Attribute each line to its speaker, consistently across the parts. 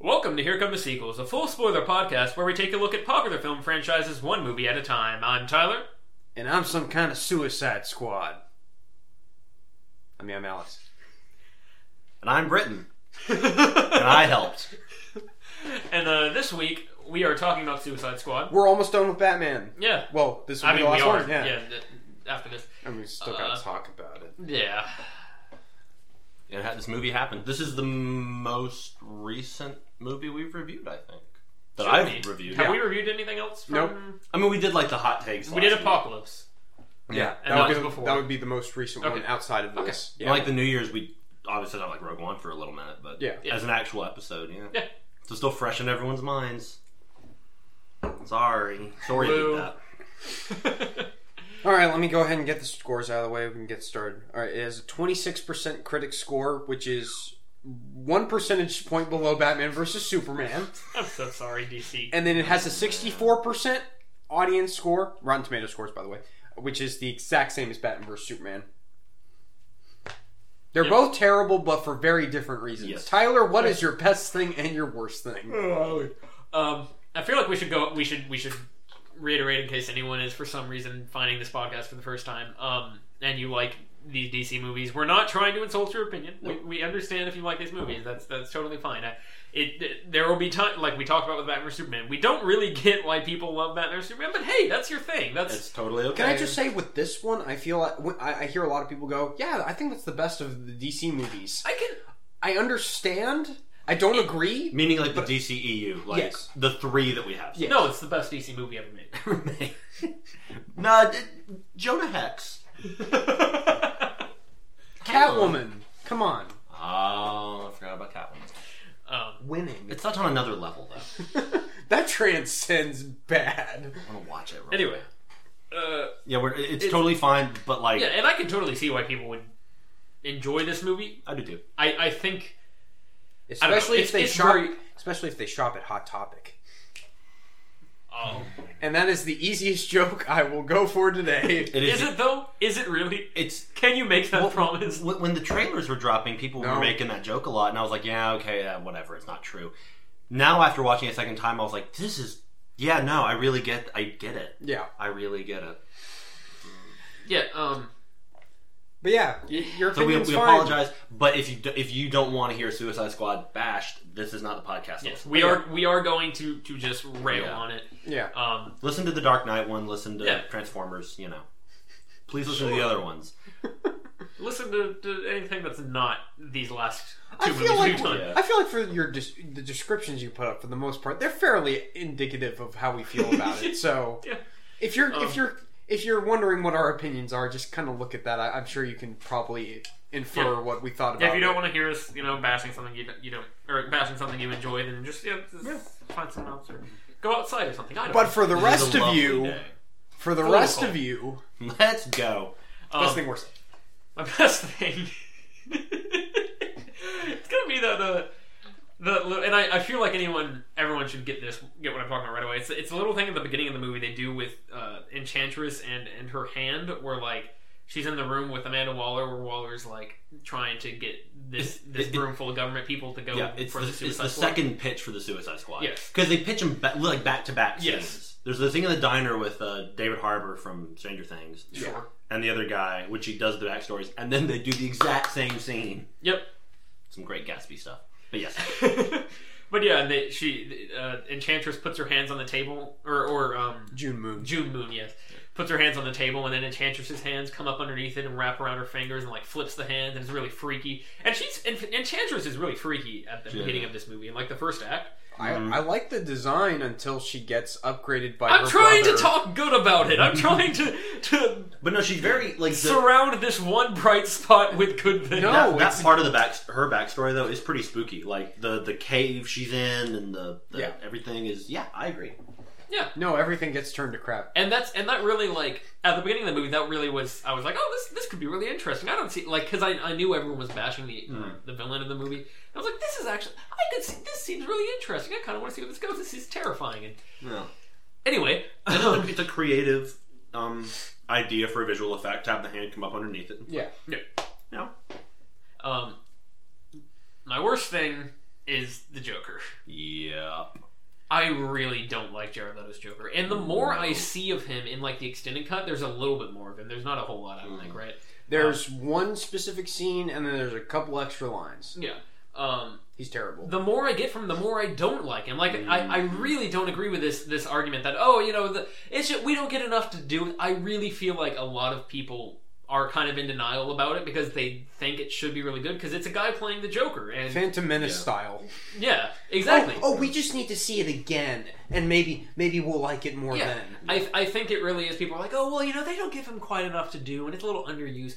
Speaker 1: Welcome to Here Come the Sequels, a full spoiler podcast where we take a look at popular film franchises one movie at a time. I'm Tyler.
Speaker 2: And I'm some kind of suicide squad. I mean, I'm Alex.
Speaker 3: And I'm Britain.
Speaker 1: and
Speaker 3: And I helped.
Speaker 1: And uh, this week we are talking about Suicide Squad.
Speaker 2: We're almost done with Batman.
Speaker 1: Yeah,
Speaker 2: Well, this will
Speaker 1: I
Speaker 2: be
Speaker 1: mean
Speaker 2: the
Speaker 1: we
Speaker 2: last
Speaker 1: are.
Speaker 2: one. Yeah.
Speaker 1: th- after this.
Speaker 2: And we still gotta
Speaker 1: Uh,
Speaker 2: talk about it.
Speaker 1: Yeah.
Speaker 3: And had this movie happened. This is the m- most recent movie we've reviewed, I think. That
Speaker 1: Should
Speaker 3: I've
Speaker 1: we?
Speaker 3: reviewed.
Speaker 1: Have
Speaker 3: Yeah.
Speaker 1: we reviewed anything else? From...
Speaker 2: Nope.
Speaker 3: I mean, we did like the hot takes.
Speaker 1: We did
Speaker 3: last week.
Speaker 1: Apocalypse.
Speaker 2: Yeah.
Speaker 1: and that
Speaker 2: that,
Speaker 1: was
Speaker 2: would be the,
Speaker 1: before.
Speaker 2: that would be the most recent one
Speaker 1: Okay.
Speaker 2: outside of
Speaker 1: Okay.
Speaker 2: this.
Speaker 3: And,
Speaker 2: Yeah.
Speaker 3: Like the New Year's, we obviously not like Rogue One for a little minute, but
Speaker 2: Yeah.
Speaker 1: Yeah.
Speaker 3: as an actual episode, yeah.
Speaker 1: Yeah.
Speaker 3: So still fresh in everyone's minds. Sorry. Sorry
Speaker 1: Blue.
Speaker 3: to do that.
Speaker 2: All right, let me go ahead and get the scores out of the way. We can get started. All right, it has a 26% critic score, which is one percentage point below Batman versus Superman.
Speaker 1: I'm so sorry, DC.
Speaker 2: And then it has a 64% audience score, Rotten Tomato scores, by the way, which is the exact same as Batman vs. Superman. They're
Speaker 1: Yep.
Speaker 2: both terrible, but for very different reasons.
Speaker 3: Yes.
Speaker 2: Tyler, what is your best thing and your worst thing?
Speaker 1: Um, I feel like we should go. We should. We should reiterate in case anyone is for some reason finding this podcast for the first time. Um, and you like these DC movies. We're not trying to insult your opinion. We, we understand if you like these movies. That's that's totally fine. I, it, it- there will be time like we talked about with Batman vs Superman. We don't really get why people love Batman vs Superman, but hey, that's your thing. That's
Speaker 3: It's totally okay.
Speaker 2: Can I just say with this one, I feel like, when- I I hear a lot of people go, "Yeah, I think that's the best of the DC movies."
Speaker 1: I can.
Speaker 2: I understand. I don't agree.
Speaker 3: Meaning like the DCEU, like
Speaker 2: Yes.
Speaker 3: the three that we have.
Speaker 2: Yeah.
Speaker 1: No, it's the best DC movie ever made.
Speaker 3: nah, d- Jonah Hex.
Speaker 2: Catwoman, come on,
Speaker 3: Oh, I forgot about Catwoman.
Speaker 1: um,
Speaker 2: winning.
Speaker 3: It's not on another level though.
Speaker 2: that transcends bad.
Speaker 3: I want to watch it. Right
Speaker 1: anyway. Uh,
Speaker 3: yeah, we're, it's, totally fine, but like
Speaker 1: Yeah, and I can totally see why people would enjoy this movie.
Speaker 3: I do too.
Speaker 1: I, I think know.
Speaker 2: especially
Speaker 1: It's-
Speaker 2: if they
Speaker 1: it's
Speaker 2: shop,
Speaker 1: very-
Speaker 2: especially if they shop at Hot Topic.
Speaker 1: oh,
Speaker 2: And that is the easiest joke I will go for today.
Speaker 3: It
Speaker 1: is it though? Is it really?
Speaker 3: It's
Speaker 1: Can you make that
Speaker 3: well,
Speaker 1: promise?
Speaker 3: when when the trailers were dropping, people
Speaker 2: No.
Speaker 3: were making that joke a lot, and I was like, yeah, okay, yeah, whatever, it's not true. Now, after watching it a second time, I was like, this is, yeah, no, I really get, I get it,
Speaker 2: Yeah,
Speaker 3: I really get it.
Speaker 1: Yeah. Um.
Speaker 2: but yeah, y- your
Speaker 3: So we,
Speaker 2: opinion's
Speaker 3: we
Speaker 2: fine.
Speaker 3: apologize, but if you do, if you don't want to hear Suicide Squad bashed, this is not the podcast.
Speaker 1: Yes,
Speaker 3: Listen-
Speaker 1: we are we are going to to just rail
Speaker 3: Yeah.
Speaker 1: on it.
Speaker 2: Yeah,
Speaker 1: Um.
Speaker 3: Listen to the Dark Knight one. Listen to
Speaker 1: Yeah.
Speaker 3: Transformers. You know, please listen to the other ones.
Speaker 1: Listen to, to anything that's not these last two
Speaker 2: I
Speaker 1: movies
Speaker 2: feel like
Speaker 1: we've done.
Speaker 3: Yeah.
Speaker 2: I feel like for your dis- the descriptions you put up, for the most part, they're fairly indicative of how we feel about it. So
Speaker 1: Yeah.
Speaker 2: if you're
Speaker 1: Um.
Speaker 2: if you're if you're wondering what our opinions are, just kind of look at that. I, I'm sure you can probably infer
Speaker 1: Yeah.
Speaker 2: what we thought about.
Speaker 1: Yeah, if you don't
Speaker 2: it.
Speaker 1: want to hear us, you know, bashing something you don't- you know, or bashing something you enjoy, then just yeah, just find something else or go outside or something. I don't
Speaker 2: but
Speaker 1: know.
Speaker 2: for the
Speaker 3: This is a
Speaker 2: rest of
Speaker 3: lovely
Speaker 2: you,
Speaker 3: day.
Speaker 2: for the
Speaker 1: Political.
Speaker 2: rest of you,
Speaker 3: let's go.
Speaker 2: best
Speaker 1: Um,
Speaker 2: thing worst.
Speaker 1: My best thing. it's gonna be the the. The, li- and I, I feel like anyone, everyone should get this, get what I'm talking about right away. It's it's a little thing at the beginning of the movie they do with uh, Enchantress and and her hand, where like she's in the room with Amanda Waller, where Waller's like trying to get this
Speaker 3: It's-
Speaker 1: this
Speaker 3: it- it-
Speaker 1: room full of government people to go
Speaker 3: Yeah, it's
Speaker 1: for
Speaker 3: the,
Speaker 1: the,
Speaker 3: it's
Speaker 1: suicide
Speaker 3: the
Speaker 1: squad.
Speaker 3: second pitch for the Suicide Squad.
Speaker 1: Yes.
Speaker 3: because they pitch them ba- like back to back.
Speaker 1: Yes.
Speaker 3: there's the thing in the diner with uh, David Harbour from Stranger Things,
Speaker 1: Sure.
Speaker 3: and the other guy, which he does the backstories, and then they do the exact same scene.
Speaker 1: Yep.
Speaker 3: Some great Gatsby stuff. But yes,
Speaker 1: but yeah, they, she uh, Enchantress puts her hands on the table, or or um,
Speaker 2: June Moon.
Speaker 1: June Moon, yes. Puts her hands on the table, and then Enchantress's hands come up underneath it and wrap around her fingers and like flips the hand, and it's really freaky. And she's and Enchantress is really freaky at the
Speaker 3: Yeah.
Speaker 1: beginning of this movie, and like the first act.
Speaker 2: I, I like the design until she gets upgraded by.
Speaker 1: I'm
Speaker 2: her
Speaker 1: trying
Speaker 2: brother.
Speaker 1: to talk good about it. I'm trying to to
Speaker 3: but no, she's very like the,
Speaker 1: surround this one bright spot with good things.
Speaker 2: No.
Speaker 3: that, that
Speaker 2: it's-
Speaker 3: part of the back her backstory though is pretty spooky. Like the the cave she's in and the, the
Speaker 2: Yeah.
Speaker 3: everything is yeah I agree.
Speaker 2: No, everything gets turned to crap.
Speaker 1: And that's and that really like at the beginning of the movie that really was I was like oh this this could be really interesting I don't see like because I, I knew everyone was bashing the
Speaker 3: Mm.
Speaker 1: the villain of the movie I was like this is actually I could see this seems really interesting I kind of want to see where this goes this is terrifying and
Speaker 3: Yeah.
Speaker 1: anyway
Speaker 3: And it's, a, it's a creative um, idea for a visual effect to have the hand come up underneath it.
Speaker 2: Yeah.
Speaker 1: Um, my worst thing is the Joker.
Speaker 3: Yeah.
Speaker 1: I really don't like Jared Leto's Joker, and the more I see of him in like the extended cut, there's a little bit more of him. There's not a whole lot I don't like, right?
Speaker 2: There's one specific scene, and then there's a couple extra lines.
Speaker 1: Yeah. Um,
Speaker 2: He's terrible.
Speaker 1: the more I get from, him, the more I don't like him. Like I, I really don't agree with this this argument that oh you know the, it's just, we don't get enough to do. I really feel like a lot of people are kind of in denial about it because they think it should be really good because it's a guy playing the Joker and
Speaker 2: Phantom Menace
Speaker 3: Yeah.
Speaker 2: style.
Speaker 1: yeah exactly.
Speaker 2: Oh, we just need to see it again, and maybe maybe we'll like it more
Speaker 1: Yeah,
Speaker 2: then.
Speaker 1: I, I think it really is. People are like, oh well, you know, they don't give him quite enough to do, and it's a little underused.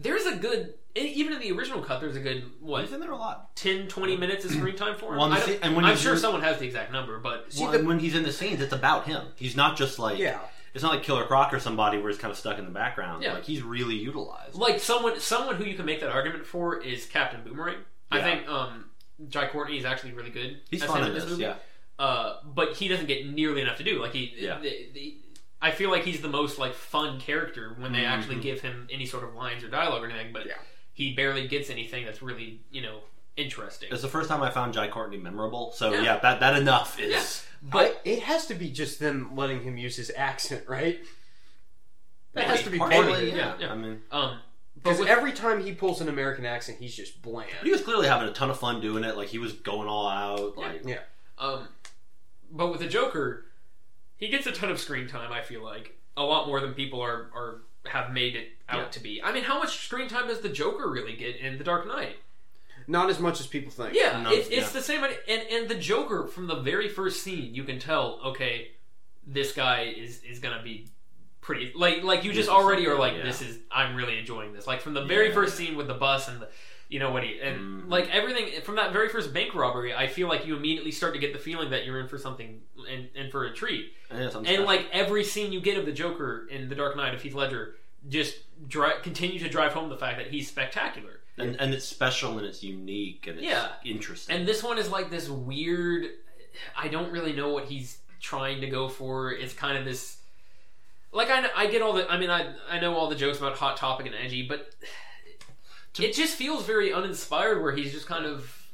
Speaker 1: There's a good, e, even in the original cut, there's a good what
Speaker 3: He's in there a lot.
Speaker 1: 10, 20 minutes of screen time for him.
Speaker 3: Well, and
Speaker 1: I
Speaker 3: the
Speaker 1: don't-
Speaker 3: thi- and when
Speaker 1: I'm
Speaker 3: he's
Speaker 1: sure
Speaker 3: in-
Speaker 1: someone has the exact number, but
Speaker 3: well, and when he's in the scenes, it's about him. He's not just like
Speaker 2: Yeah.
Speaker 3: It's not like Killer Croc or somebody where he's kind of stuck in the background.
Speaker 1: Yeah.
Speaker 3: Like he's really utilized.
Speaker 1: like someone someone who you can make that argument for is Captain Boomerang. I
Speaker 3: Yeah.
Speaker 1: think um Jai Courtney is actually really good.
Speaker 3: He's
Speaker 1: as
Speaker 3: fun
Speaker 1: him
Speaker 3: in this.
Speaker 1: movie.
Speaker 3: Yeah.
Speaker 1: Uh, but he doesn't get nearly enough to do. Like he,
Speaker 3: Yeah.
Speaker 1: the- the- I feel like he's the most like fun character when they actually
Speaker 3: Mhm.
Speaker 1: give him any sort of lines or dialogue or anything. But
Speaker 2: Yeah.
Speaker 1: he barely gets anything that's really you know interesting.
Speaker 3: It's the first time I found Jai Courtney memorable. So
Speaker 1: Yeah.
Speaker 3: yeah, that that enough is.
Speaker 1: But
Speaker 2: I- it has to be just them letting him use his accent, right? That has to be
Speaker 3: Partly,
Speaker 2: part of it.
Speaker 1: yeah, yeah.
Speaker 3: I mean,
Speaker 1: um, but
Speaker 2: Because
Speaker 1: with,
Speaker 2: every time he pulls an American accent, he's just bland.
Speaker 3: but he was clearly having a ton of fun doing it. Like he was going all out. Like
Speaker 2: Yeah.
Speaker 1: Um, but with the Joker, he gets a ton of screen time. I feel like a lot more than people are are have made it out
Speaker 3: Yeah.
Speaker 1: to be. I mean, how much screen time does the Joker really get in The Dark Knight?
Speaker 2: Not as much as people think.
Speaker 1: Yeah,
Speaker 3: No,
Speaker 1: it's, it's
Speaker 3: yeah.
Speaker 1: the same. idea- And and the Joker from the very first scene, you can tell. Okay, this guy is is gonna be pretty like like you
Speaker 3: This
Speaker 1: just
Speaker 3: is
Speaker 1: already are
Speaker 3: something,
Speaker 1: like
Speaker 3: yeah.
Speaker 1: this is I'm really enjoying this. Like from the very
Speaker 3: Yeah.
Speaker 1: first scene with the bus and the you know what he and
Speaker 3: Mhm.
Speaker 1: like everything from that very first bank robbery, I feel like you immediately start to get the feeling that you're in for something and, and for a treat.
Speaker 3: and, it's something
Speaker 1: And
Speaker 3: special.
Speaker 1: like every scene you get of the Joker in The Dark Knight of Heath Ledger just dri continue to drive home the fact that he's spectacular.
Speaker 3: and, and it's special and it's unique and it's
Speaker 1: Yeah.
Speaker 3: interesting.
Speaker 1: And this one is like this weird. I don't really know what he's trying to go for. It's kind of this. Like I, I get all the. I mean, I I know all the jokes about hot topic and edgy, but it just feels very uninspired. Where he's just kind of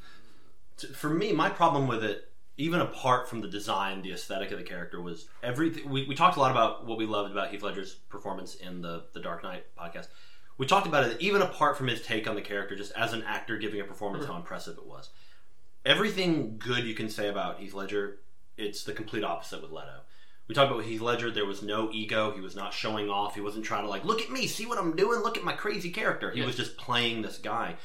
Speaker 3: t- for me, my problem with it, even apart from the design, the aesthetic of the character, was everything. We, we talked a lot about what we loved about Heath Ledger's performance in the the Dark Knight podcast. We talked about it even apart from his take on the character, just as an actor giving a performance, how impressive it was. Everything good you can say about Heath Ledger, it's the complete opposite with Leto. We talked about with Heath Ledger, there was no ego. He was not showing off. He wasn't trying to, like, look at me, see what I'm doing, look at my crazy character. He
Speaker 1: Yeah.
Speaker 3: was just playing this guy.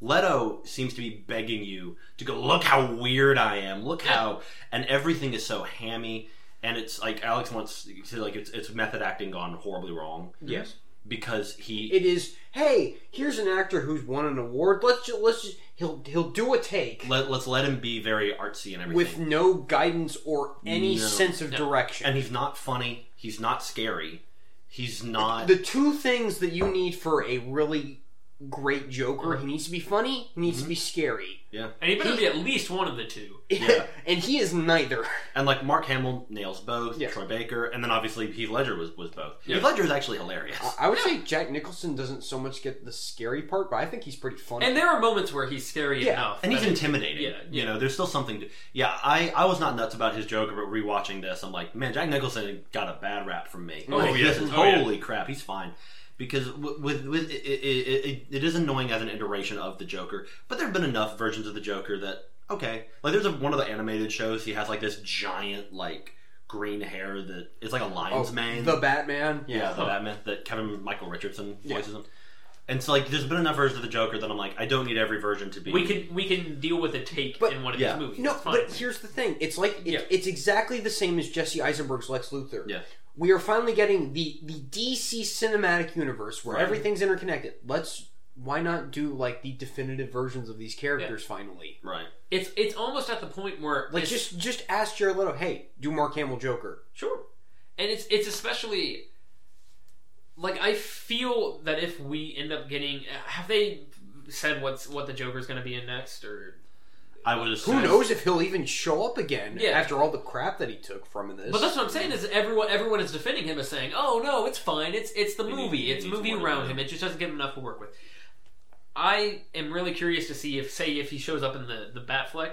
Speaker 3: Leto seems to be begging you to go, look how weird I am, look
Speaker 1: Yeah.
Speaker 3: how. And everything is so hammy. And it's like Alex wants to say, like, it's, it's method acting gone horribly wrong
Speaker 2: Yes.
Speaker 3: because he.
Speaker 2: It is. Hey, here's an actor who's won an award. Let's just, let's just he'll he'll do a take
Speaker 3: let, let's let him be very artsy and everything.
Speaker 2: with no guidance or any
Speaker 3: No.
Speaker 2: sense of
Speaker 1: No.
Speaker 2: direction.
Speaker 3: and he's not funny. He's not scary. He's not.
Speaker 2: the two things that you need for a really great Joker,
Speaker 3: Mm.
Speaker 2: he needs to be funny. He needs
Speaker 3: Mm-hmm.
Speaker 2: to be scary.
Speaker 3: yeah.
Speaker 1: and he better be at least one of the two.
Speaker 3: Yeah.
Speaker 2: and he is neither.
Speaker 3: And like Mark Hamill nails both,
Speaker 2: Yes.
Speaker 3: Troy Baker, and then obviously Heath Ledger was, was both.
Speaker 1: Yeah.
Speaker 3: Heath Ledger is actually hilarious.
Speaker 2: I- I would say Jack Nicholson doesn't so much get the scary part, but I think he's pretty funny.
Speaker 1: And there are moments where he's scary
Speaker 2: Yeah.
Speaker 1: enough.
Speaker 3: and he's
Speaker 1: that-
Speaker 3: intimidating.
Speaker 1: yeah, yeah.
Speaker 3: You know, there's still something to. Yeah, I, I was not nuts about his Joker, but rewatching this, I'm like, man, Jack Nicholson got a bad rap from me.
Speaker 2: Oh,
Speaker 3: Like,
Speaker 1: yeah.
Speaker 3: this is-
Speaker 1: Oh, yeah.
Speaker 3: holy crap, he's fine. Because w- with with it, it, it, it- it is annoying as an iteration of the Joker, but there have been enough versions of the Joker that okay, like there's a, one of the animated shows he has like this giant like green hair that it's like a lion's
Speaker 2: Oh,
Speaker 3: mane.
Speaker 2: the Batman.
Speaker 3: Yeah, the
Speaker 1: Huh.
Speaker 3: Batman that Kevin Michael Richardson
Speaker 2: Yeah.
Speaker 3: voices him. And so, like, there's been enough versions of the Joker that I'm like, I don't need every version to be.
Speaker 1: we can we can deal with a take
Speaker 2: But-
Speaker 1: in one of
Speaker 3: yeah.
Speaker 1: these movies.
Speaker 2: No,
Speaker 1: It's fine.
Speaker 2: but here's the thing. It's like it,
Speaker 1: Yeah.
Speaker 2: it's exactly the same as Jesse Eisenberg's Lex Luthor.
Speaker 3: Yeah.
Speaker 2: We are finally getting the the DC cinematic universe where
Speaker 3: Right.
Speaker 2: everything's interconnected. Let's why not do like the definitive versions of these characters finally?
Speaker 3: Right.
Speaker 1: it's it's almost at the point where
Speaker 2: Like
Speaker 1: it's-
Speaker 2: just just ask Jared Leto, hey, do Mark Hamill Joker.
Speaker 1: Sure. And it's it's especially like I feel that if we end up getting have they said what's what the Joker's going to be in next or
Speaker 3: I would assume.
Speaker 2: Who knows if he'll even show up again
Speaker 1: Yeah.
Speaker 2: after all the crap that he took from this.
Speaker 1: But that's what I'm saying is everyone everyone is defending him as saying, "Oh no, it's fine. It's it's the
Speaker 3: need-
Speaker 1: movie.
Speaker 3: he
Speaker 1: it's
Speaker 3: needs
Speaker 1: movie
Speaker 3: more to
Speaker 1: around
Speaker 3: do.
Speaker 1: him. It just doesn't give him enough to work with." I am really curious to see if, say, if he shows up in the the Batfleck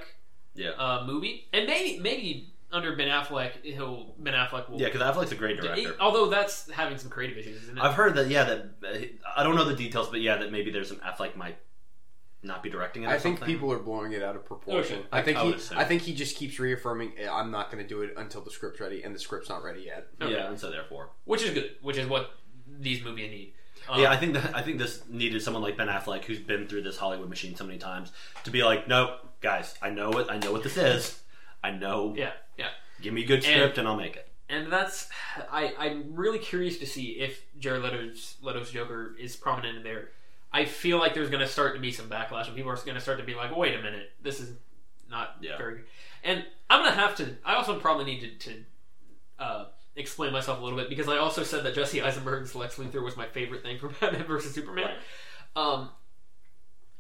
Speaker 3: Yeah.
Speaker 1: uh, movie, and maybe maybe under Ben Affleck, he'll Ben Affleck will.
Speaker 3: Yeah, because Affleck's a great
Speaker 1: He-
Speaker 3: director.
Speaker 1: although that's having some creative issues, isn't it?
Speaker 3: I've heard that. Yeah, that I don't know the details, but yeah, that maybe there's an Affleck might not be directing it. or
Speaker 2: I think
Speaker 3: something.
Speaker 2: people are blowing it out of proportion.
Speaker 1: Okay.
Speaker 2: I think
Speaker 3: I
Speaker 2: he,
Speaker 3: would assume.
Speaker 2: I think he just keeps reaffirming, "Eh, I'm not going to do it until the script's ready, and the script's not ready yet.
Speaker 1: Okay.
Speaker 3: Yeah, and so therefore,
Speaker 1: which is good, which is what these movies need. Um,
Speaker 3: yeah, I think that I think this needed someone like Ben Affleck, who's been through this Hollywood machine so many times, to be like, no, guys, I know it. I know what this is. I know.
Speaker 1: Um, yeah, yeah.
Speaker 3: Give me a good script, and, I'll make it.
Speaker 1: And that's I, I'm really curious to see if Jared Leto's Leto's Joker is prominent in there. I feel like there's going to start to be some backlash, and people are going to start to be like, "Wait a minute, this is not
Speaker 3: Yeah.
Speaker 1: very." good." And I'm going to have to. I also probably need to, to uh, explain myself a little bit because I also said that Jesse Eisenberg's Lex Luthor was my favorite thing from Batman versus Superman.
Speaker 3: Right.
Speaker 1: Um,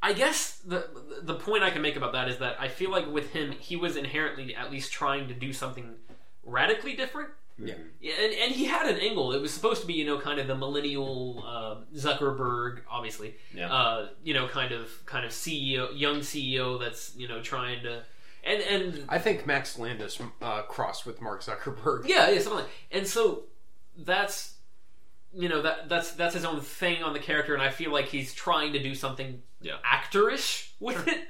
Speaker 1: I guess the the point I can make about that is that I feel like with him, he was inherently at least trying to do something radically different.
Speaker 2: Yeah.
Speaker 1: Yeah, and, and he had an angle. It was supposed to be, you know, kind of the millennial uh, Zuckerberg, obviously.
Speaker 3: Yeah.
Speaker 1: Uh, you know, kind of kind of CEO, young CEO that's you know trying to, and and
Speaker 2: I think Max Landis uh, crossed with Mark Zuckerberg.
Speaker 1: yeah, yeah, something like. And so that's you know that that's that's his own thing on the character, and I feel like he's trying to do something
Speaker 3: Yeah.
Speaker 1: actorish with it.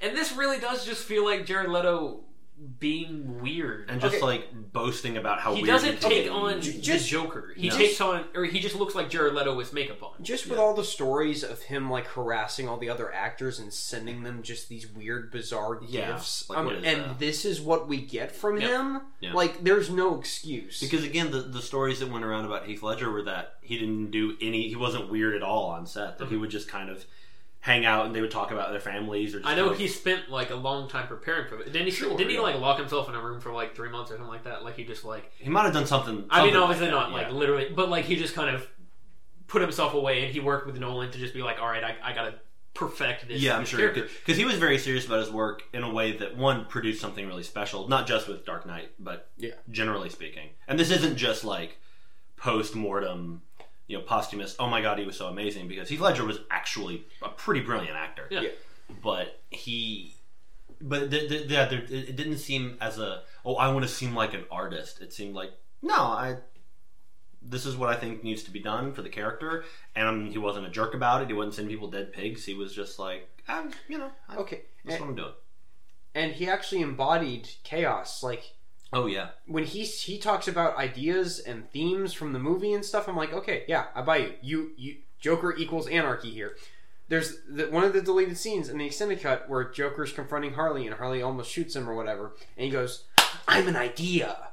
Speaker 1: And this really does just feel like Jared Leto being weird.
Speaker 3: And just
Speaker 2: Okay.
Speaker 3: like boasting about how
Speaker 1: he
Speaker 3: weird
Speaker 1: doesn't
Speaker 3: can
Speaker 1: take
Speaker 3: be.
Speaker 1: on
Speaker 2: J-
Speaker 1: the
Speaker 2: just-
Speaker 1: Joker. He
Speaker 2: No.
Speaker 1: takes on, or he just looks like Jared Leto with makeup on.
Speaker 2: Just with all the stories of him like harassing all the other actors and sending them just these weird, bizarre
Speaker 3: Yeah.
Speaker 2: gifts,
Speaker 3: Like,
Speaker 2: um,
Speaker 3: what is
Speaker 2: and
Speaker 3: that?
Speaker 2: this is what we get from
Speaker 1: Yeah.
Speaker 2: him.
Speaker 3: Yeah.
Speaker 2: Like, there's no excuse.
Speaker 3: Because again, the, the stories that went around about Heath Ledger were that he didn't do any, he wasn't weird at all on set. That
Speaker 1: Mm-hmm.
Speaker 3: he would just kind of hang out and they would talk about their families or just
Speaker 1: I know
Speaker 3: kind of-
Speaker 1: he spent like a long time preparing for it. Didn't he?
Speaker 3: Sure,
Speaker 1: didn't he
Speaker 3: yeah.
Speaker 1: like lock himself in a room for like three months or something like that? Like he just like
Speaker 3: he might have done something.
Speaker 1: I mean,
Speaker 3: something
Speaker 1: obviously
Speaker 3: that,
Speaker 1: not
Speaker 3: yeah.
Speaker 1: like literally, but like he just kind of put himself away and he worked with Nolan to just be like, all right, I, I gotta perfect this.
Speaker 3: Yeah, I'm
Speaker 1: this
Speaker 3: sure
Speaker 1: character."
Speaker 3: because he was very serious about his work in a way that one produced something really special, not just with Dark Knight, but
Speaker 2: Yeah.
Speaker 3: generally speaking. And this isn't just like post mortem, you know, posthumous. Oh my god, he was so amazing because Heath Ledger was actually a pretty brilliant actor.
Speaker 1: Yeah.
Speaker 2: Yeah.
Speaker 3: but he. But th- th- yeah, there, it it didn't seem as a oh I want to seem like an artist. It seemed like no, I this is what I think needs to be done for the character. And um, he wasn't a jerk about it. He wasn't sending people dead pigs. He was just like, ah, you know, I,
Speaker 2: okay,
Speaker 3: that's
Speaker 2: and,
Speaker 3: what I'm doing.
Speaker 2: and he actually embodied chaos. Like
Speaker 3: Oh yeah,
Speaker 2: when he he talks about ideas and themes from the movie and stuff, I'm like, okay, yeah, I buy you. You you Joker equals anarchy here. There's the, one of the deleted scenes in the extended cut where Joker's confronting Harley and Harley almost shoots him or whatever, and he goes, "I'm an idea.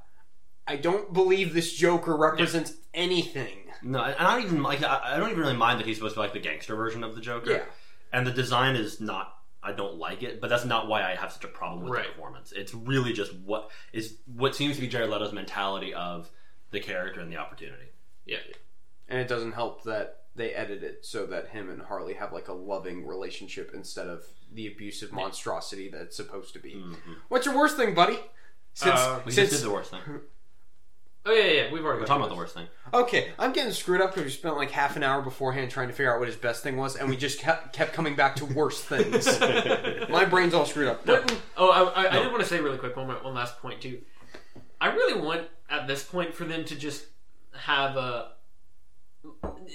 Speaker 2: I don't believe this Joker represents anything."
Speaker 3: no, and I don't even like. I I don't even really mind that he's supposed to be like the gangster version of the Joker.
Speaker 2: Yeah.
Speaker 3: and the design is not. I don't like it, but that's not why I have such a problem with
Speaker 1: Right.
Speaker 3: the performance. It's really just what is what seems to be Jared Leto's mentality of the character and the opportunity.
Speaker 2: And it doesn't help that they edit it so that him and Harley have like a loving relationship instead of the abusive monstrosity that it's supposed to be.
Speaker 3: Mm-hmm.
Speaker 2: What's your worst thing, buddy? Since
Speaker 1: Uh,
Speaker 3: Hmm. We
Speaker 2: since
Speaker 3: just did the worst thing.
Speaker 1: Oh yeah, yeah, yeah, we've already
Speaker 3: We're
Speaker 1: gone
Speaker 3: talking about the
Speaker 1: through
Speaker 3: worst thing.
Speaker 2: Okay, I'm getting screwed up because we spent like half an hour beforehand trying to figure out what his best thing was, and we just kept, kept coming back to worse things. My brain's all screwed up.
Speaker 1: this. Oh, I, I, I did want to say really quick one more- one last point too. I really want at this point for them to just have a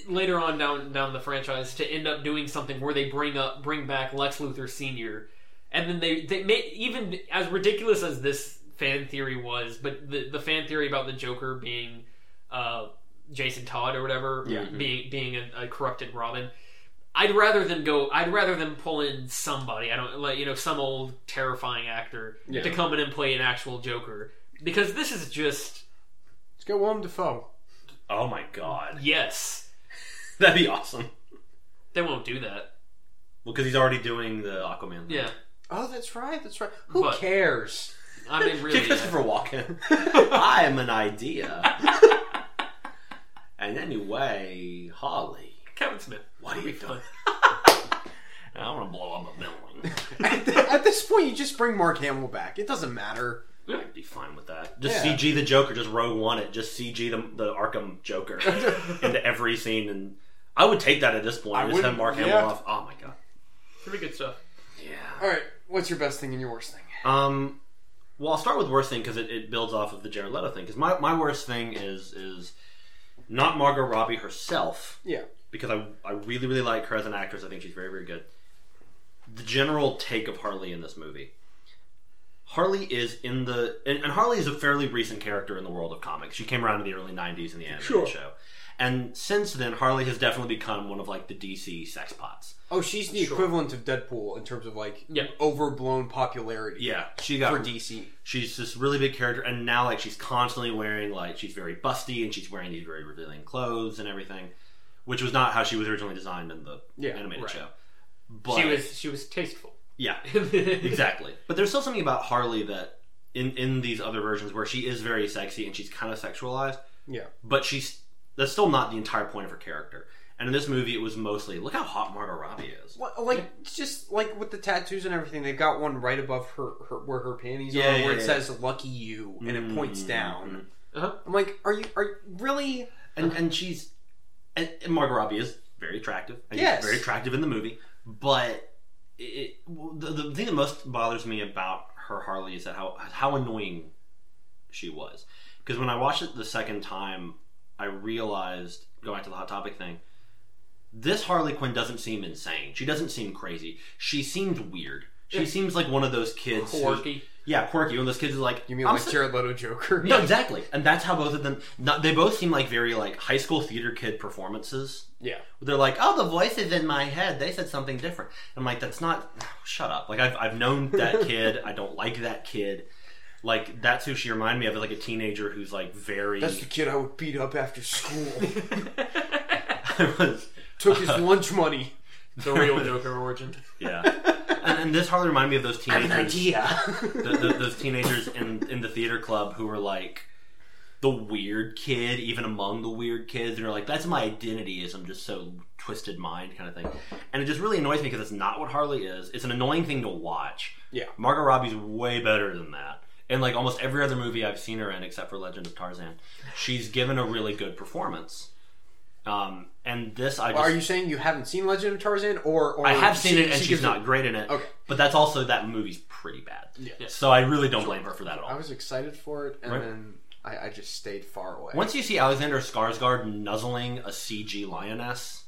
Speaker 1: later on down down the franchise to end up doing something where they bring up bring back Lex Luthor Senior, and then they they may even as ridiculous as this fan theory was, but the the fan theory about the Joker being uh, Jason Todd or whatever
Speaker 2: Yeah.
Speaker 1: being being a, a corrupted Robin. I'd rather them go. I'd rather them pull in somebody. I don't like you know some old terrifying actor
Speaker 2: Yeah.
Speaker 1: to come in and play an actual Joker because this is just
Speaker 2: Let's go Willem Dafoe.
Speaker 3: Oh my god,
Speaker 1: yes.
Speaker 3: that'd be awesome.
Speaker 1: They won't do that.
Speaker 3: Well, because he's already doing the Aquaman. thing.
Speaker 1: Yeah,
Speaker 2: Oh, that's right, that's right. Who
Speaker 1: But-
Speaker 2: cares?
Speaker 1: I mean really.
Speaker 3: Get Christopher Walken. I'm an idea. and anyway, Holly,
Speaker 1: Kevin Smith.
Speaker 3: what are you doing? I want to blow up a building.
Speaker 2: at, th- at this point, you just bring Mark Hamill back. It doesn't matter.
Speaker 3: I'd be fine with that. Just
Speaker 2: Yeah.
Speaker 3: CG the Joker, just Rogue One it. Just CG the, the Arkham Joker into every scene, and I would take that at this point.
Speaker 2: I
Speaker 3: just have
Speaker 2: wouldn't-
Speaker 3: Mark Hamill
Speaker 2: yeah.
Speaker 3: off. Oh my god.
Speaker 1: Pretty good stuff.
Speaker 3: Yeah.
Speaker 2: All right, what's your best thing and your worst thing?
Speaker 3: Um, well, I'll start with worst thing because it, it builds off of the Jared Leto thing. Because my, my worst thing is is not Margot Robbie herself
Speaker 2: Yeah.
Speaker 3: because I I really really like her as an actress. I think she's very very good. The general take of Harley in this movie. Harley is in the and, and Harley is a fairly recent character in the world of comics. She came around in the early '90s in the animated
Speaker 2: Sure.
Speaker 3: show, and since then Harley has definitely become one of like the DC sex pots.
Speaker 2: Oh, she's the
Speaker 1: Sure.
Speaker 2: equivalent of Deadpool in terms of like
Speaker 1: Yeah.
Speaker 2: overblown popularity.
Speaker 3: Yeah, she got
Speaker 2: For DC,
Speaker 3: she's this really big character and now like she's constantly wearing like she's very busty and she's wearing these very revealing clothes and everything which was not how she was originally designed in the
Speaker 2: Yeah,
Speaker 3: animated
Speaker 1: right.
Speaker 3: show but
Speaker 1: she was she was tasteful.
Speaker 3: yeah exactly but there's still something about harley that in in these other versions where she is very sexy and she's kind of sexualized
Speaker 2: Yeah.
Speaker 3: but she's that's still not the entire point of her character and in this movie it was mostly look how hot margot robbie is
Speaker 2: Well, like just like with the tattoos and everything, they've got one right above her, her where her panties
Speaker 3: Yeah,
Speaker 2: are,
Speaker 3: yeah,
Speaker 2: where it
Speaker 3: yeah.
Speaker 2: says "Lucky You" and it points down.
Speaker 3: Uh-huh.
Speaker 2: I'm like, are you are you- really?
Speaker 3: and and she's and, and Margot Robbie is very attractive. And she's
Speaker 2: Yes.
Speaker 3: very attractive in the movie. But it, it, the, the thing that most bothers me about her Harley is that how how annoying she was. Because when I watched it the second time, I realized go back to the hot topic thing. This Harley Quinn doesn't seem insane. She doesn't seem crazy. She seemed weird. She
Speaker 1: Yeah.
Speaker 3: seems like one of those kids. who-
Speaker 1: Quirky.
Speaker 3: yeah, quirky. One of those kids who's like,
Speaker 2: You mean
Speaker 3: "I'm
Speaker 2: like
Speaker 3: so-
Speaker 2: Jared Leto Joker?
Speaker 3: no, exactly, and that's how both of them. Not, they both seem like very like high school theater kid performances.
Speaker 2: Yeah.
Speaker 3: They're like, oh, the voice is in my head. They said something different. I'm like, that's not. Shut up. Like I've I've known that kid. I don't like that kid. Like that's who she reminded me of, like a teenager who's like very.
Speaker 2: That's the kid I would beat up after school.
Speaker 3: I was,
Speaker 2: Took his lunch money.
Speaker 1: the real Joker origin.
Speaker 3: yeah, and, and this hardly reminded me of those teenagers. the, the, those teenagers in in the theater club who were like the weird kid, even among the weird kids, and are like, "That's my identity," is I'm just so twisted mind kind of thing, and it just really annoys me because it's not what Harley is. It's an annoying thing to watch.
Speaker 2: Yeah.
Speaker 3: Margot Robbie's way better than that. In like almost every other movie I've seen her in, except for Legend of Tarzan, she's given a really good performance. Um, and this, I just,
Speaker 2: Are you saying you haven't seen Legend of Tarzan, or, or
Speaker 3: I have seen
Speaker 2: she-
Speaker 3: it, and
Speaker 2: she
Speaker 3: she's
Speaker 2: gives
Speaker 3: not great in it.
Speaker 2: Okay.
Speaker 3: but that's also that movie's pretty bad.
Speaker 2: Yeah.
Speaker 3: So I really don't blame her for that at all.
Speaker 2: I was excited for it, and
Speaker 3: Right.
Speaker 2: then I, I just stayed far away.
Speaker 3: Once you see Alexander Skarsgård nuzzling a CG lioness,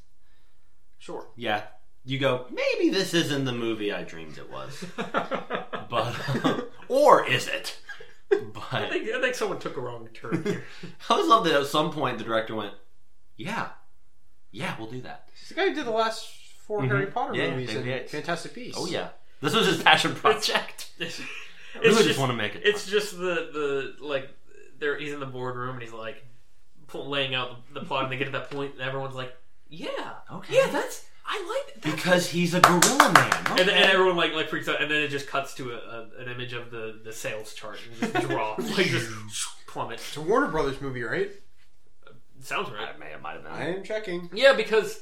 Speaker 1: Sure.
Speaker 3: yeah, you go, maybe this isn't the movie I dreamed it was.
Speaker 1: I
Speaker 3: But um, or is it? But
Speaker 1: think, I think someone took a wrong turn here.
Speaker 3: I always love that at some point the director went, "Yeah, yeah, we'll do that."
Speaker 2: It's the guy who did the last 4
Speaker 3: Mhm.
Speaker 2: Harry Potter
Speaker 3: Yeah,
Speaker 2: movies
Speaker 3: David
Speaker 2: and
Speaker 3: Yates.
Speaker 2: Fantastic Beasts.
Speaker 3: Oh yeah, this was his passion project.
Speaker 1: it's
Speaker 3: I really just,
Speaker 1: just-
Speaker 3: want to make it.
Speaker 1: It's just the the like there he's in the boardroom and he's like pu- laying out the plot and they get to that point and everyone's like, yeah,
Speaker 3: okay.
Speaker 1: yeah, that's I like that.
Speaker 3: because he's a gorilla man.
Speaker 1: And,
Speaker 3: okay.
Speaker 1: and everyone like like freaks out and then it just cuts to a, a, an image of the, the sales chart and just drops like just plummet.
Speaker 2: It's a Warner Brothers movie, right?
Speaker 1: Sounds right.
Speaker 3: I may have might have been.
Speaker 2: I am checking.
Speaker 1: Yeah, because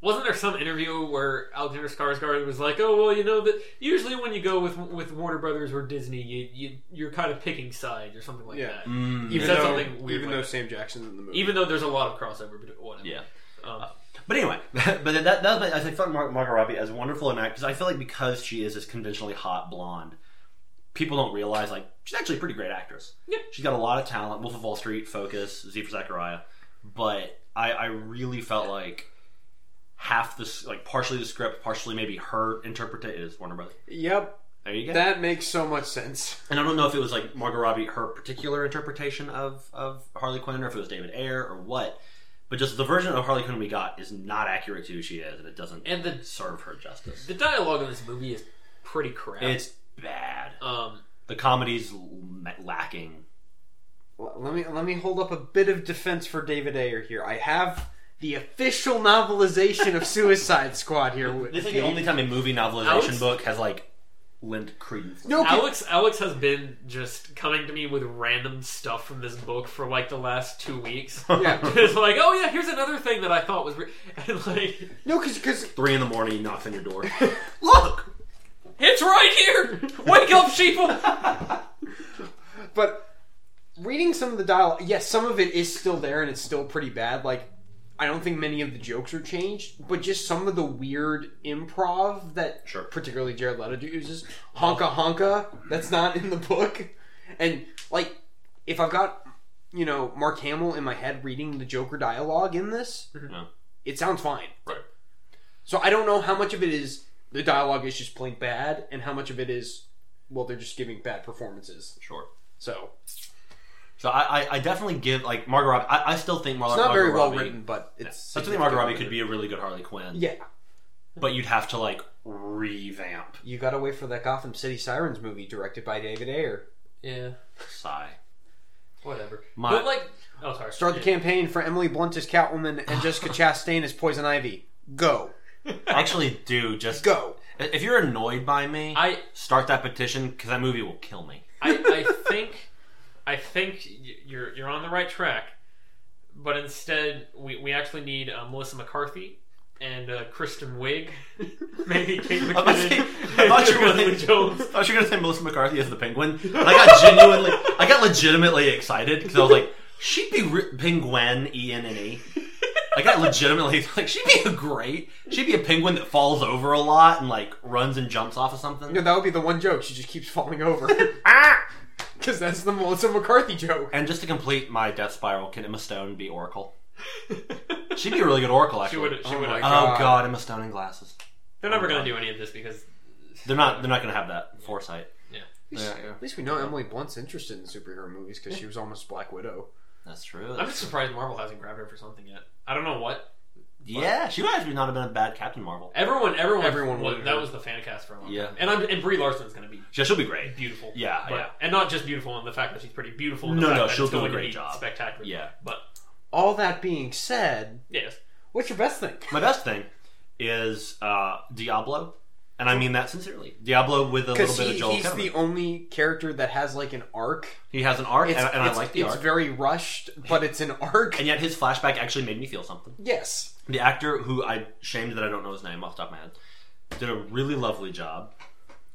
Speaker 1: wasn't there some interview where Alexander Skarsgård was like, "Oh well, you know that usually when you go with with Warner Brothers or Disney, you, you you're kind of picking sides or something like
Speaker 2: Yeah.
Speaker 1: that."
Speaker 3: Mm.
Speaker 1: Even
Speaker 2: Even
Speaker 1: said
Speaker 2: though,
Speaker 1: something weird
Speaker 2: even
Speaker 1: like
Speaker 2: though
Speaker 1: that.
Speaker 2: Sam Jackson's in the movie.
Speaker 1: Even though there's a lot of crossover, but whatever.
Speaker 3: Yeah.
Speaker 1: Um,
Speaker 3: But anyway, but that, that was my, I think felt Mar- Margot Robbie as wonderful an act because I feel like because she is this conventionally hot blonde, people don't realize like she's actually a pretty great actress.
Speaker 1: Yeah.
Speaker 3: she's got a lot of talent. Wolf of Wall Street, Focus, Z for Zachariah, but I, I really felt like half this like partially the script, partially maybe her interpretation is Warner Brothers.
Speaker 2: Yep,
Speaker 3: There you go.
Speaker 2: that makes so much sense.
Speaker 3: and I don't know if it was like Margot Robbie her particular interpretation of of Harley Quinn or if it was David Ayer or what. But just the version of Harley Quinn we got is not accurate to who she is, and it doesn't
Speaker 1: And the-
Speaker 3: serve her justice.
Speaker 1: the dialogue in this movie is pretty crap.
Speaker 3: It's bad.
Speaker 1: um,
Speaker 3: The comedy's l- lacking.
Speaker 2: L- Let me let me hold up a bit of defense for David Ayer here. I have the official novelization of Suicide Squad here. with
Speaker 3: This is
Speaker 2: me.
Speaker 3: the only time a movie novelization
Speaker 1: Alex-
Speaker 3: book has like lent credence.
Speaker 2: no, okay.
Speaker 1: Alex Alex has been just coming to me with random stuff from this book for like the last two weeks.
Speaker 2: Yeah.
Speaker 1: it's like, oh yeah, here's another thing that I thought was re-. and like
Speaker 2: no, because
Speaker 3: Three in the morning, he knocks on your door.
Speaker 2: look,
Speaker 1: it's right here. Wake up, sheeple.
Speaker 2: but reading some of the dialogue, yes, some of it is still there and it's still pretty bad. Like I don't think many of the jokes are changed, but just some of the weird improv that
Speaker 3: Sure.
Speaker 2: particularly Jared Leto uses. Honka honka, that's not in the book. And like if I've got you know Mark Hamill in my head reading the Joker dialogue in this,
Speaker 3: Yeah.
Speaker 2: it sounds fine.
Speaker 3: Right.
Speaker 2: So I don't know how much of it is the dialogue is just plain bad and how much of it is well they're just giving bad performances.
Speaker 3: Sure.
Speaker 2: So
Speaker 3: So I, I, I definitely give like Margot Robbie. I, I still think Mar-
Speaker 2: it's
Speaker 3: Margot
Speaker 2: not very well
Speaker 3: Robbie-
Speaker 2: written, but
Speaker 3: Yeah. I
Speaker 2: it's
Speaker 3: still think Margot Robbie could be a really good Harley Quinn.
Speaker 2: Yeah.
Speaker 3: But you'd have to like revamp.
Speaker 2: You gotta wait for that Gotham City Sirens movie directed by David Ayer.
Speaker 1: Yeah.
Speaker 3: Sigh.
Speaker 1: Whatever.
Speaker 3: My-
Speaker 1: but like, oh sorry.
Speaker 2: Start the campaign for Emily Blunt as Catwoman and Jessica Chastain as Poison Ivy. Go.
Speaker 3: Actually, do just
Speaker 2: Go.
Speaker 3: if you're annoyed by me,
Speaker 1: I
Speaker 3: start that petition because that movie will kill me.
Speaker 1: I, I think I think y- you're you're on the right track, but instead we, we actually need uh, Melissa McCarthy and uh, Kristen Wiig, maybe Kate
Speaker 3: I thought you-
Speaker 1: McKinnon,
Speaker 3: I
Speaker 1: and
Speaker 3: thought you were
Speaker 1: Leslie
Speaker 3: gonna-
Speaker 1: Jones.
Speaker 3: I thought you were gonna say Melissa McCarthy as the Penguin, and I got genuinely, I got legitimately excited because I was like, she'd be re- Penguin, E N N E. I got legitimately like she'd be a great, she'd be a penguin that falls over a lot and like runs and jumps off of something.
Speaker 2: No, that would be the one joke. She just keeps falling over. Because that's the Melissa McCarthy joke.
Speaker 3: And just to complete my death spiral, can Emma Stone be Oracle? She'd be a really good Oracle,
Speaker 1: She
Speaker 3: actually.
Speaker 1: would she
Speaker 2: Oh
Speaker 1: would.
Speaker 2: my
Speaker 1: have
Speaker 2: God.
Speaker 3: oh God, Emma Stone in glasses.
Speaker 1: They're never gonna do any of this because
Speaker 3: They're not. They're not gonna have that foresight.
Speaker 1: Yeah.
Speaker 3: yeah, yeah.
Speaker 2: At least we know Emily Blunt's interested in superhero movies because she was almost Black Widow.
Speaker 3: That's true.
Speaker 1: I'm just surprised Marvel hasn't grabbed her for something yet. I don't know what
Speaker 3: yeah, she would actually not have been a bad Captain Marvel.
Speaker 1: everyone everyone
Speaker 2: Everyone
Speaker 1: was,
Speaker 2: wanted
Speaker 1: that
Speaker 2: her.
Speaker 1: was the fan cast for a long
Speaker 3: Yeah.
Speaker 1: time. and I'm and Brie Larson's gonna be
Speaker 3: Yeah, she'll be great.
Speaker 1: beautiful.
Speaker 3: Yeah,
Speaker 1: But-
Speaker 3: yeah.
Speaker 1: and not just beautiful in the fact that she's pretty beautiful. In the
Speaker 3: No,
Speaker 1: fact
Speaker 3: no,
Speaker 1: that
Speaker 3: she'll
Speaker 1: it's
Speaker 3: do a
Speaker 1: going to
Speaker 3: great
Speaker 1: be
Speaker 3: job.
Speaker 1: Spectacular.
Speaker 3: Yeah.
Speaker 1: but
Speaker 2: All that being said,
Speaker 1: yes,
Speaker 2: what's your best thing?
Speaker 3: My best thing is uh, Diablo, and I mean that sincerely. Diablo with a little
Speaker 2: Because
Speaker 3: bit of
Speaker 2: he,
Speaker 3: Joel
Speaker 2: he's
Speaker 3: Kinnaman.
Speaker 2: the only character that has like an arc.
Speaker 3: He has an arc, and,
Speaker 2: It's,
Speaker 3: and I
Speaker 2: it's-
Speaker 3: like the
Speaker 2: it's
Speaker 3: arc.
Speaker 2: very rushed, but it's an arc.
Speaker 3: and yet his flashback actually made me feel something.
Speaker 2: Yes.
Speaker 3: The actor who I shamed that I don't know his name off the top of my head did a really lovely job.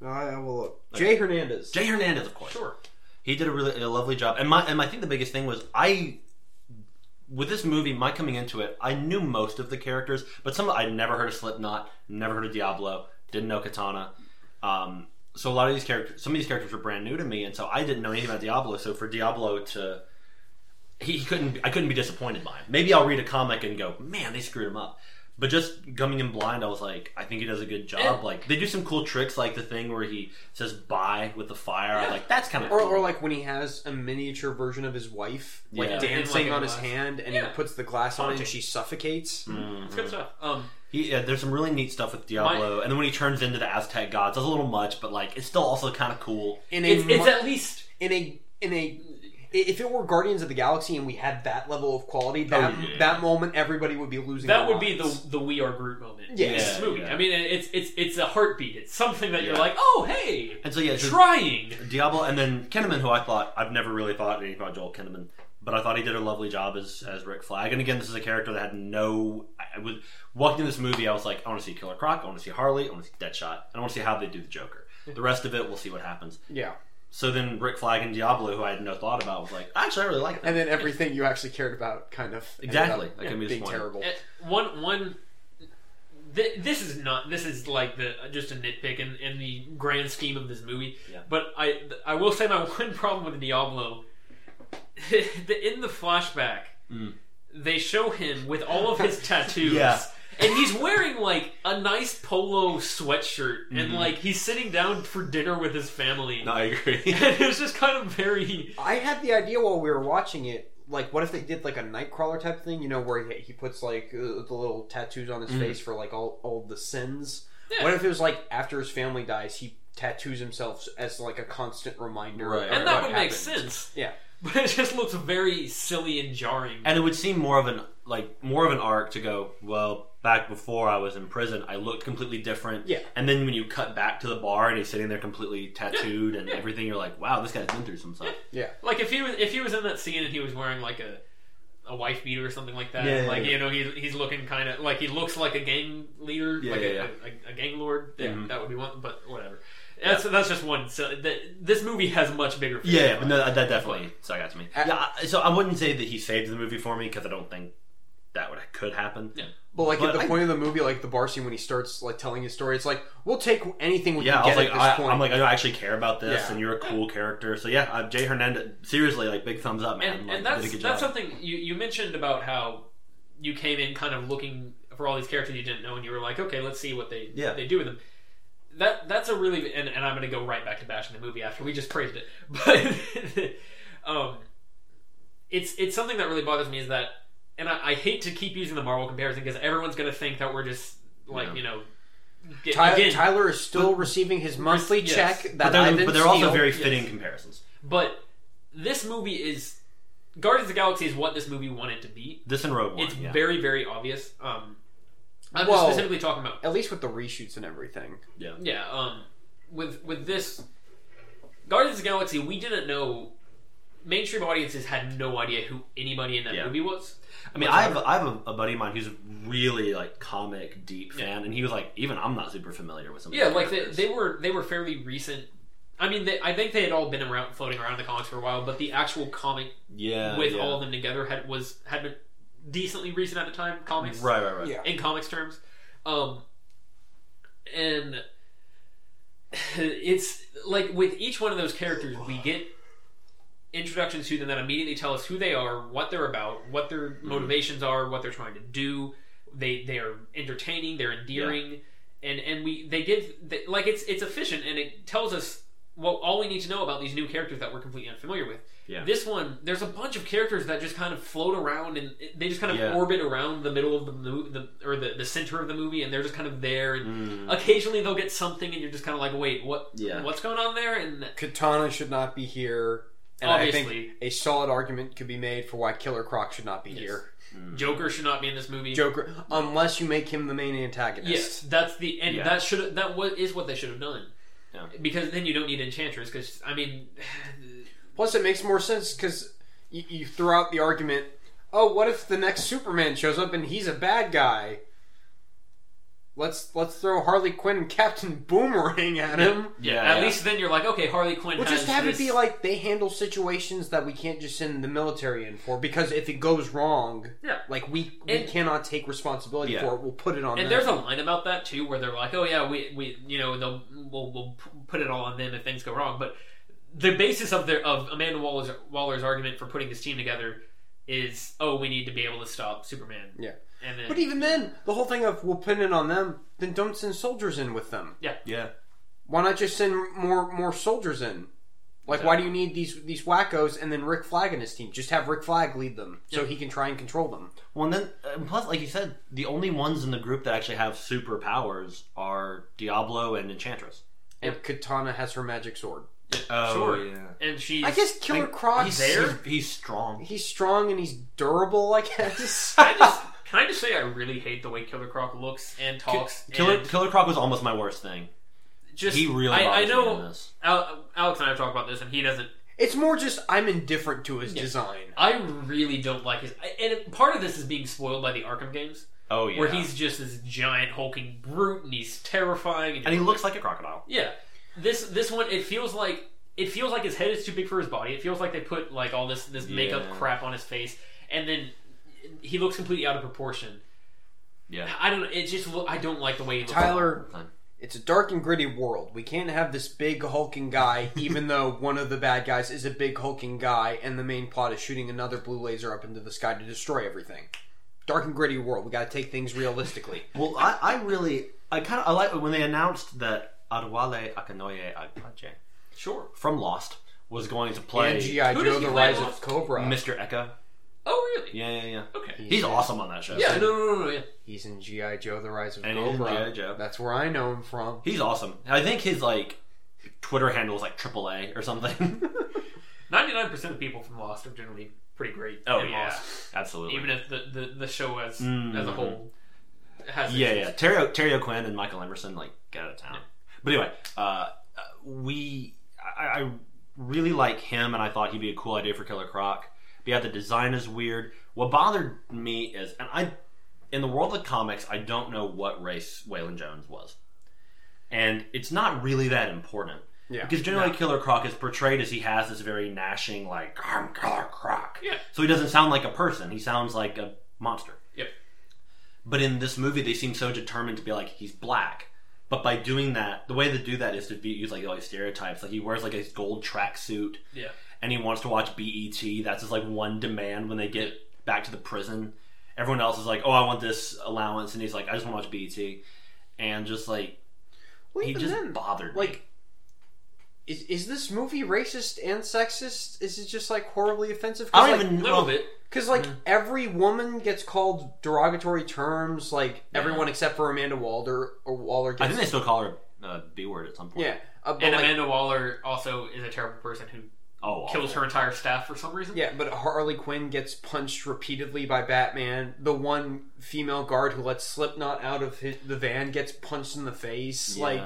Speaker 2: I will look. Jay Hernandez.
Speaker 3: Jay Hernandez, of course.
Speaker 1: sure.
Speaker 3: He did a really a lovely job. And my and I think the biggest thing was I with this movie, my coming into it, I knew most of the characters, but some I'd never heard of Slipknot, never heard of Diablo, didn't know Katana. Um, so a lot of these characters, some of these characters were brand new to me, and so I didn't know anything about Diablo. So for Diablo to, he, he couldn't, I couldn't be disappointed by him. Maybe I'll read a comic and go, man, they screwed him up. But just coming in blind, I was like, I think he does a good job.
Speaker 1: And-
Speaker 3: like they do some cool tricks, like the thing where he says "bye" with the fire. I was like, that's kind of
Speaker 2: Or,
Speaker 3: cool.
Speaker 2: or like when he has a miniature version of his wife, like
Speaker 3: Yeah.
Speaker 2: dancing
Speaker 1: In, like, a
Speaker 2: on his
Speaker 1: glass.
Speaker 2: hand, and
Speaker 1: Yeah.
Speaker 2: he puts the glass on,
Speaker 1: Haunting.
Speaker 2: and she suffocates.
Speaker 1: It's
Speaker 3: Mm.
Speaker 1: good stuff. Um,
Speaker 3: He, yeah, there's some really neat stuff with Diablo, and then when he turns into the Aztec gods, that's a little much, but like it's still also kind of cool.
Speaker 2: In a,
Speaker 1: it's, it's
Speaker 2: mu-
Speaker 1: at least
Speaker 2: in a, in a, if it were Guardians of the Galaxy and we had that level of quality, that
Speaker 3: yeah.
Speaker 2: that moment everybody would be losing.
Speaker 1: Oh, that
Speaker 2: their
Speaker 1: would be the
Speaker 2: minds.
Speaker 1: the we are Groot moment. in
Speaker 2: Yes.
Speaker 1: this
Speaker 3: Yeah,
Speaker 1: movie.
Speaker 3: yeah.
Speaker 1: I mean, it's it's it's a heartbeat. It's something that you're
Speaker 3: Yeah.
Speaker 1: like, oh hey,
Speaker 3: And so yeah, it's just
Speaker 1: trying.
Speaker 3: Diablo, and then Kinnaman, who I thought I've never really thought anything about Joel Kinnaman, but I thought he did a lovely job as as Rick Flag. And again, this is a character that had no. I I was walking into this movie, I was like, I want to see Killer Croc, I want to see Harley, I want to see Deadshot, and I want to see how they do the Joker. The rest of it, we'll see what happens.
Speaker 2: yeah.
Speaker 3: So then Rick Flag and Diablo, who I had no thought about, was like, actually, I really like that.
Speaker 2: And then everything you actually cared about kind of ended
Speaker 3: Exactly.
Speaker 2: up
Speaker 3: That can be
Speaker 2: being
Speaker 3: disappointing.
Speaker 2: terrible.
Speaker 1: Uh, One one. Th- this is not. This is like the just a nitpick in, in the grand scheme of this movie.
Speaker 3: Yeah.
Speaker 1: But I th- I will say my one problem with Diablo. the, in the flashback,
Speaker 3: Mm.
Speaker 1: they show him with all of his tattoos.
Speaker 3: Yeah.
Speaker 1: And he's wearing like a nice polo sweatshirt, and
Speaker 3: Mhm.
Speaker 1: like he's sitting down for dinner with his family.
Speaker 3: No, I agree.
Speaker 1: and it was just kind of very
Speaker 2: I had the idea while we were watching it. Like, what if they did like a Nightcrawler type thing? You know, where he, he puts like uh, the little tattoos on his
Speaker 3: Mhm.
Speaker 2: face for like all all the sins.
Speaker 1: Mm-hmm. Yeah.
Speaker 2: What if it was like after his family dies, he tattoos himself as like a constant reminder?
Speaker 3: Right.
Speaker 2: of
Speaker 1: and
Speaker 2: what
Speaker 1: that would make
Speaker 2: happened.
Speaker 1: sense
Speaker 2: Yeah.
Speaker 1: but it just looks very silly and jarring
Speaker 3: and it would seem more of an like more of an arc to go well back before i was in prison i looked completely different
Speaker 2: Yeah.
Speaker 3: and then when you cut back to the bar and he's sitting there completely tattooed and
Speaker 1: yeah.
Speaker 3: everything you're like wow this guy's been through some stuff
Speaker 1: like if he was if he was in that scene and he was wearing like a a wife beater or something like that
Speaker 3: Yeah, yeah,
Speaker 1: like
Speaker 3: yeah.
Speaker 1: you know he's, he's looking kind of like he looks like a gang leader
Speaker 3: Yeah,
Speaker 1: like a,
Speaker 3: yeah, yeah.
Speaker 1: A, a gang lord yeah,
Speaker 3: Mhm.
Speaker 1: that would be one but whatever that's that's just one so that this movie has much bigger fish
Speaker 3: yeah,
Speaker 1: to
Speaker 3: but
Speaker 1: fry.
Speaker 3: no that that definitely so i got to me
Speaker 2: I-
Speaker 3: yeah I- so i wouldn't say that he saved the movie for me because i don't think that would could happen.
Speaker 1: Yeah.
Speaker 2: But like at
Speaker 3: But
Speaker 2: the
Speaker 3: I-
Speaker 2: point of the movie, like the bar scene when he starts like telling his story, it's like we'll take anything we
Speaker 3: Yeah, I
Speaker 2: can
Speaker 3: was
Speaker 2: get
Speaker 3: like,
Speaker 2: at this
Speaker 3: I,
Speaker 2: point.
Speaker 3: I'm like, I don't actually care about this,
Speaker 2: Yeah.
Speaker 3: and you're a cool character. So yeah, uh, Jay Hernandez, seriously, like, big thumbs up,
Speaker 1: and,
Speaker 3: man.
Speaker 1: and
Speaker 3: like, you
Speaker 1: that's
Speaker 3: did a good
Speaker 1: that's
Speaker 3: job.
Speaker 1: something you, you mentioned about how you came in kind of looking for all these characters you didn't know, and you were like, okay, let's see what they
Speaker 3: Yeah.
Speaker 1: they do with them. That that's a really and, and I'm going to go right back to bashing the movie after we just praised it, but um, it's it's something that really bothers me is that, and I, I hate to keep using the Marvel comparison because everyone's going to think that we're just like
Speaker 3: Yeah.
Speaker 1: you know. get-
Speaker 2: Ty-
Speaker 1: again,
Speaker 2: Tyler is still receiving his monthly
Speaker 1: yes.
Speaker 2: check
Speaker 3: but
Speaker 2: that I
Speaker 3: they're,
Speaker 2: didn't
Speaker 3: but they're
Speaker 2: steal.
Speaker 3: also very
Speaker 1: Yes.
Speaker 3: fitting comparisons.
Speaker 1: But this movie is Guardians of the Galaxy is what this movie wanted to be.
Speaker 3: This and Rogue One.
Speaker 1: It's
Speaker 3: yeah.
Speaker 1: very, very obvious. Um, I'm
Speaker 2: Well-
Speaker 1: just specifically talking about
Speaker 2: at least with the reshoots and everything.
Speaker 1: yeah. Um, with with this Guardians of the Galaxy, we didn't know mainstream audiences had no idea who anybody in that
Speaker 3: Yeah.
Speaker 1: movie was.
Speaker 3: I mean, I have, I have a, a buddy of mine who's a really like comic deep
Speaker 1: Yeah.
Speaker 3: fan, and he was like, even I'm not super familiar with some. of
Speaker 1: yeah,
Speaker 3: the
Speaker 1: like they,
Speaker 3: characters.
Speaker 1: they were they were fairly recent. I mean, they, I think they had all been around floating around in the comics for a while, but the actual comic
Speaker 3: yeah,
Speaker 1: with
Speaker 3: yeah.
Speaker 1: all of them together had was had been decently recent at the time. Comics,
Speaker 3: right, right, right.
Speaker 2: Yeah.
Speaker 1: in comics terms. Um, and it's like with each one of those characters, we get introductions to them that immediately tell us who they are, what they're about, what their
Speaker 3: Mm-hmm.
Speaker 1: motivations are, what they're trying to do. They they are entertaining, they're endearing, and and we they give they, like it's it's efficient and it tells us well all we need to know about these new characters that we're completely unfamiliar with.
Speaker 3: Yeah.
Speaker 1: This one, there's a bunch of characters that just kind of float around and they just kind of
Speaker 3: Yeah.
Speaker 1: orbit around the middle of the movie, the, or the, the center of the movie, and they're just kind of there. And
Speaker 3: Mm,
Speaker 1: occasionally they'll get something, and you're just kind of like, wait, what?
Speaker 3: Yeah.
Speaker 1: What's going on there? And
Speaker 2: Katana should not be here. And I think
Speaker 1: obviously,
Speaker 2: a solid argument could be made for why Killer Croc should not be
Speaker 1: Yes.
Speaker 2: here.
Speaker 3: mm.
Speaker 1: Joker should not be in this movie.
Speaker 2: Joker, unless you make him the main antagonist.
Speaker 1: Yes, that's the and
Speaker 3: Yeah.
Speaker 1: that should that what is what they should have done.
Speaker 3: Yeah.
Speaker 1: Because then you don't need Enchantress. Because I mean,
Speaker 2: Plus, it makes more sense because you, you throw out the argument. Oh, what if the next Superman shows up and he's a bad guy? Let's let's throw Harley Quinn and Captain Boomerang at him.
Speaker 3: Yeah,
Speaker 1: at
Speaker 3: yeah.
Speaker 1: least then you're like, okay, Harley Quinn.
Speaker 2: We'll
Speaker 1: has
Speaker 2: just have
Speaker 1: this,
Speaker 2: it be like they handle situations that we can't just send the military in for because if it goes wrong,
Speaker 1: Yeah.
Speaker 2: like we we
Speaker 1: And-
Speaker 2: cannot take responsibility
Speaker 3: Yeah.
Speaker 2: for it. We'll put it on.
Speaker 1: And
Speaker 2: them.
Speaker 1: there's a line about that too, where they're like, "Oh yeah, we, we you know they'll we'll, we'll p- put it all on them if things go wrong." But the basis of their of Amanda Waller's, Waller's argument for putting this team together is, "Oh, we need to be able to stop Superman."
Speaker 2: Yeah.
Speaker 1: and then
Speaker 2: But even then, the whole thing of we'll put it on them, then don't send soldiers in with them.
Speaker 3: yeah,
Speaker 2: Why not just send more more soldiers in? Like, why do you need these these wackos and then Rick Flag and his team? Just have Rick Flag lead them so
Speaker 1: Yeah.
Speaker 2: he can try and control them.
Speaker 3: Well, and then uh, and plus, like you said, the only ones in the group that actually have superpowers are Diablo and Enchantress.
Speaker 2: And Katana has her magic sword.
Speaker 3: Oh,
Speaker 1: Sure.
Speaker 3: yeah.
Speaker 1: and she's
Speaker 2: I guess Killer Croc.
Speaker 3: He's,
Speaker 1: there?
Speaker 3: he's, he's strong.
Speaker 2: He's strong and he's durable. I guess.
Speaker 1: I just can I just say I really hate the way Killer Croc looks and talks.
Speaker 3: Killer
Speaker 1: and
Speaker 3: Killer Croc was almost my worst thing.
Speaker 1: just
Speaker 3: he really.
Speaker 1: I, I
Speaker 3: bothers me in
Speaker 1: know
Speaker 3: this.
Speaker 1: Al, Alex and I have talked about this, and he doesn't.
Speaker 2: it's more just I'm indifferent to his design.
Speaker 1: I really don't like his. I- And part of this is being spoiled by the Arkham games.
Speaker 3: Oh yeah.
Speaker 1: where he's just this giant hulking brute and he's terrifying and,
Speaker 3: and he looks like a crocodile.
Speaker 1: yeah this this one it feels like it feels like his head is too big for his body it feels like they put like all this this makeup
Speaker 3: Yeah.
Speaker 1: crap on his face and then he looks completely out of proportion
Speaker 3: Yeah.
Speaker 1: i don't know it just look, i don't like the way he looks
Speaker 2: Tyler, it's a dark and gritty world. We can't have this big hulking guy, even though one of the bad guys is a big hulking guy, and the main plot is shooting another blue laser up into the sky to destroy everything. Dark and gritty world. We got to take things realistically.
Speaker 3: Well, I, I really, I kind of, I like when they announced that Adwale Akinoye Agbaje
Speaker 1: sure
Speaker 3: from Lost was going to
Speaker 2: and
Speaker 3: play
Speaker 2: GI
Speaker 1: Who does
Speaker 2: Joe:
Speaker 1: he
Speaker 2: The
Speaker 1: play
Speaker 2: Rise
Speaker 1: on?
Speaker 2: of Cobra.
Speaker 3: Mr. Eka.
Speaker 1: oh really
Speaker 3: Yeah, yeah, yeah.
Speaker 1: okay
Speaker 3: He's awesome on that show.
Speaker 1: yeah no no no no yeah.
Speaker 2: He's in GI Joe: The Rise of
Speaker 3: And he's in
Speaker 2: Cobra.
Speaker 3: G.I. Joe.
Speaker 2: That's where I know him from.
Speaker 3: He's awesome. I think his like Twitter handle is like AAA or something.
Speaker 1: 99% of people from lost are generally pretty great
Speaker 3: Oh,
Speaker 1: in lost
Speaker 3: absolutely.
Speaker 1: Oh, even if the, the, the show as
Speaker 3: Mm.
Speaker 1: as a whole has
Speaker 3: yeah,
Speaker 1: issues.
Speaker 3: yeah. Terry, O- Terry O'Quinn and Michael Emerson like get out of town. But anyway, uh, uh, we I, I really like him, and I thought he'd be a cool idea for Killer Croc. But yeah, the design is weird. What bothered me is, and I in the world of comics, I don't know what race Waylon Jones was, and it's not really that important.
Speaker 2: Yeah.
Speaker 3: Because generally, Killer Croc is portrayed as he has this very gnashing, like, I'm Killer Croc.
Speaker 1: Yeah.
Speaker 3: So he doesn't sound like a person. He sounds like a monster.
Speaker 1: Yep.
Speaker 3: But in this movie, they seem so determined to be like he's black. But by doing that, the way to do that is to be, use like all these stereotypes. Like he wears like a gold tracksuit.
Speaker 1: Yeah.
Speaker 3: And he wants to watch BET. That's his like one demand when they get back to the prison. Everyone else is like, "Oh, I want this allowance," and he's like, "I just want to watch BET." And just like
Speaker 2: Well,
Speaker 3: he
Speaker 2: even
Speaker 3: just
Speaker 2: then,
Speaker 3: bothered me.
Speaker 2: like, is, is this movie racist and sexist? Is it just like horribly offensive?
Speaker 3: I don't
Speaker 2: like,
Speaker 1: A
Speaker 3: even
Speaker 1: little
Speaker 3: know.
Speaker 1: bit.
Speaker 2: Because like
Speaker 3: Mm.
Speaker 2: every woman gets called derogatory terms, like everyone except for Amanda Walder or Waller. Gets,
Speaker 3: I think they still call her uh, B word at some point.
Speaker 2: yeah, uh, but
Speaker 1: And
Speaker 2: like,
Speaker 1: Amanda Waller also is a terrible person who
Speaker 3: Oh,
Speaker 1: kills her entire staff for some reason.
Speaker 2: yeah, but Harley Quinn gets punched repeatedly by Batman. The one female guard who lets Slipknot out of his, the van gets punched in the face,
Speaker 3: Yeah.
Speaker 2: like,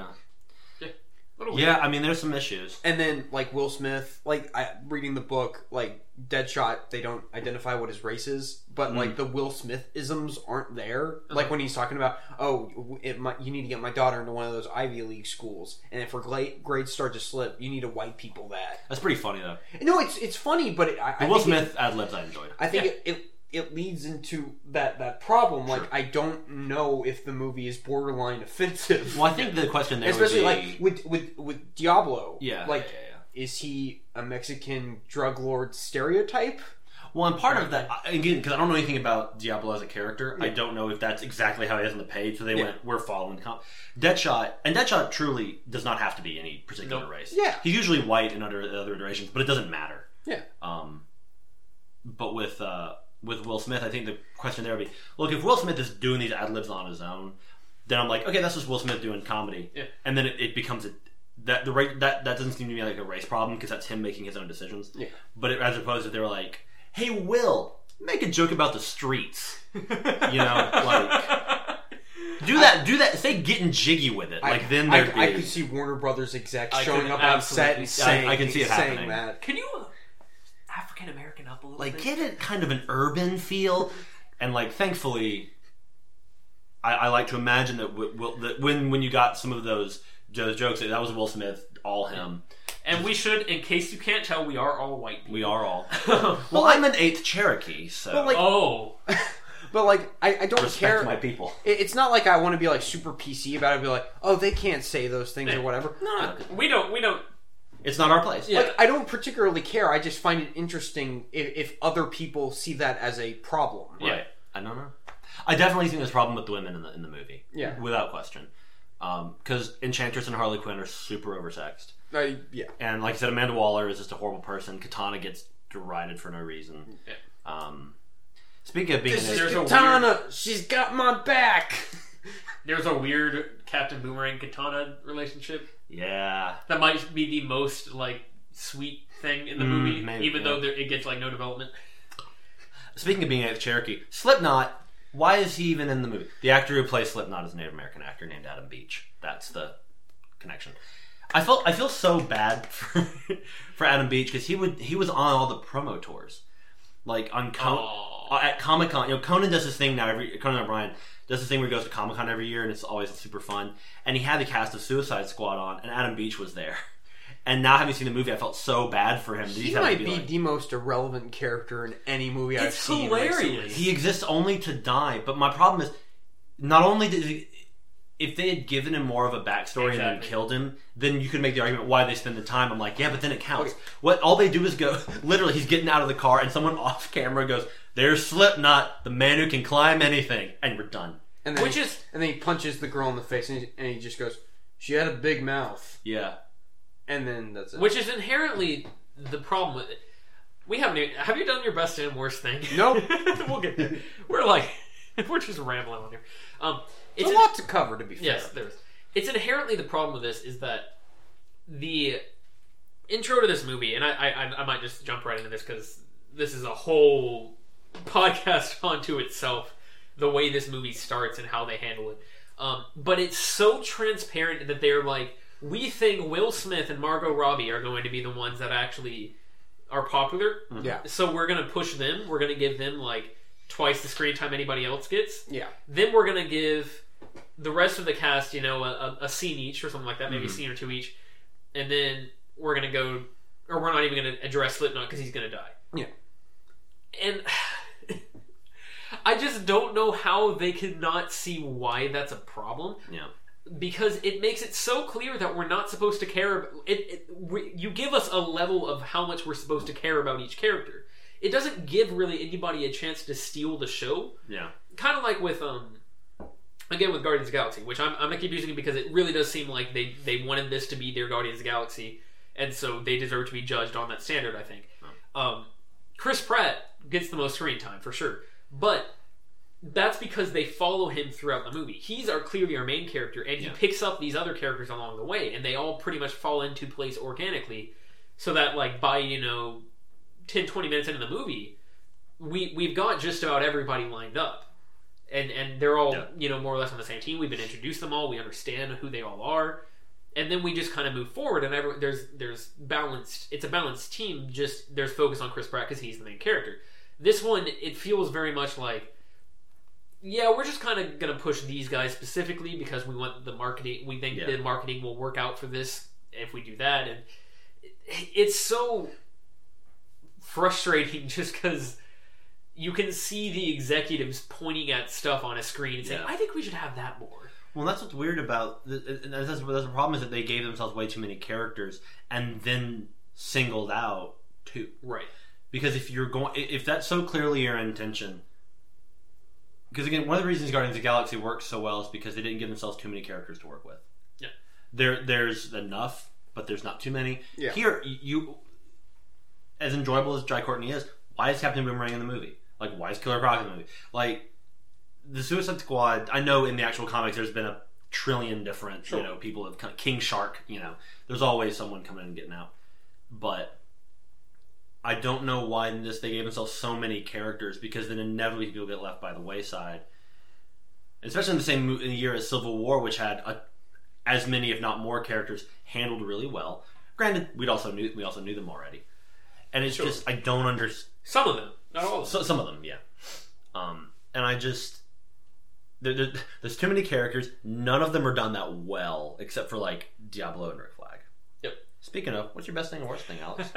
Speaker 1: Little weird.
Speaker 3: yeah, I mean, there's some issues.
Speaker 2: and then like Will Smith, like I reading the book, like Deadshot, they don't identify what his race is,
Speaker 3: Mm.
Speaker 2: but like the Will Smith isms aren't there.
Speaker 3: Uh-huh.
Speaker 2: Like when he's talking about, oh, w- it might, you need to get my daughter into one of those Ivy League schools, and if her gla- grades start to slip, you need to white people that.
Speaker 3: That's pretty funny though.
Speaker 2: No, it's it's funny, but it, I,
Speaker 3: The
Speaker 2: I
Speaker 3: Will
Speaker 2: think it-
Speaker 3: Smith ad libs I enjoyed.
Speaker 2: I think it, it it leads into that that problem. Like I don't know if the movie is borderline offensive,
Speaker 3: Well, I think the question there
Speaker 2: especially
Speaker 3: would be,
Speaker 2: like with with with Diablo.
Speaker 3: yeah,
Speaker 2: like
Speaker 3: yeah, yeah,
Speaker 2: is he a Mexican drug lord stereotype?
Speaker 3: yeah. Well, and part of that I- again because I don't know anything about Diablo as a character. I don't know if that's exactly how he is on the page. So they
Speaker 2: Yeah.
Speaker 3: went, we're following the comp. Deadshot and Deadshot truly does not have to be any particular
Speaker 1: Nope.
Speaker 3: race.
Speaker 2: Yeah.
Speaker 3: he's usually white in other other iterations, but it doesn't matter.
Speaker 2: Yeah.
Speaker 3: Um, but with uh, with Will Smith, I think the question there would be: Look, if Will Smith is doing these ad libs on his own, then I'm like, okay, that's just Will Smith doing comedy,
Speaker 1: Yeah.
Speaker 3: and then it, it becomes a that the right that that doesn't seem to me like a race problem because that's him making his own decisions.
Speaker 2: Yeah.
Speaker 3: But it, as opposed to they were like, hey, Will, make a joke about the streets. You know, like- Do that, do that. Say getting jiggy with it, like then
Speaker 2: I,
Speaker 3: there'd be.
Speaker 2: I could see Warner Brothers execs
Speaker 1: I
Speaker 2: showing
Speaker 1: could
Speaker 2: up on set
Speaker 1: absolutely
Speaker 2: and
Speaker 1: see-
Speaker 3: I-
Speaker 2: saying,
Speaker 3: I can see it
Speaker 2: saying
Speaker 3: happening.
Speaker 2: that.
Speaker 1: Can you uh, African American up a little
Speaker 3: like
Speaker 1: bit?
Speaker 3: get it kind of an urban feel and like thankfully i, I like to imagine that, w- Will, that when when you got some of those those jokes that was will smith all him
Speaker 1: and we should, in case you can't tell, we are all white people.
Speaker 3: we are all
Speaker 1: well,
Speaker 3: well i'm an eighth cherokee so
Speaker 2: But, like,
Speaker 1: oh,
Speaker 2: But like, I, I don't
Speaker 3: respect
Speaker 2: care.
Speaker 3: my people
Speaker 2: It- it's not like I want to be like super PC about it. Be like, oh, they can't say those things or whatever.
Speaker 1: no, we don't. We don't.
Speaker 3: it's not our place
Speaker 1: Yeah.
Speaker 2: Like, I don't particularly care. I just find it interesting if, if other people see that as a problem.
Speaker 1: Yeah.
Speaker 3: right i don't know i definitely think there's a problem with the women in the, in the movie
Speaker 2: Yeah.
Speaker 3: without question because enchantress and harley quinn are super oversexed
Speaker 2: I- yeah.
Speaker 3: and like I said, Amanda Waller is just a horrible person. Katana gets derided for no reason.
Speaker 1: Yeah.
Speaker 3: Um, speaking of being,
Speaker 2: This
Speaker 3: an
Speaker 1: there's
Speaker 2: is
Speaker 1: a
Speaker 2: Katana. She's got my back.
Speaker 1: There's a weird Captain Boomerang Katana relationship
Speaker 3: yeah,
Speaker 1: that might be the most like sweet thing in the
Speaker 3: Mm,
Speaker 1: movie,
Speaker 3: maybe,
Speaker 1: even
Speaker 3: yeah.
Speaker 1: though there, it gets like no development.
Speaker 3: speaking of being a Cherokee, Slipknot. Why is he even in the movie? The actor who plays Slipknot is a Native American actor named Adam Beach. That's the connection. I felt I feel so bad for, for Adam Beach because he would he was on all the promo tours, like on Com-
Speaker 1: Aw.
Speaker 3: Uh, at Comic Con, you know, Conan does this thing now. Every Conan O'Brien does this thing where he goes to Comic Con every year, and it's always super fun. And he had the cast of Suicide Squad on, and Adam Beach was there. And now having seen the movie, I felt so bad for him. that he's
Speaker 2: He
Speaker 3: having
Speaker 2: might
Speaker 3: to
Speaker 2: be
Speaker 3: be like-
Speaker 2: the most irrelevant character in any movie I've
Speaker 1: It's
Speaker 2: seen.
Speaker 1: hilarious.
Speaker 3: he exists only to die. But my problem is, not only did he, if they had given him more of a backstory and then
Speaker 1: Exactly.
Speaker 3: killed him, then you could make the argument why they spend the time. I'm like, yeah, but then it counts. What all they do is go. Literally, he's getting out of the car, and someone off camera goes, "There's Slipknot, the man who can climb anything," and we're done.
Speaker 2: And then
Speaker 1: Which
Speaker 2: he,
Speaker 1: is-
Speaker 2: and then he punches the girl in the face, and he, and he just goes, "She had a big mouth,"
Speaker 3: Yeah.
Speaker 2: and then that's it.
Speaker 1: Which is inherently the problem with it. We haven't. Even, have you done your best and worst thing?
Speaker 2: Nope.
Speaker 1: we'll get there. We're like, we're just rambling on here. Um,
Speaker 2: it's
Speaker 1: it's
Speaker 2: a lot to cover, to be fair.
Speaker 1: Yes, there is. It's inherently the problem with this is that the intro to this movie, and I, I, I might just jump right into this because this is a whole podcast onto itself. The way this movie starts and how they handle it, um, but it's so transparent that they're like, we think Will Smith and Margot Robbie are going to be the ones that actually are popular,
Speaker 2: Yeah,
Speaker 1: so we're gonna push them. We're gonna give them like twice the screen time anybody else gets
Speaker 2: yeah.
Speaker 1: then we're gonna give the rest of the cast, you know, a, a, a scene each or something like that, maybe
Speaker 3: Mhm.
Speaker 1: a scene or two each, and then we're gonna go, or we're not even gonna address Slipknot because he's gonna die.
Speaker 2: Yeah.
Speaker 1: And I just don't know how they could not see why that's a problem.
Speaker 3: Yeah.
Speaker 1: Because it makes it so clear that we're not supposed to care. About, it, it we, you give us a level of how much we're supposed to care about each character. It doesn't give really anybody a chance to steal the show.
Speaker 3: Yeah.
Speaker 1: Kind of like with um, again with Guardians of the Galaxy, which I'm, I'm gonna keep using it because it really does seem like they they wanted this to be their Guardians of the Galaxy, and so they deserve to be judged on that standard. I think. Um, Chris Pratt gets the most screen time for sure, but that's because they follow him throughout the movie. He's our clearly our main character, and
Speaker 3: Yeah.
Speaker 1: he picks up these other characters along the way, and they all pretty much fall into place organically. So that like by you know 10, 20 minutes into the movie, we we've got just about everybody lined up. And, and they're all
Speaker 3: Yeah.
Speaker 1: you know more or less on the same team. We've been introduced to them all. We understand who they all are, and then we just kind of move forward. And every, there's there's balanced. It's a balanced team. Just there's focus on Chris Pratt because he's the main character. This one it feels very much like yeah, we're just kind of gonna push these guys specifically because we want the marketing. We think
Speaker 3: Yeah.
Speaker 1: the marketing will work out for this if we do that, and it, it's so frustrating just because you can see the executives pointing at stuff on a screen and saying,
Speaker 3: Yeah.
Speaker 1: "I think we should have that more."
Speaker 3: Well, that's what's weird about, th- and that's, that's the problem is that they gave themselves way too many characters and then singled out two.
Speaker 1: Right.
Speaker 3: Because if you're going, i- if that's so clearly your intention, because again, one of the reasons Guardians of the Galaxy works so well is because they didn't give themselves too many characters to work with.
Speaker 1: Yeah.
Speaker 3: there there's enough, but there's not too many.
Speaker 2: Yeah.
Speaker 3: Here, y- you, as enjoyable as Jai Courtney is, why is Captain Boomerang in the movie? Like, why is Killer Croc in the movie? Like, the Suicide Squad. I know in the actual comics, there's been a trillion different,
Speaker 2: Sure.
Speaker 3: you know, people have come, King Shark. You know, there's always someone coming in and getting out, but. I don't know why in this they gave themselves so many characters because then inevitably people get left by the wayside. Especially in the same mo- in the year as Civil War, which had a, as many, if not more, characters handled really well. Granted, we'd also knew we also knew them already, and it's
Speaker 1: Sure.
Speaker 3: just I don't understand
Speaker 1: Some of them, not all of them.
Speaker 3: so, some of them, yeah. Um, and I just there, there, there's too many characters. None of them are done that well, except for like Diablo and Rick Flag.
Speaker 1: Yep.
Speaker 3: Speaking of, what's your best thing and worst thing, Alex?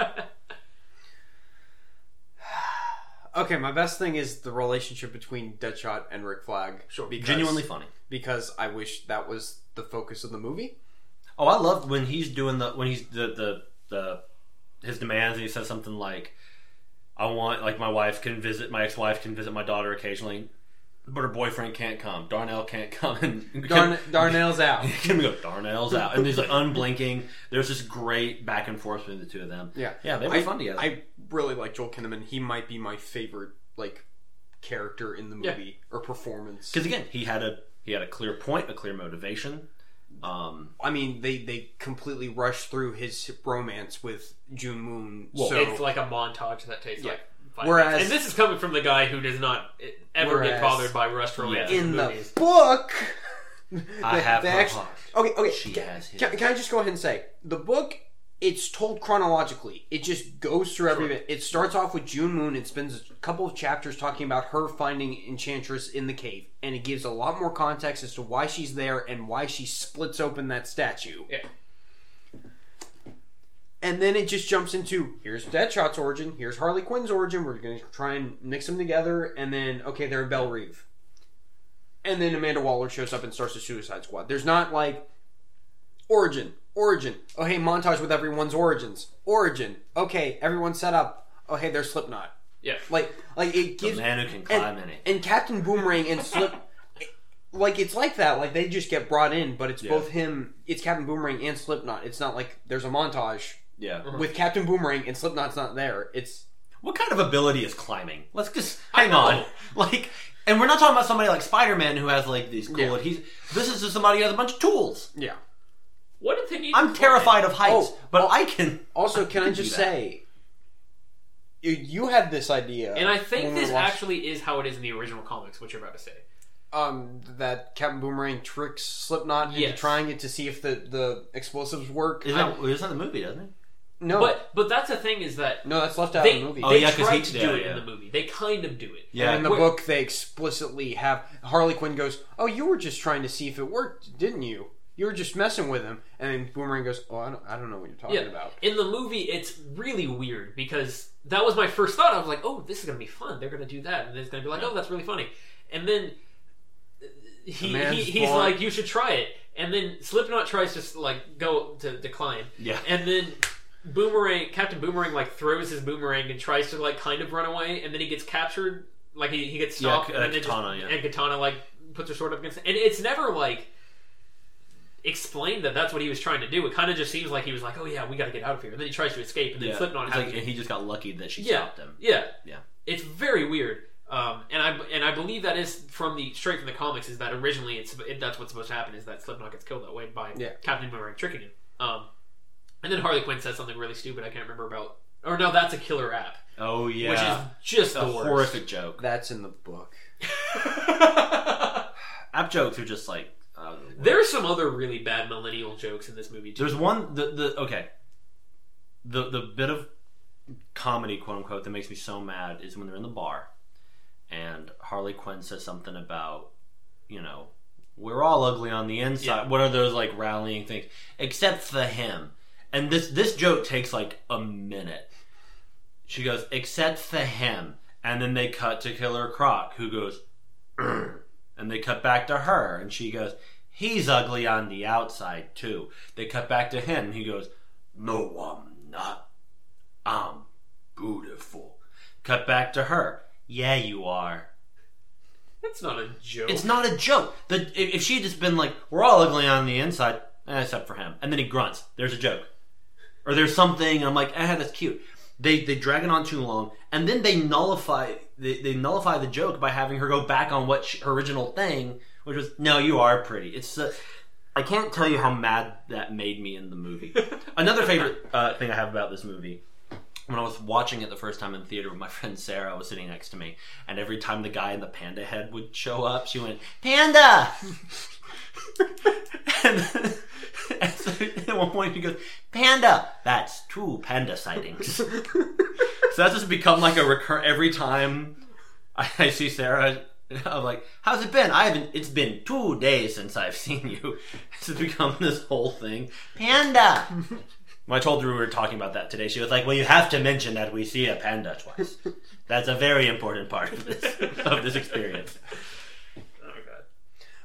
Speaker 2: Okay, my best thing is the relationship between Deadshot and Rick Flag.
Speaker 1: Sure.
Speaker 2: because,
Speaker 3: Genuinely funny.
Speaker 2: because I wish that was the focus of the movie.
Speaker 3: Oh, I love when he's doing the when he's the the, the his demands and he says something like, "I want like my wife can visit my ex wife can visit my daughter occasionally, but her boyfriend can't come. Darnell can't come." And
Speaker 2: Darn, Darnell's out.
Speaker 3: Kim go Darnell's out, and he's like unblinking. There's this great back and forth between the two of them.
Speaker 2: Yeah,
Speaker 3: Yeah, they were
Speaker 2: I,
Speaker 3: fun together.
Speaker 2: I really like Joel Kinnaman. He might be my favorite like character in the
Speaker 1: Yeah.
Speaker 2: movie or performance.
Speaker 3: Because again, he had a he had a clear point, a clear motivation. Um,
Speaker 2: I mean, they they completely rushed through his romance with June Moon.
Speaker 3: Well,
Speaker 2: so
Speaker 1: it's like a montage that takes
Speaker 2: Yeah.
Speaker 1: like. Five
Speaker 2: Whereas-
Speaker 1: minutes. and this is coming from the guy who does not eh, ever
Speaker 2: Whereas-
Speaker 1: get bothered by rust romance
Speaker 2: in the
Speaker 1: movies.
Speaker 2: book,
Speaker 3: I
Speaker 2: they-
Speaker 3: have
Speaker 2: they
Speaker 3: her
Speaker 2: actu-
Speaker 3: heart.
Speaker 2: Okay, okay.
Speaker 3: She
Speaker 2: can,
Speaker 3: has his.
Speaker 2: Can, can I just go ahead and say the book? It's told chronologically. It just goes through every bit. It starts off with June Moon and spends a couple of chapters talking about her finding Enchantress in the cave, and it gives a lot more context as to why she's there and why she splits open that statue.
Speaker 1: Yeah.
Speaker 2: And then it just jumps into here's Deadshot's origin, here's Harley Quinn's origin. We're going to try and mix them together, and then okay, they're in Belle Reeve. And then Amanda Waller shows up and starts the Suicide Squad. There's not like origin, origin. Oh hey, montage with everyone's origins, origin. Okay, everyone's set up. Oh hey, there's Slipknot.
Speaker 1: Yeah.
Speaker 2: Like like it
Speaker 3: The
Speaker 2: gives
Speaker 3: man who can climb
Speaker 2: and,
Speaker 3: any.
Speaker 2: and Captain Boomerang and Slip. Like it's like that. Like they just get brought in, but it's
Speaker 3: Yeah.
Speaker 2: both him. It's Captain Boomerang and Slipknot. It's not like there's a montage
Speaker 3: Yeah.
Speaker 2: with Captain Boomerang and Slipknot's not there. It's
Speaker 3: What kind of ability is climbing? Let's just
Speaker 1: I
Speaker 3: hang
Speaker 1: know.
Speaker 3: on. Like, and we're not talking about somebody like Spider Man who has like these cool.
Speaker 2: Yeah.
Speaker 3: adhes- this is just somebody who has a bunch of tools.
Speaker 2: yeah.
Speaker 1: What did they need?
Speaker 3: I'm
Speaker 1: to-
Speaker 3: terrified of heights,
Speaker 2: Oh,
Speaker 3: but
Speaker 2: well-
Speaker 3: I can.
Speaker 2: Also, can I,
Speaker 3: can
Speaker 2: just
Speaker 3: do that.
Speaker 2: say, you, you had this idea,
Speaker 1: And I think
Speaker 2: when we
Speaker 1: this
Speaker 2: were watching-
Speaker 1: actually is how it is in the original comics, what you're about to say.
Speaker 2: um that Captain Boomerang tricks Slipknot into
Speaker 1: Yes.
Speaker 2: trying it to see if the the explosives work. Uh,
Speaker 3: Is that, is that the movie? Doesn't it?
Speaker 2: no,
Speaker 1: But but that's the thing is that
Speaker 2: no, that's left out
Speaker 1: they,
Speaker 2: of the movie.
Speaker 1: they
Speaker 3: Oh, yeah, 'cause
Speaker 1: try
Speaker 3: he-
Speaker 1: to do
Speaker 3: yeah,
Speaker 1: it
Speaker 3: yeah.
Speaker 1: in the movie. They kind of do it.
Speaker 3: Yeah.
Speaker 2: in the
Speaker 1: Where-
Speaker 2: book, they explicitly have Harley Quinn goes, "Oh, you were just trying to see if it worked, didn't you?" You were just messing with him, and then Boomerang goes, "Oh, I don't, I don't know what you're talking
Speaker 1: Yeah.
Speaker 2: about."
Speaker 1: In the movie, it's really weird because that was my first thought. I was like, oh, this is going to be fun. They're going to do that. And it's going to be like, oh, that's really funny. And then uh, he,
Speaker 2: The man's
Speaker 1: he, he's
Speaker 2: blonde.
Speaker 1: like, you should try it. And then Slipknot tries to s- like go to decline.
Speaker 3: Yeah.
Speaker 1: And then Boomerang, Captain Boomerang, like throws his boomerang and tries to like kind of run away. And then he gets captured. Like he, he gets
Speaker 3: Yeah,
Speaker 1: stopped.
Speaker 3: K-
Speaker 1: and,
Speaker 3: uh,
Speaker 1: then just-
Speaker 3: Katana, yeah.
Speaker 1: and Katana like puts her sword up against. And it's never like explained that that's what he was trying to do. It kind of just seems like he was like, "Oh yeah, we got to get out of here," and then he tries to escape, and then
Speaker 3: Yeah.
Speaker 1: Slipknot
Speaker 3: It's
Speaker 1: has
Speaker 3: like,
Speaker 1: to-
Speaker 3: and he just got lucky that she
Speaker 1: Yeah.
Speaker 3: stopped him.
Speaker 1: yeah,
Speaker 3: Yeah.
Speaker 1: It's very weird, um, and I and I believe that is from the straight from the comics. Is that originally it's it, that's what's supposed to happen is that Slipknot gets killed that way by
Speaker 2: Yeah.
Speaker 1: Captain Boomerang tricking him. Um, and then Harley Quinn says something really stupid. I can't remember about. Or no, that's a killer app,
Speaker 3: Oh yeah,
Speaker 1: which is just
Speaker 3: a
Speaker 1: the worst.
Speaker 3: horrific joke.
Speaker 2: That's in the book.
Speaker 3: App jokes are just like uh,
Speaker 1: There's some other really bad millennial jokes in this movie too.
Speaker 3: There's one the the okay. The the bit of comedy, quote unquote, that makes me so mad is when they're in the bar and Harley Quinn says something about, you know, we're all ugly on the inside. What are those like rallying things? Except for him. And this this joke takes like a minute. She goes, except for him. And then they cut to Killer Croc, who goes, "Urgh." and they cut back to her, and she goes, he's ugly on the outside too. They cut back to him, and he goes, no, I'm not. I'm beautiful. Cut back to her. Yeah, you are.
Speaker 1: That's not a joke.
Speaker 3: It's not a joke. The, if, if she had just been like, we're all ugly on the inside, eh, except for him, and then he grunts, there's a joke. Or there's something, and I'm like, eh, that's cute. They, they drag it on too long, and then they nullify they, they nullify the joke by having her go back on what she, her original thing, which was no, you are pretty. It's uh, I can't tell you how mad that made me in the movie. Another favorite uh, thing I have about this movie when I was watching it the first time in theater with my friend Sarah was sitting next to me, and every time the guy in the panda head would show up, she went, Panda! and, then, and so at one point she goes, Panda! That's two panda sightings. so that's just become like a recur every time I, I see Sarah. I'm like, how's it been? I haven't. It's been two days since I've seen you. This has become this whole thing. Panda. When I told her we were talking about that today, she was like, "Well, you have to mention that we see a panda twice. That's a very important part of this of this experience."
Speaker 1: oh god.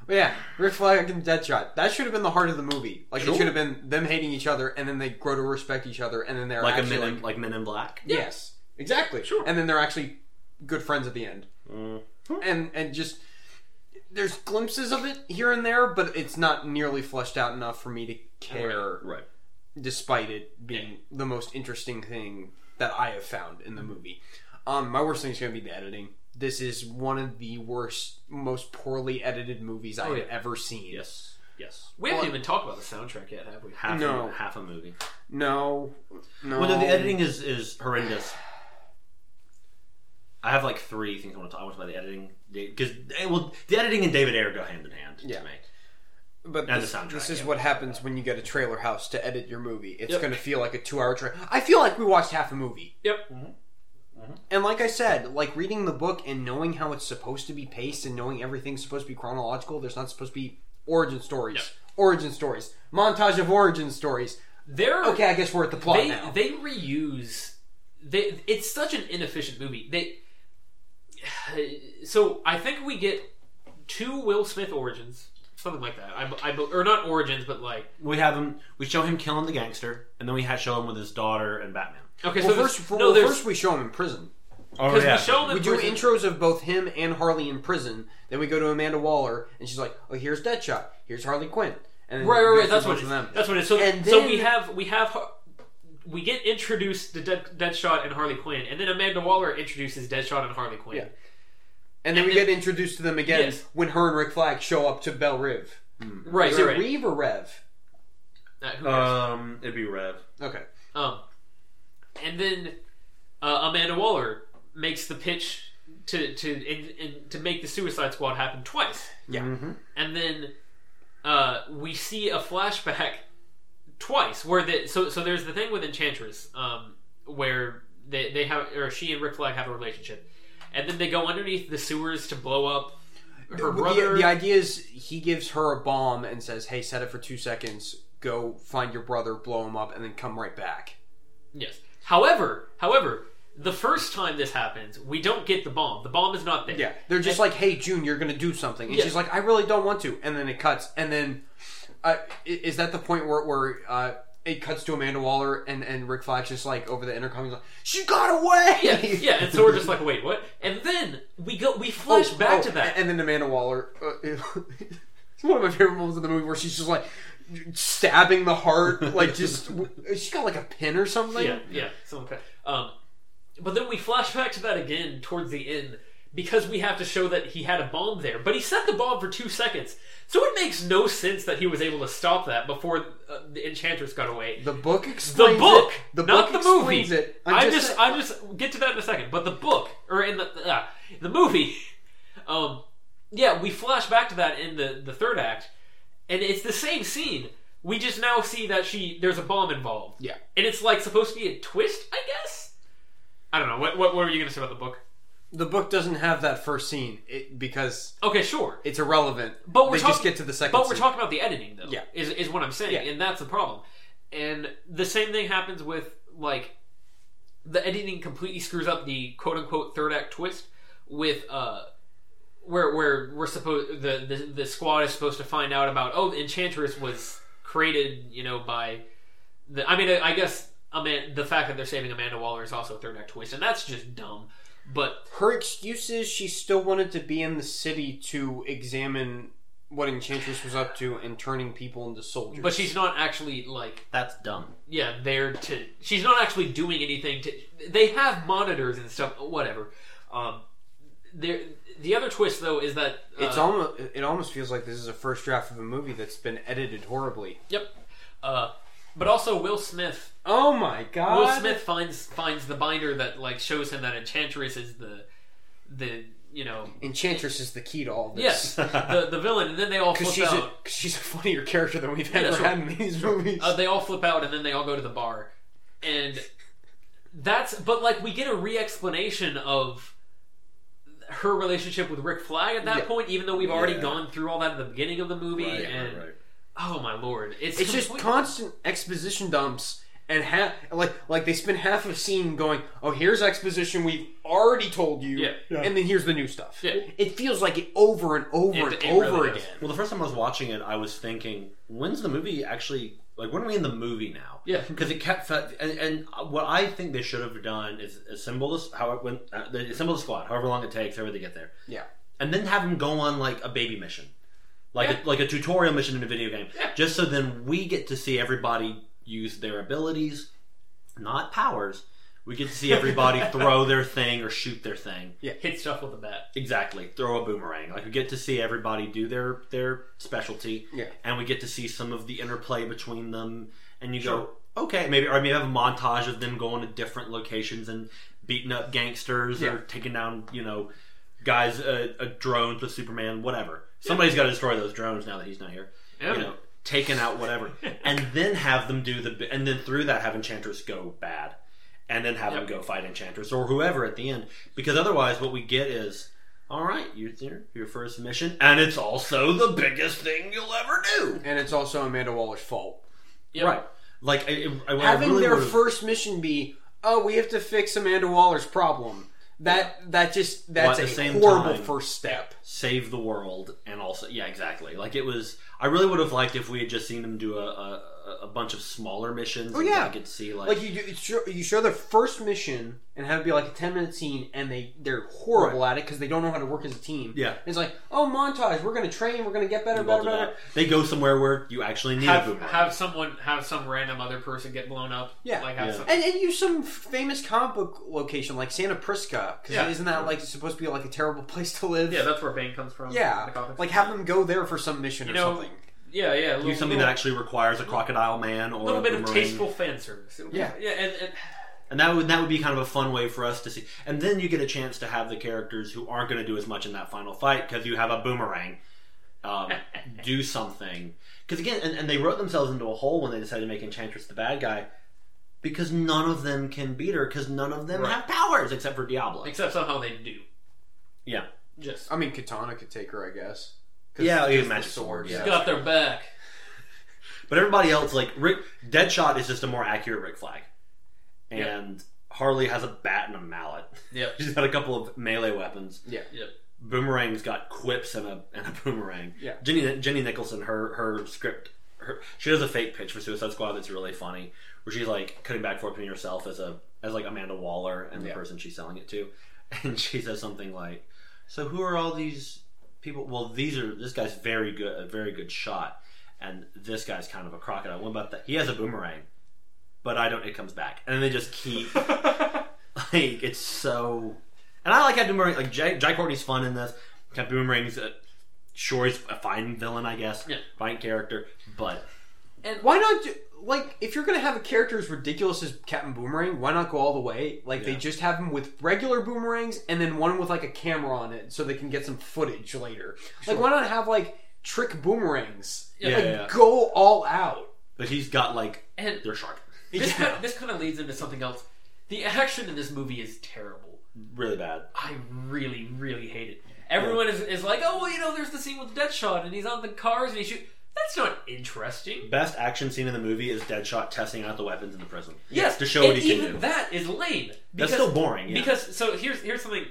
Speaker 2: But yeah, Rick Flag and Deadshot. That should have been the heart of the movie. Like
Speaker 3: Sure.
Speaker 2: it should have been them hating each other, and then they grow to respect each other, and then they're
Speaker 3: Like a
Speaker 2: actually
Speaker 3: men, in,
Speaker 2: like,
Speaker 3: like Men in Black.
Speaker 2: yes, exactly,
Speaker 1: Sure.
Speaker 2: and then they're actually good friends at the end.
Speaker 3: Mm.
Speaker 2: and and just there's glimpses of it here and there, but it's not nearly fleshed out enough for me to care,
Speaker 3: Right.
Speaker 2: despite it being the most interesting thing that I have found in the
Speaker 3: Mm-hmm.
Speaker 2: movie. Um, my worst thing is going to be the editing. This is one of the worst, most poorly edited movies I
Speaker 1: Oh,
Speaker 2: have
Speaker 1: yeah.
Speaker 2: ever seen.
Speaker 3: Yes. Yes.
Speaker 1: We haven't
Speaker 2: Well-
Speaker 1: even talked about the soundtrack yet, have we?
Speaker 3: Half
Speaker 2: No.
Speaker 3: a, half a movie.
Speaker 2: No, no.
Speaker 3: Well, no, the editing is is horrendous. I have like three things I want to talk I want to talk about the editing because well, the editing and David Ayer go hand in hand
Speaker 2: Yeah.
Speaker 3: to me.
Speaker 2: But
Speaker 3: And
Speaker 2: this,
Speaker 3: the soundtrack,
Speaker 2: this is
Speaker 3: yeah.
Speaker 2: what happens when you get a trailer house to edit your movie. It's
Speaker 1: Yep.
Speaker 2: going to feel like a two-hour trailer. I feel like we watched half a movie.
Speaker 1: Yep.
Speaker 3: Mhm. Mhm.
Speaker 2: And like I said, like reading the book and knowing how it's supposed to be paced and knowing everything's supposed to be chronological. There's not supposed to be origin stories.
Speaker 1: Yep.
Speaker 2: Origin stories. Montage of origin stories.
Speaker 1: They're
Speaker 2: Okay, Oh, I guess we're at the plot
Speaker 1: they
Speaker 2: now.
Speaker 1: they reuse they it's such an inefficient movie they so i think we get two will smith origins something like that i, I be- or not origins but like
Speaker 3: We have him. We show him killing the gangster, and then we ha show him with his daughter and Batman.
Speaker 1: okay
Speaker 2: well,
Speaker 1: so
Speaker 2: first,
Speaker 1: there's-
Speaker 2: well,
Speaker 1: no there's
Speaker 2: first we show him in prison.
Speaker 3: Oh
Speaker 1: because we show them
Speaker 2: We
Speaker 1: in
Speaker 2: do
Speaker 1: prison.
Speaker 2: intros of both him and Harley in prison. Then we go to Amanda Waller, and she's like, "Oh, here's Deadshot. Here's Harley Quinn." And then
Speaker 1: right right right
Speaker 2: there's
Speaker 1: that's
Speaker 2: a
Speaker 1: what it
Speaker 2: bunch of
Speaker 1: is
Speaker 2: them.
Speaker 1: that's what it is so,
Speaker 2: And
Speaker 1: so
Speaker 2: then-
Speaker 1: we have we have Har- we get introduced to Dead, Deadshot and Harley Quinn, and then Amanda Waller introduces Deadshot and Harley Quinn.
Speaker 2: Yeah. And then
Speaker 1: And
Speaker 2: we
Speaker 1: then-
Speaker 2: get introduced to them again
Speaker 1: Yes.
Speaker 2: when her and Rick Flag show up to Bell Riv.
Speaker 1: Right,
Speaker 2: Is
Speaker 1: right,
Speaker 2: it
Speaker 1: right.
Speaker 2: Reeve or Rev?
Speaker 1: Uh, who cares?
Speaker 3: Um, it'd be Rev.
Speaker 2: Okay.
Speaker 1: Um, and then uh, Amanda Waller makes the pitch to to and, and to make the Suicide Squad happen twice,
Speaker 2: Yeah.
Speaker 1: and then uh, we see a flashback twice where the so so there's the thing with Enchantress um, where they they have or she and Rick Flag have a relationship, and then they go underneath the sewers to blow up her
Speaker 2: The-
Speaker 1: brother.
Speaker 2: The, idea is he gives her a bomb and says, "Hey, set it for two seconds. Go find your brother, blow him up, and then come right back."
Speaker 1: Yes. However, however, the first time this happens, we don't get the bomb. The bomb is not there.
Speaker 2: Yeah, they're just like, "Hey, June, you're gonna do something," and
Speaker 1: Yeah.
Speaker 2: she's like, "I really don't want to," and then it cuts, and then uh, i- is that the point where where uh, it cuts to Amanda Waller and and Rick Flash just like over the intercom, he's like, "She got away!"
Speaker 1: Yeah, yeah, and so we're just like, wait, what? And then we go, we flash back
Speaker 2: Oh,
Speaker 1: to that.
Speaker 2: And then Amanda Waller. Uh, it's one of my favorite moments of the movie where she's just like stabbing the heart, like just she's got like a pin or something.
Speaker 1: yeah, yeah, something like that. Um, but then we flash back to that again towards the end because we have to show that he had a bomb there, but he set the bomb for two seconds, so it makes no sense that he was able to stop that before uh, the Enchantress got away.
Speaker 2: The book
Speaker 1: The
Speaker 2: explains
Speaker 1: book,
Speaker 2: it. The
Speaker 1: not
Speaker 2: book
Speaker 1: the movie.
Speaker 2: explains it.
Speaker 1: I'm, just, I'm just we'll get to that in a second. But the book, or in the uh, the movie, um, yeah, we flash back to that in the the third act, and it's the same scene. We just now see that she there's a bomb involved.
Speaker 2: Yeah.
Speaker 1: and it's like supposed to be a twist, I guess. I don't know. What what, what were you gonna say about the book?
Speaker 2: the book doesn't have that first scene it, because
Speaker 1: Okay, sure.
Speaker 2: it's irrelevant.
Speaker 1: But we're
Speaker 2: they just
Speaker 1: talking-
Speaker 2: get to the second.
Speaker 1: But we're
Speaker 2: scene.
Speaker 1: talking about the editing, though.
Speaker 2: Yeah.
Speaker 1: is is what I'm saying,
Speaker 2: Yeah.
Speaker 1: and that's the problem. And the same thing happens with like the editing completely screws up the quote unquote third act twist with uh where where we're supposed the, the the squad is supposed to find out about oh the enchantress was created you know by the I mean I, I guess I mean the fact that they're saving Amanda Waller is also a third act twist and that's just dumb but
Speaker 2: her excuse is she still wanted to be in the city to examine what Enchantress was up to and turning people into soldiers.
Speaker 1: but she's not actually like
Speaker 3: That's dumb.
Speaker 1: yeah, there to. She's not actually doing anything to. They have monitors and stuff. Whatever. Um, there. The other twist though is that uh,
Speaker 2: It's almost it almost feels like this is a first draft of a movie that's been edited horribly.
Speaker 1: Yep. Uh, but also Will Smith.
Speaker 2: Oh my god!
Speaker 1: Will Smith finds finds the binder that like shows him that Enchantress is the the you know
Speaker 2: Enchantress is the key to all this.
Speaker 1: yes the the villain, and then they all
Speaker 2: because
Speaker 1: flip
Speaker 2: she's
Speaker 1: out.
Speaker 2: a, 'cause she's a funnier character than we've
Speaker 1: Yeah,
Speaker 2: ever
Speaker 1: sure.
Speaker 2: had in these movies.
Speaker 1: Uh, they all flip out and then they all go to the bar. And that's but like we get a re-explanation of her relationship with Rick Flag at that
Speaker 2: Yeah.
Speaker 1: point, even though we've already
Speaker 3: Yeah.
Speaker 1: gone through all that at the beginning of the movie. and oh my lord, it's
Speaker 2: it's just
Speaker 1: complete-
Speaker 2: constant exposition dumps. And half, like, like they spend half of a scene going, "Oh, here's exposition we've already told you,"
Speaker 1: Yeah.
Speaker 3: Yeah.
Speaker 2: and then here's the new stuff.
Speaker 1: Yeah.
Speaker 2: It feels like it over and over
Speaker 1: It-
Speaker 2: and
Speaker 1: it
Speaker 2: over
Speaker 1: really
Speaker 2: again.
Speaker 1: does.
Speaker 3: Well, the first time I was watching it, I was thinking, when's the movie actually? Like, when are we in the movie now?
Speaker 1: Yeah.
Speaker 3: because it kept. fe- And, and what I think they should have done is assemble this. How it when uh, they assemble the squad, however long it takes, however they get there,
Speaker 2: Yeah,
Speaker 3: and then have them go on like a baby mission, like
Speaker 1: Yeah.
Speaker 3: a, like a tutorial mission in a video game,
Speaker 1: Yeah.
Speaker 3: just so then we get to see everybody use their abilities, not powers. We get to see everybody throw their thing or shoot their thing.
Speaker 1: hit stuff with a bat.
Speaker 3: Exactly. Throw a boomerang. Like we get to see everybody do their their specialty.
Speaker 2: Yeah.
Speaker 3: And we get to see some of the interplay between them and you
Speaker 1: Sure.
Speaker 3: go, okay, maybe or maybe have a montage of them going to different locations and beating up gangsters
Speaker 2: Yeah.
Speaker 3: or taking down, you know, guys uh, uh, drones with Superman, whatever. Somebody's got to destroy those drones now that he's not here.
Speaker 1: Yeah.
Speaker 3: You know, taking out whatever. and then have them do the and then through that have Enchantress go bad and then have
Speaker 1: Yep.
Speaker 3: them go fight Enchantress or whoever at the end. Because otherwise, what we get is, all right, you're there, your first mission, and it's also the biggest thing you'll ever do.
Speaker 2: and it's also Amanda Waller's fault.
Speaker 1: Yep.
Speaker 3: Right. Like, I, I- I
Speaker 2: having
Speaker 3: really
Speaker 2: their
Speaker 3: would've-
Speaker 2: first mission be, oh, we have to fix Amanda Waller's problem. That that just that's a
Speaker 3: While at the same
Speaker 2: horrible
Speaker 3: time-
Speaker 2: first step.
Speaker 3: save the world, and also, yeah, exactly. Like, it was, I really would have liked if we had just seen them do a, a, a bunch of smaller missions.
Speaker 2: Oh,
Speaker 3: and
Speaker 2: yeah.
Speaker 3: I could see, like,
Speaker 2: Like you, do- you show, you show their first mission and have it be like a ten minute scene, and they they're horrible at it because they don't know how to work as a team.
Speaker 3: Yeah.
Speaker 2: And it's like, oh, montage. We're gonna train. We're gonna get better,
Speaker 3: involved
Speaker 2: better,
Speaker 3: with
Speaker 2: better.
Speaker 3: that. They go somewhere where you actually need a
Speaker 1: Have,
Speaker 3: boomerang.
Speaker 1: have someone have some random other person get blown up.
Speaker 2: Yeah.
Speaker 1: Like have
Speaker 3: Yeah.
Speaker 1: some.
Speaker 2: And, and use some famous comic book location like Santa Prisca because
Speaker 1: Yeah.
Speaker 2: isn't that like supposed to be like a terrible place to live?
Speaker 1: Yeah, that's where Bane comes from.
Speaker 2: Yeah.
Speaker 1: the comics.
Speaker 2: Like have them go there for some mission
Speaker 1: You
Speaker 2: or
Speaker 1: know,
Speaker 2: something.
Speaker 1: yeah, yeah. a
Speaker 3: do
Speaker 1: little-
Speaker 3: something that actually requires a crocodile man or
Speaker 1: A little
Speaker 3: a
Speaker 1: bit of
Speaker 3: boomerang.
Speaker 1: tasteful fan service. It'll be-
Speaker 2: Yeah.
Speaker 1: yeah, and, and
Speaker 3: And that would that would be kind of a fun way for us to see. And then you get a chance to have the characters who aren't going to do as much in that final fight because you have a boomerang um, do something. Because again, and, and they wrote themselves into a hole when they decided to make Enchantress the bad guy because none of them can beat her because none of them
Speaker 1: Right.
Speaker 3: have powers except for Diablo.
Speaker 1: except somehow they do.
Speaker 3: Yeah.
Speaker 1: Just
Speaker 2: I mean, Katana could take her, I guess. 'Cause
Speaker 3: Yeah, yeah,
Speaker 2: just the
Speaker 3: magic sword, yeah.
Speaker 1: got their back.
Speaker 3: But everybody else, like Rick, Deadshot is just a more accurate Rick Flag,
Speaker 1: Yep.
Speaker 3: and Harley has a bat and a mallet.
Speaker 1: Yep.
Speaker 3: She's got a couple of melee weapons.
Speaker 2: Yeah.
Speaker 1: Yep.
Speaker 3: Boomerang's got quips and a and a boomerang.
Speaker 2: Yeah.
Speaker 3: Jenny Jenny Nicholson, her her script, her, she does a fake pitch for Suicide Squad that's really funny, where she's like cutting back forth between herself as a as like Amanda Waller and the
Speaker 2: Yeah.
Speaker 3: person she's selling it to, and she says something like, "So who are all these people? Well, these are this guy's very good, a very good shot, and this guy's kind of a crocodile. What about that? He has a boomerang, but I don't. It comes back, and then they just keep." Like it's so, and I like how Boomerang. Like Jai, Jai Courtney's fun in this. Cat Boomerang's a, sure he's a fine villain, I guess.
Speaker 1: Yeah.
Speaker 3: Fine character, but
Speaker 2: Why not? Ju- like, if you're gonna have a character as ridiculous as Captain Boomerang, why not go all the way? Like, they
Speaker 3: Yeah.
Speaker 2: just have him with regular boomerangs and then one with like a camera on it, so they can get some footage later. Like, why not have like trick boomerangs?
Speaker 1: Yeah.
Speaker 2: like,
Speaker 3: Yeah, yeah.
Speaker 2: go all out.
Speaker 3: but he's got like
Speaker 1: And
Speaker 3: they're sharp,
Speaker 1: this
Speaker 2: Yeah.
Speaker 1: kind of, this kind of leads into something else. The action in this movie is terrible.
Speaker 3: really bad.
Speaker 1: I really, really hate it. Everyone is, is like, oh, well, you know, there's the scene with Deadshot, and he's on the cars, and he shoots. That's not interesting.
Speaker 3: Best action scene in the movie is Deadshot testing out the weapons in the prison.
Speaker 1: Yes,
Speaker 3: to show
Speaker 1: and
Speaker 3: what he can
Speaker 1: even
Speaker 3: do.
Speaker 1: That is lame.
Speaker 3: That's
Speaker 1: Because,
Speaker 3: still boring. Yeah.
Speaker 1: because so here's here's something.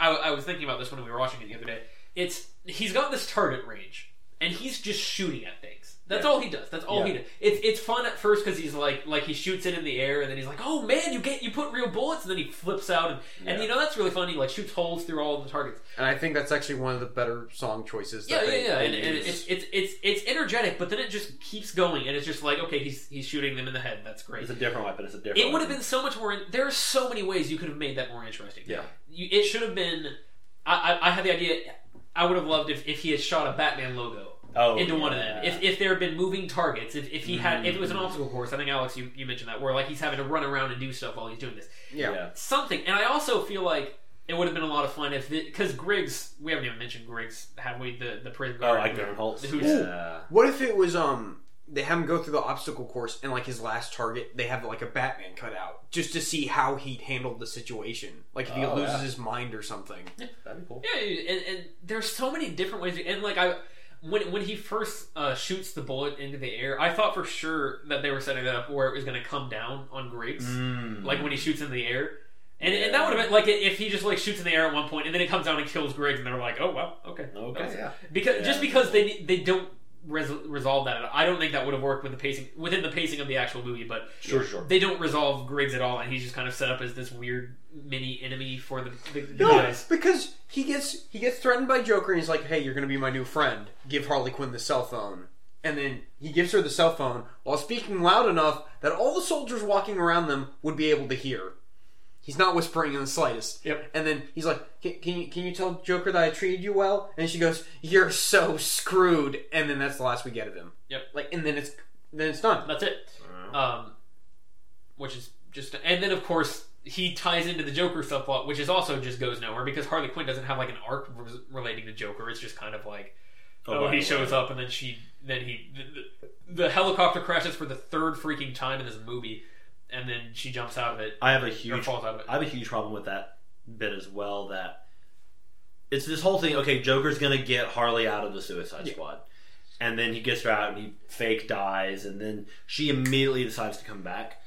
Speaker 1: I, I was thinking about this when we were watching it the other day. It's he's got this target range, and he's just shooting at things. That's all he does. That's all he does. It's it's fun at first because he's like like he shoots it in the air, and then he's like, oh man, you get you put real bullets, and then he flips out, and, and
Speaker 3: Yeah.
Speaker 1: you know that's really fun. He like shoots holes through all of the targets.
Speaker 2: And I think that's actually one of the better song choices.
Speaker 1: Yeah,
Speaker 2: That
Speaker 1: yeah,
Speaker 2: they,
Speaker 1: yeah,
Speaker 2: they
Speaker 1: and, and
Speaker 2: use.
Speaker 1: it's, it's it's it's energetic, but then it just keeps going, and it's just like okay, he's he's shooting them in the head. That's great.
Speaker 3: it's a different weapon. It's a different.
Speaker 1: It would have
Speaker 3: weapon.
Speaker 1: been so much more. There are so many ways you could have made that more interesting.
Speaker 3: Yeah.
Speaker 1: you, it should have been. I, I, I had the idea. I would have loved if, if he had shot a Batman logo
Speaker 3: oh,
Speaker 1: into one of
Speaker 3: yeah. Mm.
Speaker 1: them. If, if there had been moving targets. If, if he had. If it was an obstacle course. I think Alex, you, you mentioned that where like he's having to run around and do stuff while he's doing this.
Speaker 2: yeah.
Speaker 1: Something. And I also feel like it would have been a lot of fun if because Griggs. We haven't even mentioned Griggs. Have we? The the prison
Speaker 3: Oh,
Speaker 1: guard.
Speaker 3: like Baron Holtz.
Speaker 1: Who's-
Speaker 3: Yeah.
Speaker 2: What if it was um they have him go through the obstacle course and like his last target they have like a Batman cut out just to see how he'd handle the situation like if he
Speaker 3: Oh,
Speaker 2: loses
Speaker 3: yeah.
Speaker 2: his mind or something.
Speaker 3: That'd be cool.
Speaker 1: Yeah, and, and there's so many different ways. And like I, when when he first uh, shoots the bullet into the air, I thought for sure that they were setting that up where it was going to come down on Griggs,
Speaker 3: Mm.
Speaker 1: like when he shoots in the air. And, and that would have been like if he just like shoots in the air at one point and then it comes down and kills Griggs and they're like oh wow okay
Speaker 3: okay. Yeah.
Speaker 1: because just
Speaker 3: Yeah.
Speaker 1: because they they don't res- resolve that at all. I don't think that would have worked with the pacing within the pacing of the actual movie but
Speaker 3: Sure. Sure.
Speaker 1: they don't resolve Griggs at all and he's just kind of set up as this weird mini enemy for the, the, the
Speaker 2: No,
Speaker 1: guys
Speaker 2: because he gets he gets threatened by Joker and he's like, "Hey, you're going to be my new friend. Give Harley Quinn the cell phone." And then he gives her the cell phone while speaking loud enough that all the soldiers walking around them would be able to hear. He's not whispering in the slightest.
Speaker 1: Yep.
Speaker 2: And then he's like, "Can, can you can you tell Joker that I treated you well?" And she goes, "You're so screwed." And then that's the last we get of him.
Speaker 1: Yep.
Speaker 2: Like, and then it's then it's done.
Speaker 1: that's it um, which is just and then of course he ties into the Joker subplot, which is also just goes nowhere because Harley Quinn doesn't have like an arc re- relating to Joker. It's just kind of like oh,
Speaker 3: by
Speaker 1: he
Speaker 3: the
Speaker 1: shows
Speaker 3: way.
Speaker 1: up and then she then he the, the, the helicopter crashes for the third freaking time in this movie, and then she jumps out of it
Speaker 3: I have a
Speaker 1: or
Speaker 3: huge
Speaker 1: falls out of it.
Speaker 3: I have a huge problem with that bit as well. That it's this whole thing. Okay, Joker's gonna get Harley out of the Suicide Squad, and then he gets her out, and he fake dies, and then she immediately decides to come back.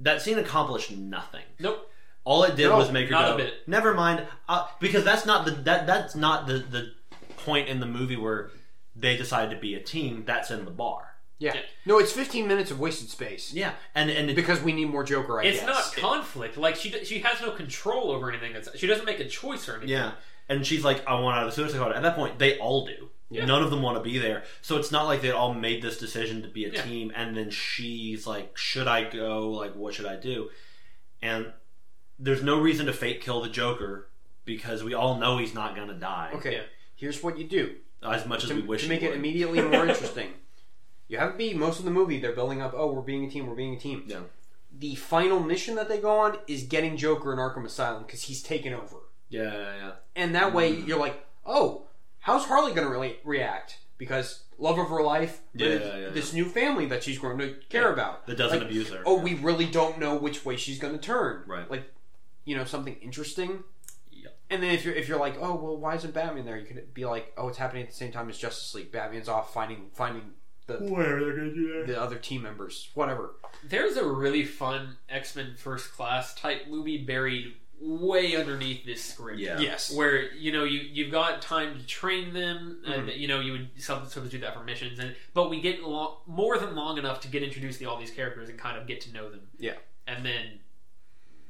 Speaker 3: That scene accomplished nothing.
Speaker 1: Nope.
Speaker 3: All it did
Speaker 2: No,
Speaker 3: was make her
Speaker 1: not a
Speaker 3: go.
Speaker 1: bit.
Speaker 3: Never mind, uh, because that's not the that that's not the the point in the movie where they decide to be a team. That's in the bar.
Speaker 2: Yeah.
Speaker 1: Yeah.
Speaker 2: No, it's 15 minutes of wasted space
Speaker 3: Yeah, and and it,
Speaker 2: because we need more Joker. I
Speaker 1: It's
Speaker 2: guess.
Speaker 1: not conflict. Like she d- she has no control over anything. That's she doesn't make a choice or anything.
Speaker 3: Yeah. And she's like, I want out of the suicide squad. At that point, they all do. None of them want to be there. So it's not like they all made this decision to be a
Speaker 1: Yeah.
Speaker 3: team and then she's like, Should I go? Like, what should I do? And there's no reason to fake kill the Joker because we all know he's not going to die
Speaker 2: Okay.
Speaker 1: Yeah.
Speaker 2: Here's what you do.
Speaker 3: as much as
Speaker 2: to,
Speaker 3: we wish
Speaker 2: to make
Speaker 3: he
Speaker 2: it
Speaker 3: would.
Speaker 2: immediately more interesting. You have it be most of the movie they're building up. Oh, we're being a team. We're being a team.
Speaker 3: Yeah.
Speaker 2: The final mission that they go on is getting Joker in Arkham Asylum because he's taken over,
Speaker 3: yeah, yeah, yeah.
Speaker 2: and that way
Speaker 3: Mm.
Speaker 2: you're like, oh, how's Harley gonna really react? Because love of her life,
Speaker 3: Yeah,
Speaker 2: with
Speaker 3: yeah, yeah.
Speaker 2: this new family that she's grown to care about.
Speaker 3: That doesn't
Speaker 2: Like,
Speaker 3: abuse her.
Speaker 2: Oh, we really don't know which way she's gonna turn.
Speaker 3: Right.
Speaker 2: Like, you know, something interesting. And then if you're if you're like, oh well, why isn't Batman there? You could be like, oh, it's happening at the same time as Justice League. Batman's off finding finding the
Speaker 3: Where they're gonna do
Speaker 2: the other team members, whatever.
Speaker 1: There's a really fun X Men First Class type movie buried way underneath this script.
Speaker 3: Yeah.
Speaker 2: Yes,
Speaker 1: Where you know you you've got time to train them, and
Speaker 3: Mm-hmm.
Speaker 1: you know you would some substitute that for missions, and but we get lo- more than long enough to get introduced to all these characters and kind of get to know them.
Speaker 2: Yeah.
Speaker 1: and then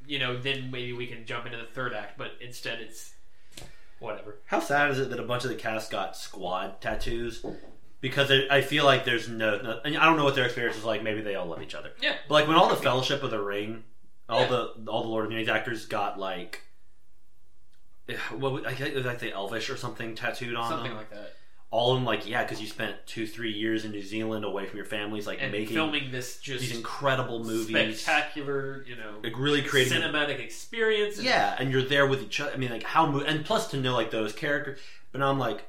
Speaker 1: you know then maybe we can jump into the third act, but instead it's whatever.
Speaker 3: How sad is it that a bunch of the cast got squad tattoos? Because I I feel like there's no, no and I don't know what their experience is like. Maybe they all love each other.
Speaker 1: Yeah.
Speaker 3: But like when all the Fellowship of the Ring, all
Speaker 1: Yeah.
Speaker 3: the all the Lord of the Rings actors got like, eh, what would, I think it was like the Elvish or something tattooed on
Speaker 1: Something
Speaker 3: them.
Speaker 1: like that,
Speaker 3: all of them like yeah, because you spent two three years in New Zealand away from your families, like
Speaker 1: and
Speaker 3: making
Speaker 1: filming this just
Speaker 3: these incredible movies,
Speaker 1: spectacular, you know,
Speaker 3: like really creating
Speaker 1: cinematic experience. and-
Speaker 3: Yeah, and you're there with each other. I mean, like how mo- and plus to know like those characters. But now I'm like,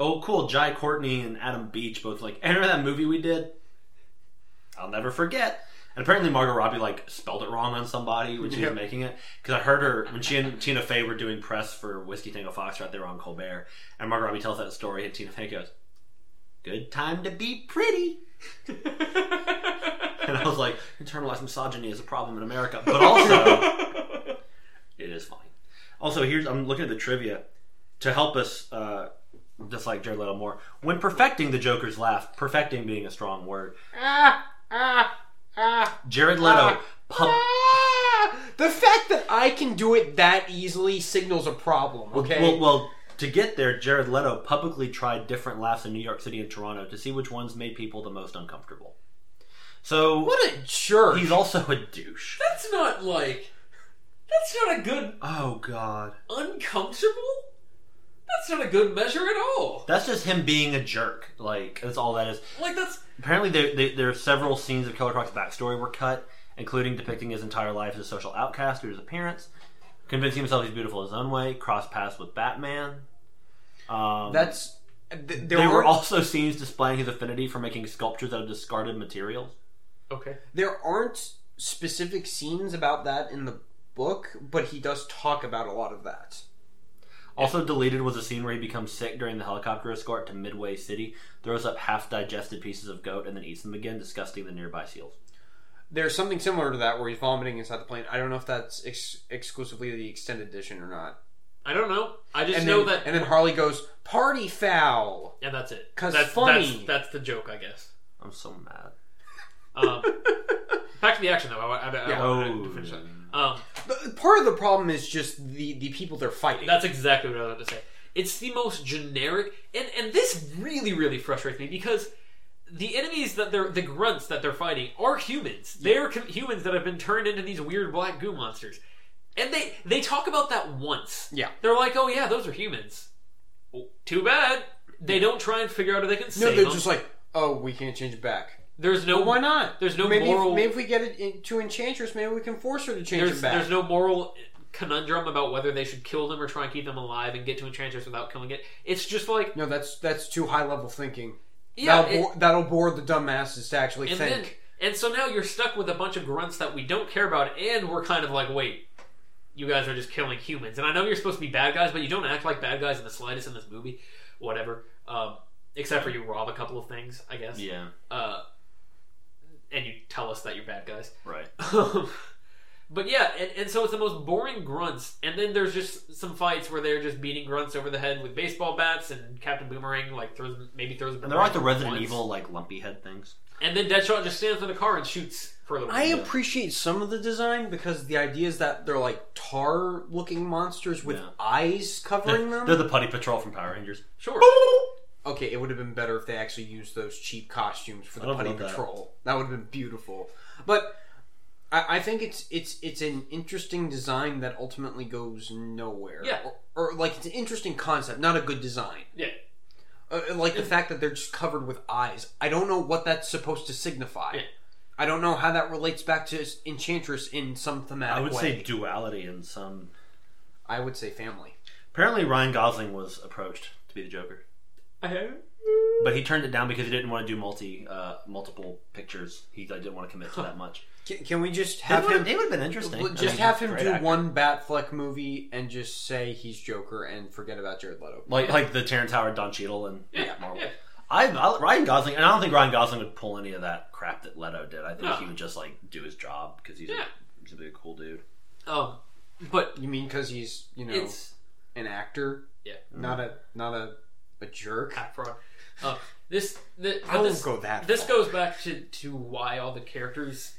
Speaker 3: oh, cool. Jai Courtney and Adam Beach both like. And remember that movie we did? I'll never forget. And apparently Margot Robbie like spelled it wrong on somebody when she
Speaker 2: Yeah.
Speaker 3: was making it because I heard her when she and Tina Fey were doing press for Whiskey Tango Fox right there on Colbert, and Margot Robbie tells that story, and Tina Fey goes, "Good time to be pretty." And I was like, internalized misogyny is a problem in America, but also. It is fine. Also, here's I'm looking at the trivia to help us, uh, just like Jared Leto more. When perfecting the Joker's laugh, perfecting being a strong word,
Speaker 2: ah, ah, ah,
Speaker 3: Jared Leto. pub-
Speaker 2: ah. The fact that I can do it that easily signals a problem. Okay,
Speaker 3: well, well, to get there, Jared Leto publicly tried different laughs in New York City and Toronto to see which ones made people the most uncomfortable. So
Speaker 2: what a jerk!
Speaker 3: he's also a douche.
Speaker 1: That's not like. That's not a good
Speaker 3: Oh God,
Speaker 1: uncomfortable. That's not a good measure at all.
Speaker 3: that's just him being a jerk. Like that's all that is.
Speaker 1: Like that's
Speaker 3: Apparently, there, there, there are several scenes of Killer Croc's backstory were cut, including depicting his entire life as a social outcast through his appearance, convincing himself he's beautiful his own way, cross paths with Batman. Um,
Speaker 2: That's th- there,
Speaker 3: there, were
Speaker 2: aren't-
Speaker 3: also scenes displaying his affinity for making sculptures out of discarded materials.
Speaker 1: okay.
Speaker 2: there aren't specific scenes about that in the book, but he does talk about a lot of that.
Speaker 3: Also deleted was a scene where he becomes sick during the helicopter escort to Midway City, throws up half digested pieces of goat, and then eats them again, disgusting the nearby seals.
Speaker 2: There's something similar to that where he's vomiting inside the plane. I don't know if that's ex- exclusively the extended edition or not.
Speaker 1: I don't know. I just
Speaker 2: And
Speaker 1: know
Speaker 2: then,
Speaker 1: that,
Speaker 2: and then Harley goes party foul.
Speaker 1: and that's it.
Speaker 2: 'Cause
Speaker 1: that's
Speaker 2: funny.
Speaker 1: That's, that's the joke, I guess.
Speaker 3: I'm so mad.
Speaker 1: Um, back to the action, though. I, I, I, I wanted to finish that. Um,
Speaker 2: But part of the problem is just the the people they're fighting.
Speaker 1: That's exactly what I was about to say. It's the most generic, and and this really really frustrates me because the enemies that they're the grunts that they're fighting are humans. They're com- humans that have been turned into these weird black goo monsters, and they they talk about that once.
Speaker 2: Yeah.
Speaker 1: they're like, oh yeah, those are humans. Well, too bad they don't try and figure out how they can
Speaker 2: no,
Speaker 1: save
Speaker 2: they're
Speaker 1: them.
Speaker 2: just like, oh, we can't change it back.
Speaker 1: there's no
Speaker 2: But why not?
Speaker 1: There's no
Speaker 2: maybe
Speaker 1: moral.
Speaker 2: If, maybe if we get it in, to Enchantress, maybe we can force her to change
Speaker 1: there's,
Speaker 2: it back.
Speaker 1: there's no moral conundrum about whether they should kill them or try and keep them alive and get to Enchantress without killing it. It's just like
Speaker 2: No, that's that's too high level thinking.
Speaker 1: yeah,
Speaker 2: that'll,
Speaker 1: it-
Speaker 2: bore, that'll bore the dumbasses to actually
Speaker 1: and
Speaker 2: think.
Speaker 1: then and so now you're stuck with a bunch of grunts that we don't care about and we're kind of like wait you guys are just killing humans and i know you're supposed to be bad guys but you don't act like bad guys in the slightest in this movie whatever um, except for you rob a couple of things i guess
Speaker 3: Yeah,
Speaker 1: uh, and you tell us that you're bad guys Um,
Speaker 3: right.
Speaker 1: but yeah and, and so it's the most boring grunts and then there's just some fights where they're just beating grunts over the head with baseball bats and captain boomerang like throws maybe throws a
Speaker 3: And they're like the
Speaker 1: boomerang
Speaker 3: Resident
Speaker 1: once.
Speaker 3: Evil, like lumpy head things.
Speaker 1: and then deadshot just stands in the car and shoots for a little
Speaker 2: I
Speaker 1: bit.
Speaker 2: appreciate some of the design because the idea is that they're like tar looking monsters with
Speaker 3: Yeah.
Speaker 2: eyes covering them.
Speaker 3: They're the Putty Patrol from Power Rangers.
Speaker 1: Sure.
Speaker 2: okay, it would have been better if they actually used those cheap costumes for
Speaker 3: I
Speaker 2: the
Speaker 3: don't
Speaker 2: Putty
Speaker 3: love that.
Speaker 2: Patrol. That. would have been beautiful. But I, I think it's it's it's an interesting design that ultimately goes nowhere.
Speaker 1: Yeah.
Speaker 2: Or, or like it's an interesting concept, not a good design.
Speaker 1: Yeah.
Speaker 2: Uh, like the fact that they're just covered with eyes. I don't know what that's supposed to signify.
Speaker 1: Yeah.
Speaker 2: I don't know how that relates back to Enchantress in some thematic
Speaker 3: I would
Speaker 2: way.
Speaker 3: say duality in some.
Speaker 2: I would say family.
Speaker 3: Apparently, Ryan Gosling was approached to be the Joker. but he turned it down because he didn't want to do multi uh, multiple pictures. He like, didn't want to commit to that much.
Speaker 2: Can, can we just
Speaker 3: It
Speaker 2: have
Speaker 3: would have
Speaker 2: him?
Speaker 3: been interesting. I
Speaker 2: Just
Speaker 3: mean,
Speaker 2: have him
Speaker 3: great
Speaker 2: do
Speaker 3: actor.
Speaker 2: one Batfleck movie and just say he's Joker and forget about Jared Leto.
Speaker 3: like like the Terrence Howard, Don Cheadle, and
Speaker 1: Yeah,
Speaker 3: Marvel.
Speaker 1: yeah.
Speaker 3: I, I Ryan Gosling, and I don't think Ryan Gosling would pull any of that crap that Leto did. I think
Speaker 1: No.
Speaker 3: he would just like do his job because he's
Speaker 1: Yeah.
Speaker 3: a, he's a big, cool dude.
Speaker 1: Um, but
Speaker 2: You mean because he's you know
Speaker 1: it's
Speaker 2: an actor?
Speaker 1: Yeah.
Speaker 2: Not a not a a jerk.
Speaker 1: hack fraud. Uh, this the,
Speaker 2: I
Speaker 1: but
Speaker 2: won't
Speaker 1: this,
Speaker 2: go that.
Speaker 1: this
Speaker 2: far.
Speaker 1: goes back to, to why all the characters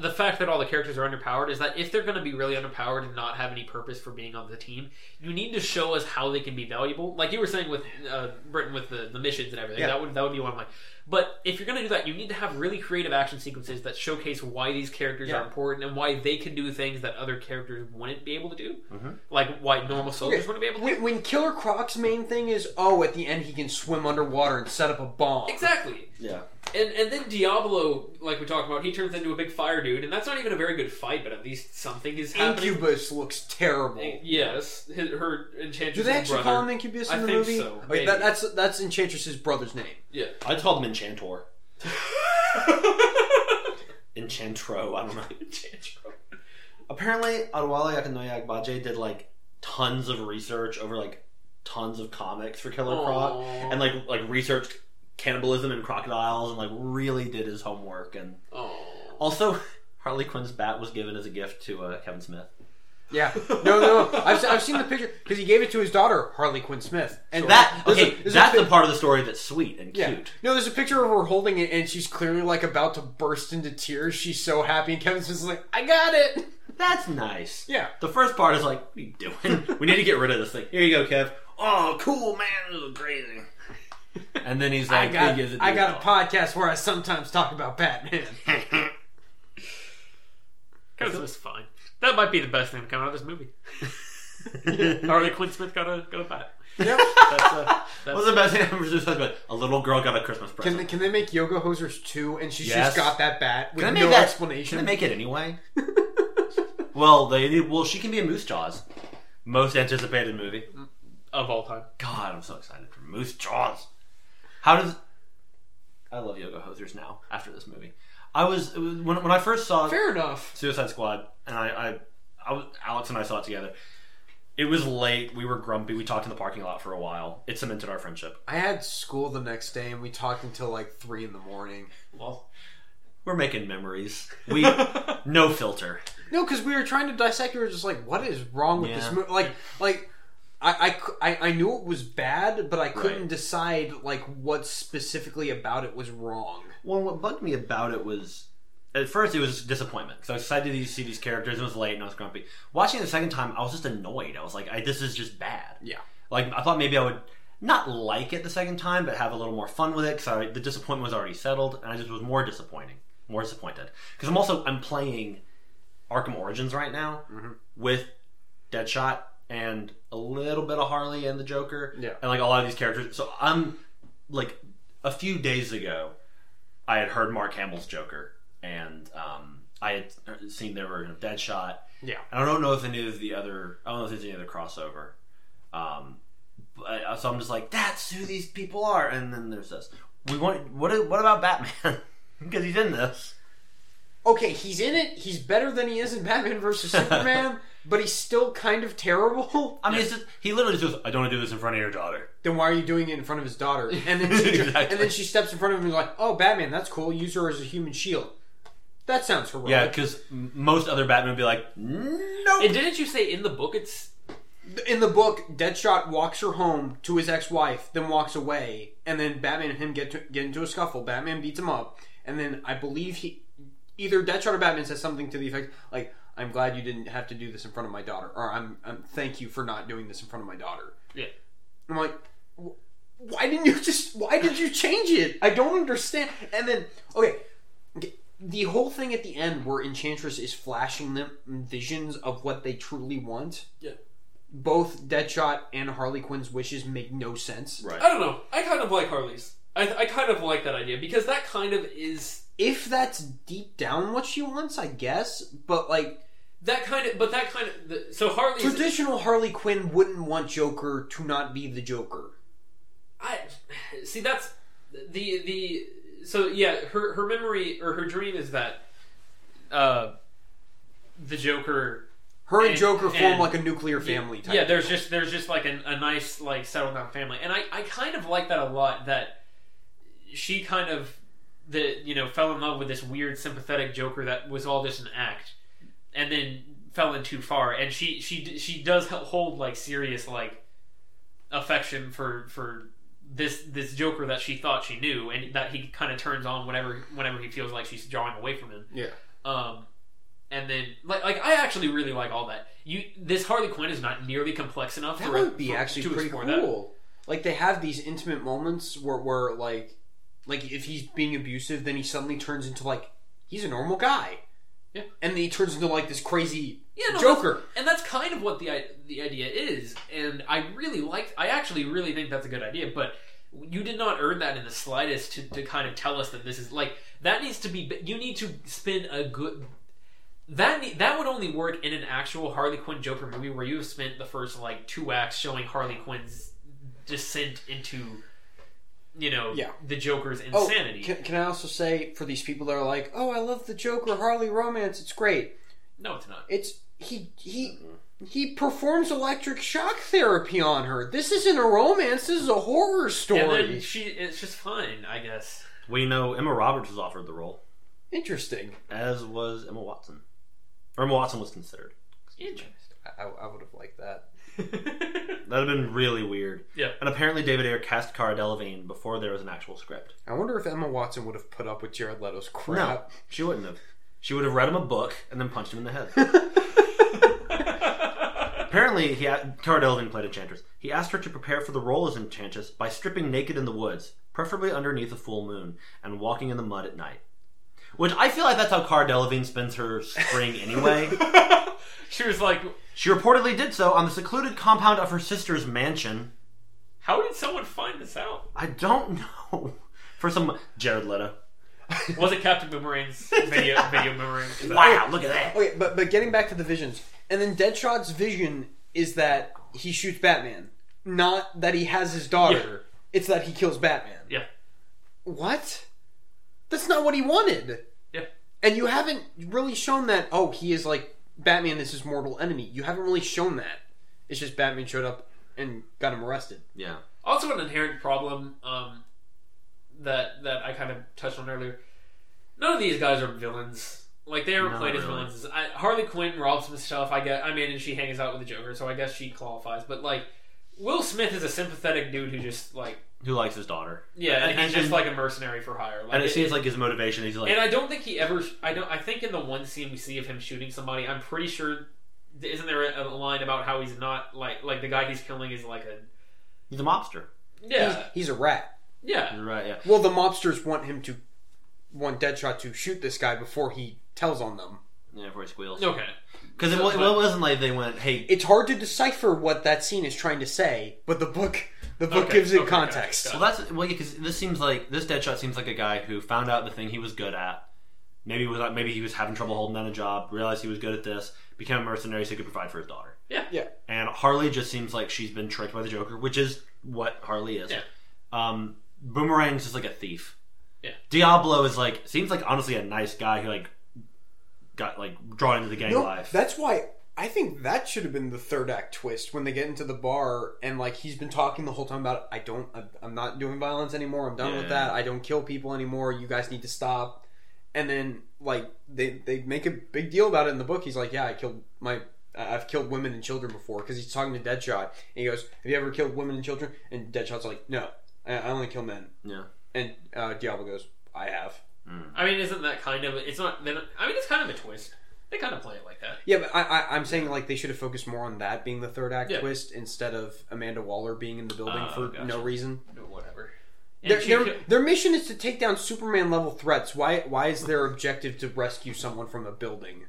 Speaker 1: the fact that all the characters are underpowered is that if they're going to be really underpowered and not have any purpose for being on the team you need to show us how they can be valuable like you were saying with uh, britain with the, the missions and everything
Speaker 2: Yeah.
Speaker 1: that would that would be one way but if you're going to do that you need to have really creative action sequences that showcase why these characters
Speaker 2: Yeah.
Speaker 1: are important and why they can do things that other characters wouldn't be able to do
Speaker 2: Mm-hmm.
Speaker 3: Mhm.
Speaker 1: like why normal soldiers wouldn't be able to do
Speaker 2: When, when Killer Croc's main thing is, oh, at the end he can swim underwater and set up a bomb.
Speaker 1: exactly
Speaker 3: Yeah,
Speaker 1: And and then Diablo, like we talked about, he turns into a big fire dude, and that's not even a very good fight, but at least something is happening.
Speaker 2: Incubus looks terrible.
Speaker 1: Yes, his, her enchantress.
Speaker 2: Do they
Speaker 1: brother.
Speaker 2: actually call him Incubus in
Speaker 1: I
Speaker 2: the
Speaker 1: think
Speaker 2: movie?
Speaker 1: so,
Speaker 2: Okay,
Speaker 1: maybe.
Speaker 2: that, that's that's Enchantress's brother's name.
Speaker 1: Yeah.
Speaker 3: I called him Enchantor, Enchantro. I don't know.
Speaker 1: Enchantress.
Speaker 3: Apparently, Adewale Akinoye Agbaje did like tons of research over like tons of comics for Killer Croc,
Speaker 1: Aw.
Speaker 3: and like like researched cannibalism and crocodiles, and like really did his homework. And
Speaker 1: Aw.
Speaker 3: also, Harley Quinn's bat was given as a gift to uh, Kevin Smith.
Speaker 2: Yeah, no, no, no. I've, se- I've seen the picture because he gave it to his daughter Harley Quinn Smith, and
Speaker 3: That
Speaker 2: there's a-
Speaker 3: okay,
Speaker 2: there's a
Speaker 3: that's
Speaker 2: pic-
Speaker 3: the part of the story that's sweet and
Speaker 2: yeah.
Speaker 3: cute.
Speaker 2: No, there's a picture of her holding it, and she's clearly like about to burst into tears. She's so happy, and Kevin Smith's like, "I got it."
Speaker 3: That's nice.
Speaker 2: Yeah,
Speaker 3: The first part is like, what are you doing? we need to get rid of this thing. Here you go, Kev. Oh, cool, man. This is crazy. And then he's
Speaker 2: I
Speaker 3: like,
Speaker 2: got,
Speaker 3: he gives it to
Speaker 2: I
Speaker 3: his
Speaker 2: got a
Speaker 3: dog.
Speaker 2: podcast where I sometimes talk about Batman.
Speaker 1: Because it was fine. That might be the best thing to come out of this movie. Harley Quinn Smith got a got a bat.
Speaker 2: yep.
Speaker 1: That's, uh,
Speaker 3: What's the best thing I've ever just talked about? A little girl got a Christmas
Speaker 2: Can they,
Speaker 3: present.
Speaker 2: can they make yoga hosers two? And she's
Speaker 3: Yes.
Speaker 2: just got that bat with
Speaker 3: Can I make
Speaker 2: no
Speaker 3: that-
Speaker 2: explanation.
Speaker 3: Can they make it anyway? well, they well she can be a Moose Jaws. Most anticipated movie.
Speaker 1: of all time.
Speaker 3: God, I'm so excited for Moose Jaws. How does I love yoga hosers now after this movie? I was, it was when, when I first saw
Speaker 2: Fair enough.
Speaker 3: Suicide Squad, and I, I, I was, Alex and I saw it together. It was late. We were grumpy. We talked in the parking lot for a while. It cemented our friendship.
Speaker 2: I had school the next day, and we talked until like three in the morning.
Speaker 1: Well,
Speaker 3: We're making memories. We no filter.
Speaker 2: No, because we were trying to dissect. We were just like, "What is wrong with this
Speaker 3: Yeah.
Speaker 2: movie?" Like, like I, I cou- I, I knew it was bad, but I couldn't
Speaker 3: Right.
Speaker 2: decide like what specifically about it was wrong.
Speaker 3: Well, what bugged me about it was at first it was disappointment because I was excited to see these characters. It was late and I was grumpy. Watching it the second time, I was just annoyed. I was like, I, "This is just bad."
Speaker 2: Yeah.
Speaker 3: Like I thought maybe I would not like it the second time, but have a little more fun with it because the disappointment was already settled, and I just was more disappointing, more disappointed. Because I'm also I'm playing Arkham Origins right now
Speaker 2: Mhm.
Speaker 3: with Deadshot and a little bit of Harley and the Joker,
Speaker 2: Yeah.
Speaker 3: and like a lot of these characters. So I'm like a few days ago, I had heard Mark Hamill's Joker, and um, I had seen their version of Deadshot.
Speaker 2: Yeah.
Speaker 3: and I don't know if any of the other. I don't know if there's any other crossover. Um, but, so I'm just like, that's who these people are. And then there's this. We want what? What about Batman? Because he's in this.
Speaker 2: Okay, he's in it. He's better than he is in Batman versus Superman, but he's still kind of terrible.
Speaker 3: I mean, it's just, he literally just goes, I don't want to do this in front of your daughter.
Speaker 2: then why are you doing it in front of his daughter? And then she,
Speaker 3: Exactly.
Speaker 2: and then she steps in front of him and is like, "Oh, Batman, that's cool. Use her as a human shield." That sounds heroic.
Speaker 3: Yeah, because most other Batman would be like, no.
Speaker 1: and didn't you say in the book it's
Speaker 2: In the book, Deadshot walks her home to his ex-wife, then walks away, and then Batman and him get to, get into a scuffle. Batman beats him up, and then I believe he either Deadshot or Batman says something to the effect like, "I'm glad you didn't have to do this in front of my daughter," or "I'm, I'm thank you for not doing this in front of my daughter."
Speaker 1: yeah?
Speaker 2: I'm like, "Wh- why didn't you just? Why did you change it? I don't understand. And then, okay, okay, the whole thing at the end where Enchantress is flashing them visions of what they truly want.
Speaker 1: Yeah.
Speaker 2: Both Deadshot and Harley Quinn's wishes make no sense.
Speaker 3: Right.
Speaker 1: I don't know. I kind of like Harley's. I, I kind of like that idea because that kind of is
Speaker 2: If that's deep down what she wants, I guess. But like
Speaker 1: That kind of, but that kind of. The, so Harley's.
Speaker 2: traditional Harley Quinn wouldn't want Joker to not be the Joker.
Speaker 1: I see. That's the the so yeah, her her memory or her dream is that uh, the Joker
Speaker 2: Her and,
Speaker 1: And-
Speaker 2: Joker form
Speaker 1: and-
Speaker 2: like a nuclear family
Speaker 1: yeah,
Speaker 2: type.
Speaker 1: Yeah, there's just there's just like an, a nice like settled down family, and I I kind of like that a lot. That she kind of the you know fell in love with this weird sympathetic Joker that was all just an act, and then fell in too far, and she she d- she does h- hold like serious like affection for for this this Joker that she thought she knew, and that he kind of turns on whenever whenever he feels like she's drawing away from him.
Speaker 2: Yeah.
Speaker 1: Um, and then like like I actually really like all that. You this Harley Quinn is not nearly complex enough.
Speaker 2: That
Speaker 1: for,
Speaker 2: would be
Speaker 1: for-
Speaker 2: actually
Speaker 1: to
Speaker 2: pretty
Speaker 1: explore
Speaker 2: cool.
Speaker 1: that.
Speaker 2: Like they have these intimate moments where, where like like if he's being abusive, then he suddenly turns into like he's a normal guy.
Speaker 1: Yeah.
Speaker 2: And then he turns into like this crazy
Speaker 1: Yeah, no,
Speaker 2: Joker.
Speaker 1: and that's kind of what the i- the idea is. And I really liked. I actually really think that's a good idea, but. You did not earn that in the slightest to, to kind of tell us that this is like that needs to be. You need to spin a good that ne- that would only work in an actual Harley Quinn Joker movie where you have spent the first like two acts showing Harley Quinn's descent into, you know,
Speaker 2: Yeah.
Speaker 1: the Joker's
Speaker 2: Oh,
Speaker 1: insanity.
Speaker 2: Can, can I also say for these people that are like, "Oh, I love the Joker Harley romance. It's great."
Speaker 1: no, it's not.
Speaker 2: It's he he he performs electric shock therapy on her. This isn't a romance. This is a horror
Speaker 1: And
Speaker 2: story.
Speaker 1: then she, it's just fine, I guess.
Speaker 3: We know Emma Roberts was offered the role,
Speaker 2: Interesting.
Speaker 3: as was Emma Watson. Or Emma Watson was considered.
Speaker 2: I, I would have liked that.
Speaker 1: Interesting.
Speaker 3: That'd have been really weird.
Speaker 1: Yeah.
Speaker 3: And apparently David Ayer cast Cara Delevingne before there was an actual script.
Speaker 2: I wonder if Emma Watson would have put up with Jared Leto's crap.
Speaker 3: She wouldn't have. She would have read him a book and then punched him in the head. Apparently, he a- Cara Delevingne played Enchantress. He asked her to prepare for the role as Enchantress by stripping naked in the woods, preferably underneath a full moon, and walking in the mud at night. Which I feel like that's how Cara Delevingne spends her spring anyway.
Speaker 1: she was like,
Speaker 3: she reportedly did so on the secluded compound of her sister's mansion.
Speaker 1: "How did someone find this out?
Speaker 3: I don't know. For some Jared Leto.
Speaker 1: Was it Captain Boomerang's video video boomerang? Is that-
Speaker 3: Wow, look at that.
Speaker 2: Okay, but but getting back to the visions, and then Deadshot's vision is that he shoots Batman, not that he has his daughter. It's that he kills Batman.
Speaker 1: Yeah.
Speaker 2: What? That's not what he wanted.
Speaker 1: Yeah.
Speaker 2: And you haven't really shown that. Oh, he is like Batman is his mortal enemy. You haven't really shown that. It's just Batman showed up and got him arrested.
Speaker 3: Yeah.
Speaker 1: Also, an inherent problem um, that that I kind of touched on earlier. None of these guys are villains. Like they aren't
Speaker 3: Not
Speaker 1: played as
Speaker 3: really.
Speaker 1: villains. I, Harley Quinn robs some stuff. I guess. I mean, and she hangs out with the Joker, so I guess she qualifies. But like, Will Smith is a sympathetic dude who just like
Speaker 3: Who likes his daughter?
Speaker 1: yeah, and,
Speaker 3: And-
Speaker 1: he's just
Speaker 3: and-
Speaker 1: like a mercenary for hire. Like,
Speaker 3: And it seems like his motivation. He's like,
Speaker 1: and I don't think he ever. I don't. I think in the one scene we see of him shooting somebody, I'm pretty sure. Isn't there a, a line about how he's not like like the guy he's killing is like a
Speaker 3: he's a mobster.
Speaker 1: yeah
Speaker 2: He's, he's a rat.
Speaker 1: yeah
Speaker 3: You're right, yeah.
Speaker 2: Well, the mobsters want him to want Deadshot to shoot this guy before he tells on them.
Speaker 3: Yeah, before he squeals.
Speaker 1: okay
Speaker 3: Because it, wa- it wasn't like they went, hey,
Speaker 2: It's hard to decipher what that scene is trying to say, but the book the book
Speaker 1: Okay,
Speaker 2: gives it
Speaker 1: okay,
Speaker 2: context.
Speaker 1: got it,
Speaker 3: Well, that's well, because this seems like this Deadshot seems like a guy who found out the thing he was good at. Maybe was maybe he was having trouble holding down a job. Realized he was good at this. Became a mercenary so he could provide for his daughter.
Speaker 1: Yeah.
Speaker 2: Yeah.
Speaker 3: And Harley just seems like she's been tricked by the Joker, which is what Harley is.
Speaker 1: Yeah.
Speaker 3: Um, Boomerang's just like a thief.
Speaker 1: Yeah.
Speaker 3: Diablo is like seems like honestly a nice guy who like got like drawn into the gang
Speaker 2: No,
Speaker 3: life.
Speaker 2: that's why I think that should have been the third act twist when they get into the bar and like he's been talking the whole time about I don't I'm- I'm not doing violence anymore. I'm done
Speaker 3: Yeah.
Speaker 2: with that. I don't kill people anymore. You guys need to stop. And then like they they make a big deal about it in the book. He's like, "Yeah, I killed my I- I've killed women and children before because he's talking to Deadshot and he goes, "Have you ever killed women and children?" And Deadshot's like, "No, I, I only kill men."
Speaker 3: Yeah.
Speaker 2: And uh, Diablo goes, "I have."
Speaker 3: Mm.
Speaker 1: I mean, isn't that kind of? It's not. They're not I mean, it's kind of a twist. They kind of play it like that.
Speaker 2: Yeah, but I, I, I'm saying like they should have focused more on that being the third act
Speaker 1: Yeah.
Speaker 2: twist instead of Amanda Waller being in the building
Speaker 1: Oh,
Speaker 2: for
Speaker 1: gotcha.
Speaker 2: no reason.
Speaker 1: But whatever. And
Speaker 2: Their,
Speaker 1: she
Speaker 2: their,
Speaker 1: ki-
Speaker 2: their mission is to take down Superman level threats. Why why is their objective to rescue someone from a building?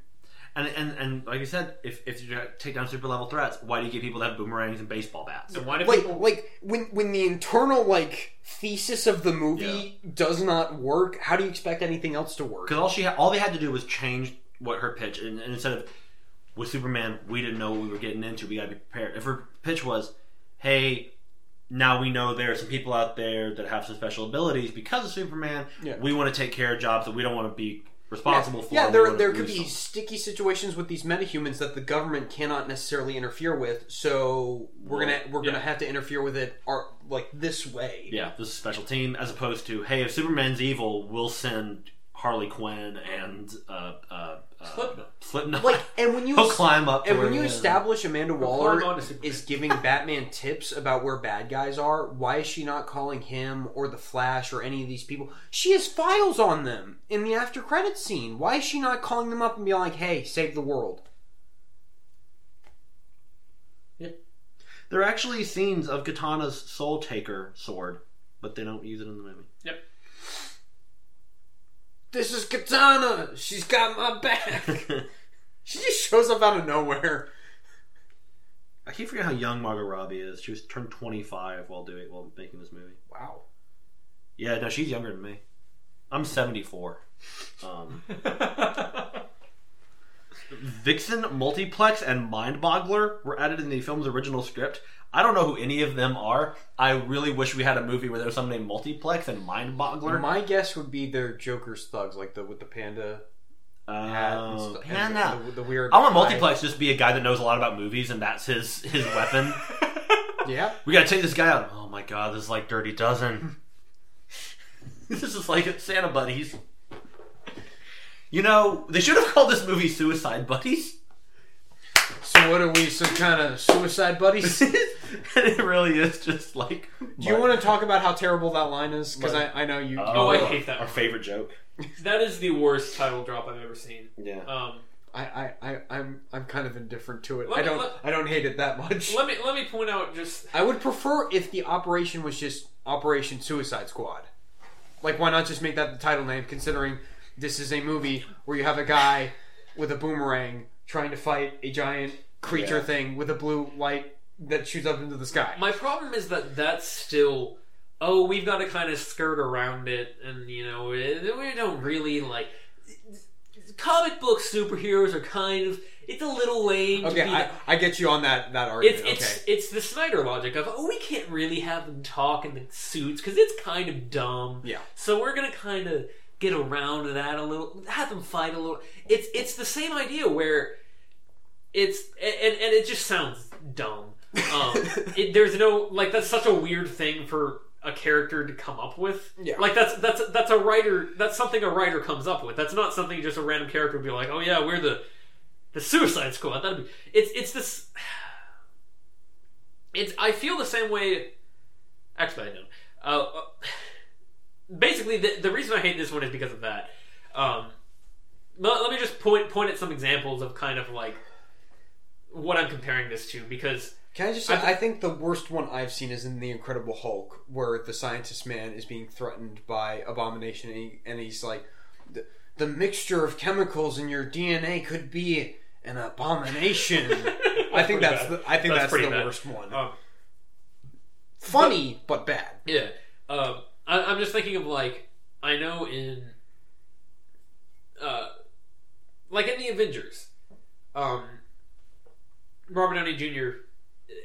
Speaker 3: And, and and like you said, if if you take down super level threats, why do you get people that have boomerangs and baseball bats?
Speaker 1: so why do
Speaker 2: Like
Speaker 1: people?
Speaker 2: like when when the internal like thesis of the movie does not work, how do you expect anything else to work?
Speaker 3: Because all she ha- all they had to do was change what her pitch, and, and instead of with Superman, we didn't know what we were getting into. We got to be prepared. If her pitch was, "Hey, now we know there are some people out there that have some special abilities because of Superman.
Speaker 2: Yeah.
Speaker 3: We want to take care of jobs that we don't want to be responsible for.
Speaker 2: yeah,
Speaker 3: We
Speaker 2: there
Speaker 3: wanna
Speaker 2: there could
Speaker 3: lose
Speaker 2: be
Speaker 3: some.
Speaker 2: sticky situations with these metahumans that the government cannot necessarily interfere with. So we're gonna we're
Speaker 3: Yeah.
Speaker 2: gonna have to interfere with it our, like this way.
Speaker 3: Yeah, this is a special team as opposed to hey, if Superman's evil, we'll send Harley Quinn and uh, uh, uh,
Speaker 1: Slipknot.
Speaker 3: Slipknot.
Speaker 2: Like and when you
Speaker 3: he'll climb up. To
Speaker 2: and
Speaker 3: where
Speaker 2: when you
Speaker 3: he is.
Speaker 2: establish Amanda
Speaker 1: climb
Speaker 2: Waller
Speaker 1: onto Superman.
Speaker 2: is giving Batman tips about where bad guys are, why is she not calling him or the Flash or any of these people? She has files on them in the after credit scene. Why is she not calling them up and being like, "Hey, save the world"?
Speaker 3: there are actually scenes of Katana's Soul Taker sword, but they don't use it in the movie.
Speaker 2: This is Katana. She's got my back. she just shows up out of nowhere.
Speaker 3: I keep forgetting how young Margot Robbie is. She was turned twenty five while doing while making this movie.
Speaker 2: Wow.
Speaker 3: Yeah, no, she's younger than me. I'm seventy four. Um, Vixen, Multiplex, and Mindboggler were added in the film's original script. I don't know who any of them are. I really wish we had a movie where there was something named Multiplex and Mindboggler.
Speaker 2: My guess would be they're Joker's thugs, like the with the panda hat and,
Speaker 1: Oh,
Speaker 3: Um,
Speaker 2: stu- and
Speaker 3: Panda.
Speaker 2: the, the weird.
Speaker 3: I want
Speaker 2: eye.
Speaker 3: Multiplex to just be a guy that knows a lot about movies, and that's his his weapon.
Speaker 2: Yeah.
Speaker 3: we gotta take this guy out. Oh my god, this is like Dirty Dozen. this is like Santa Buddies. You know, they should have called this movie Suicide Buddies.
Speaker 2: So what are we? Some kind of suicide buddies?
Speaker 3: and it really is just like.
Speaker 2: Do you want to talk about how terrible that line is? Because I,
Speaker 3: Right.
Speaker 2: I know you.
Speaker 1: Oh, I hate that
Speaker 3: Our
Speaker 1: one.
Speaker 3: favorite joke.
Speaker 1: that is the worst title drop I've ever seen.
Speaker 3: Yeah.
Speaker 1: Um,
Speaker 2: I, I, I, I'm, I'm kind of indifferent to it.
Speaker 1: Let
Speaker 2: I
Speaker 1: me-
Speaker 2: don't,
Speaker 1: let-
Speaker 2: I don't hate it that much.
Speaker 1: let me let me point out just
Speaker 2: I would prefer if the operation was just Operation Suicide Squad. Like, why not just make that the title name? Considering this is a movie where you have a guy with a boomerang trying to fight a giant creature
Speaker 3: Yeah.
Speaker 2: thing with a blue light that shoots up into the sky.
Speaker 1: my problem is that that's still oh we've got to kind of skirt around it and you know it- we don't really like comic book superheroes are kind of it's a little lame to
Speaker 2: okay,
Speaker 1: be
Speaker 2: I, I get you on that that
Speaker 1: it's
Speaker 2: argument. okay.
Speaker 1: it's it's the Snyder logic of oh we can't really have them talk in the suits because it's kind of dumb.
Speaker 2: Yeah.
Speaker 1: So we're gonna kind of get around that a little, have them fight a little. It's it's the same idea where it's and and and it just sounds dumb. Um, it, there's no like that's such a weird thing for a character to come up with.
Speaker 2: Yeah.
Speaker 1: Like that's that's that's a writer. That's something a writer comes up with. That's not something just a random character would be like, oh yeah, we're the the Suicide Squad. That'd be it's it's this. It's I feel the same way. Actually, I don't. Uh, uh, basically, the the reason I hate this one is because of that. Um, let, let me just point point at some examples of kind of like what I'm comparing this to because
Speaker 2: Can I just say, I, think the worst one I've seen is in The Incredible Hulk, where the scientist man is being threatened by Abomination, and, he, and he's like, the, the mixture of chemicals in your DNA could be an abomination. I think that's
Speaker 1: pretty
Speaker 2: the, I think
Speaker 1: That's
Speaker 2: that's,
Speaker 1: pretty
Speaker 2: the
Speaker 1: bad.
Speaker 2: worst one.
Speaker 1: Um,
Speaker 2: Funny but, bad.
Speaker 1: Yeah. Um, I, I'm just thinking of like I know in, uh, like in the Avengers, um, Robert Downey Jr.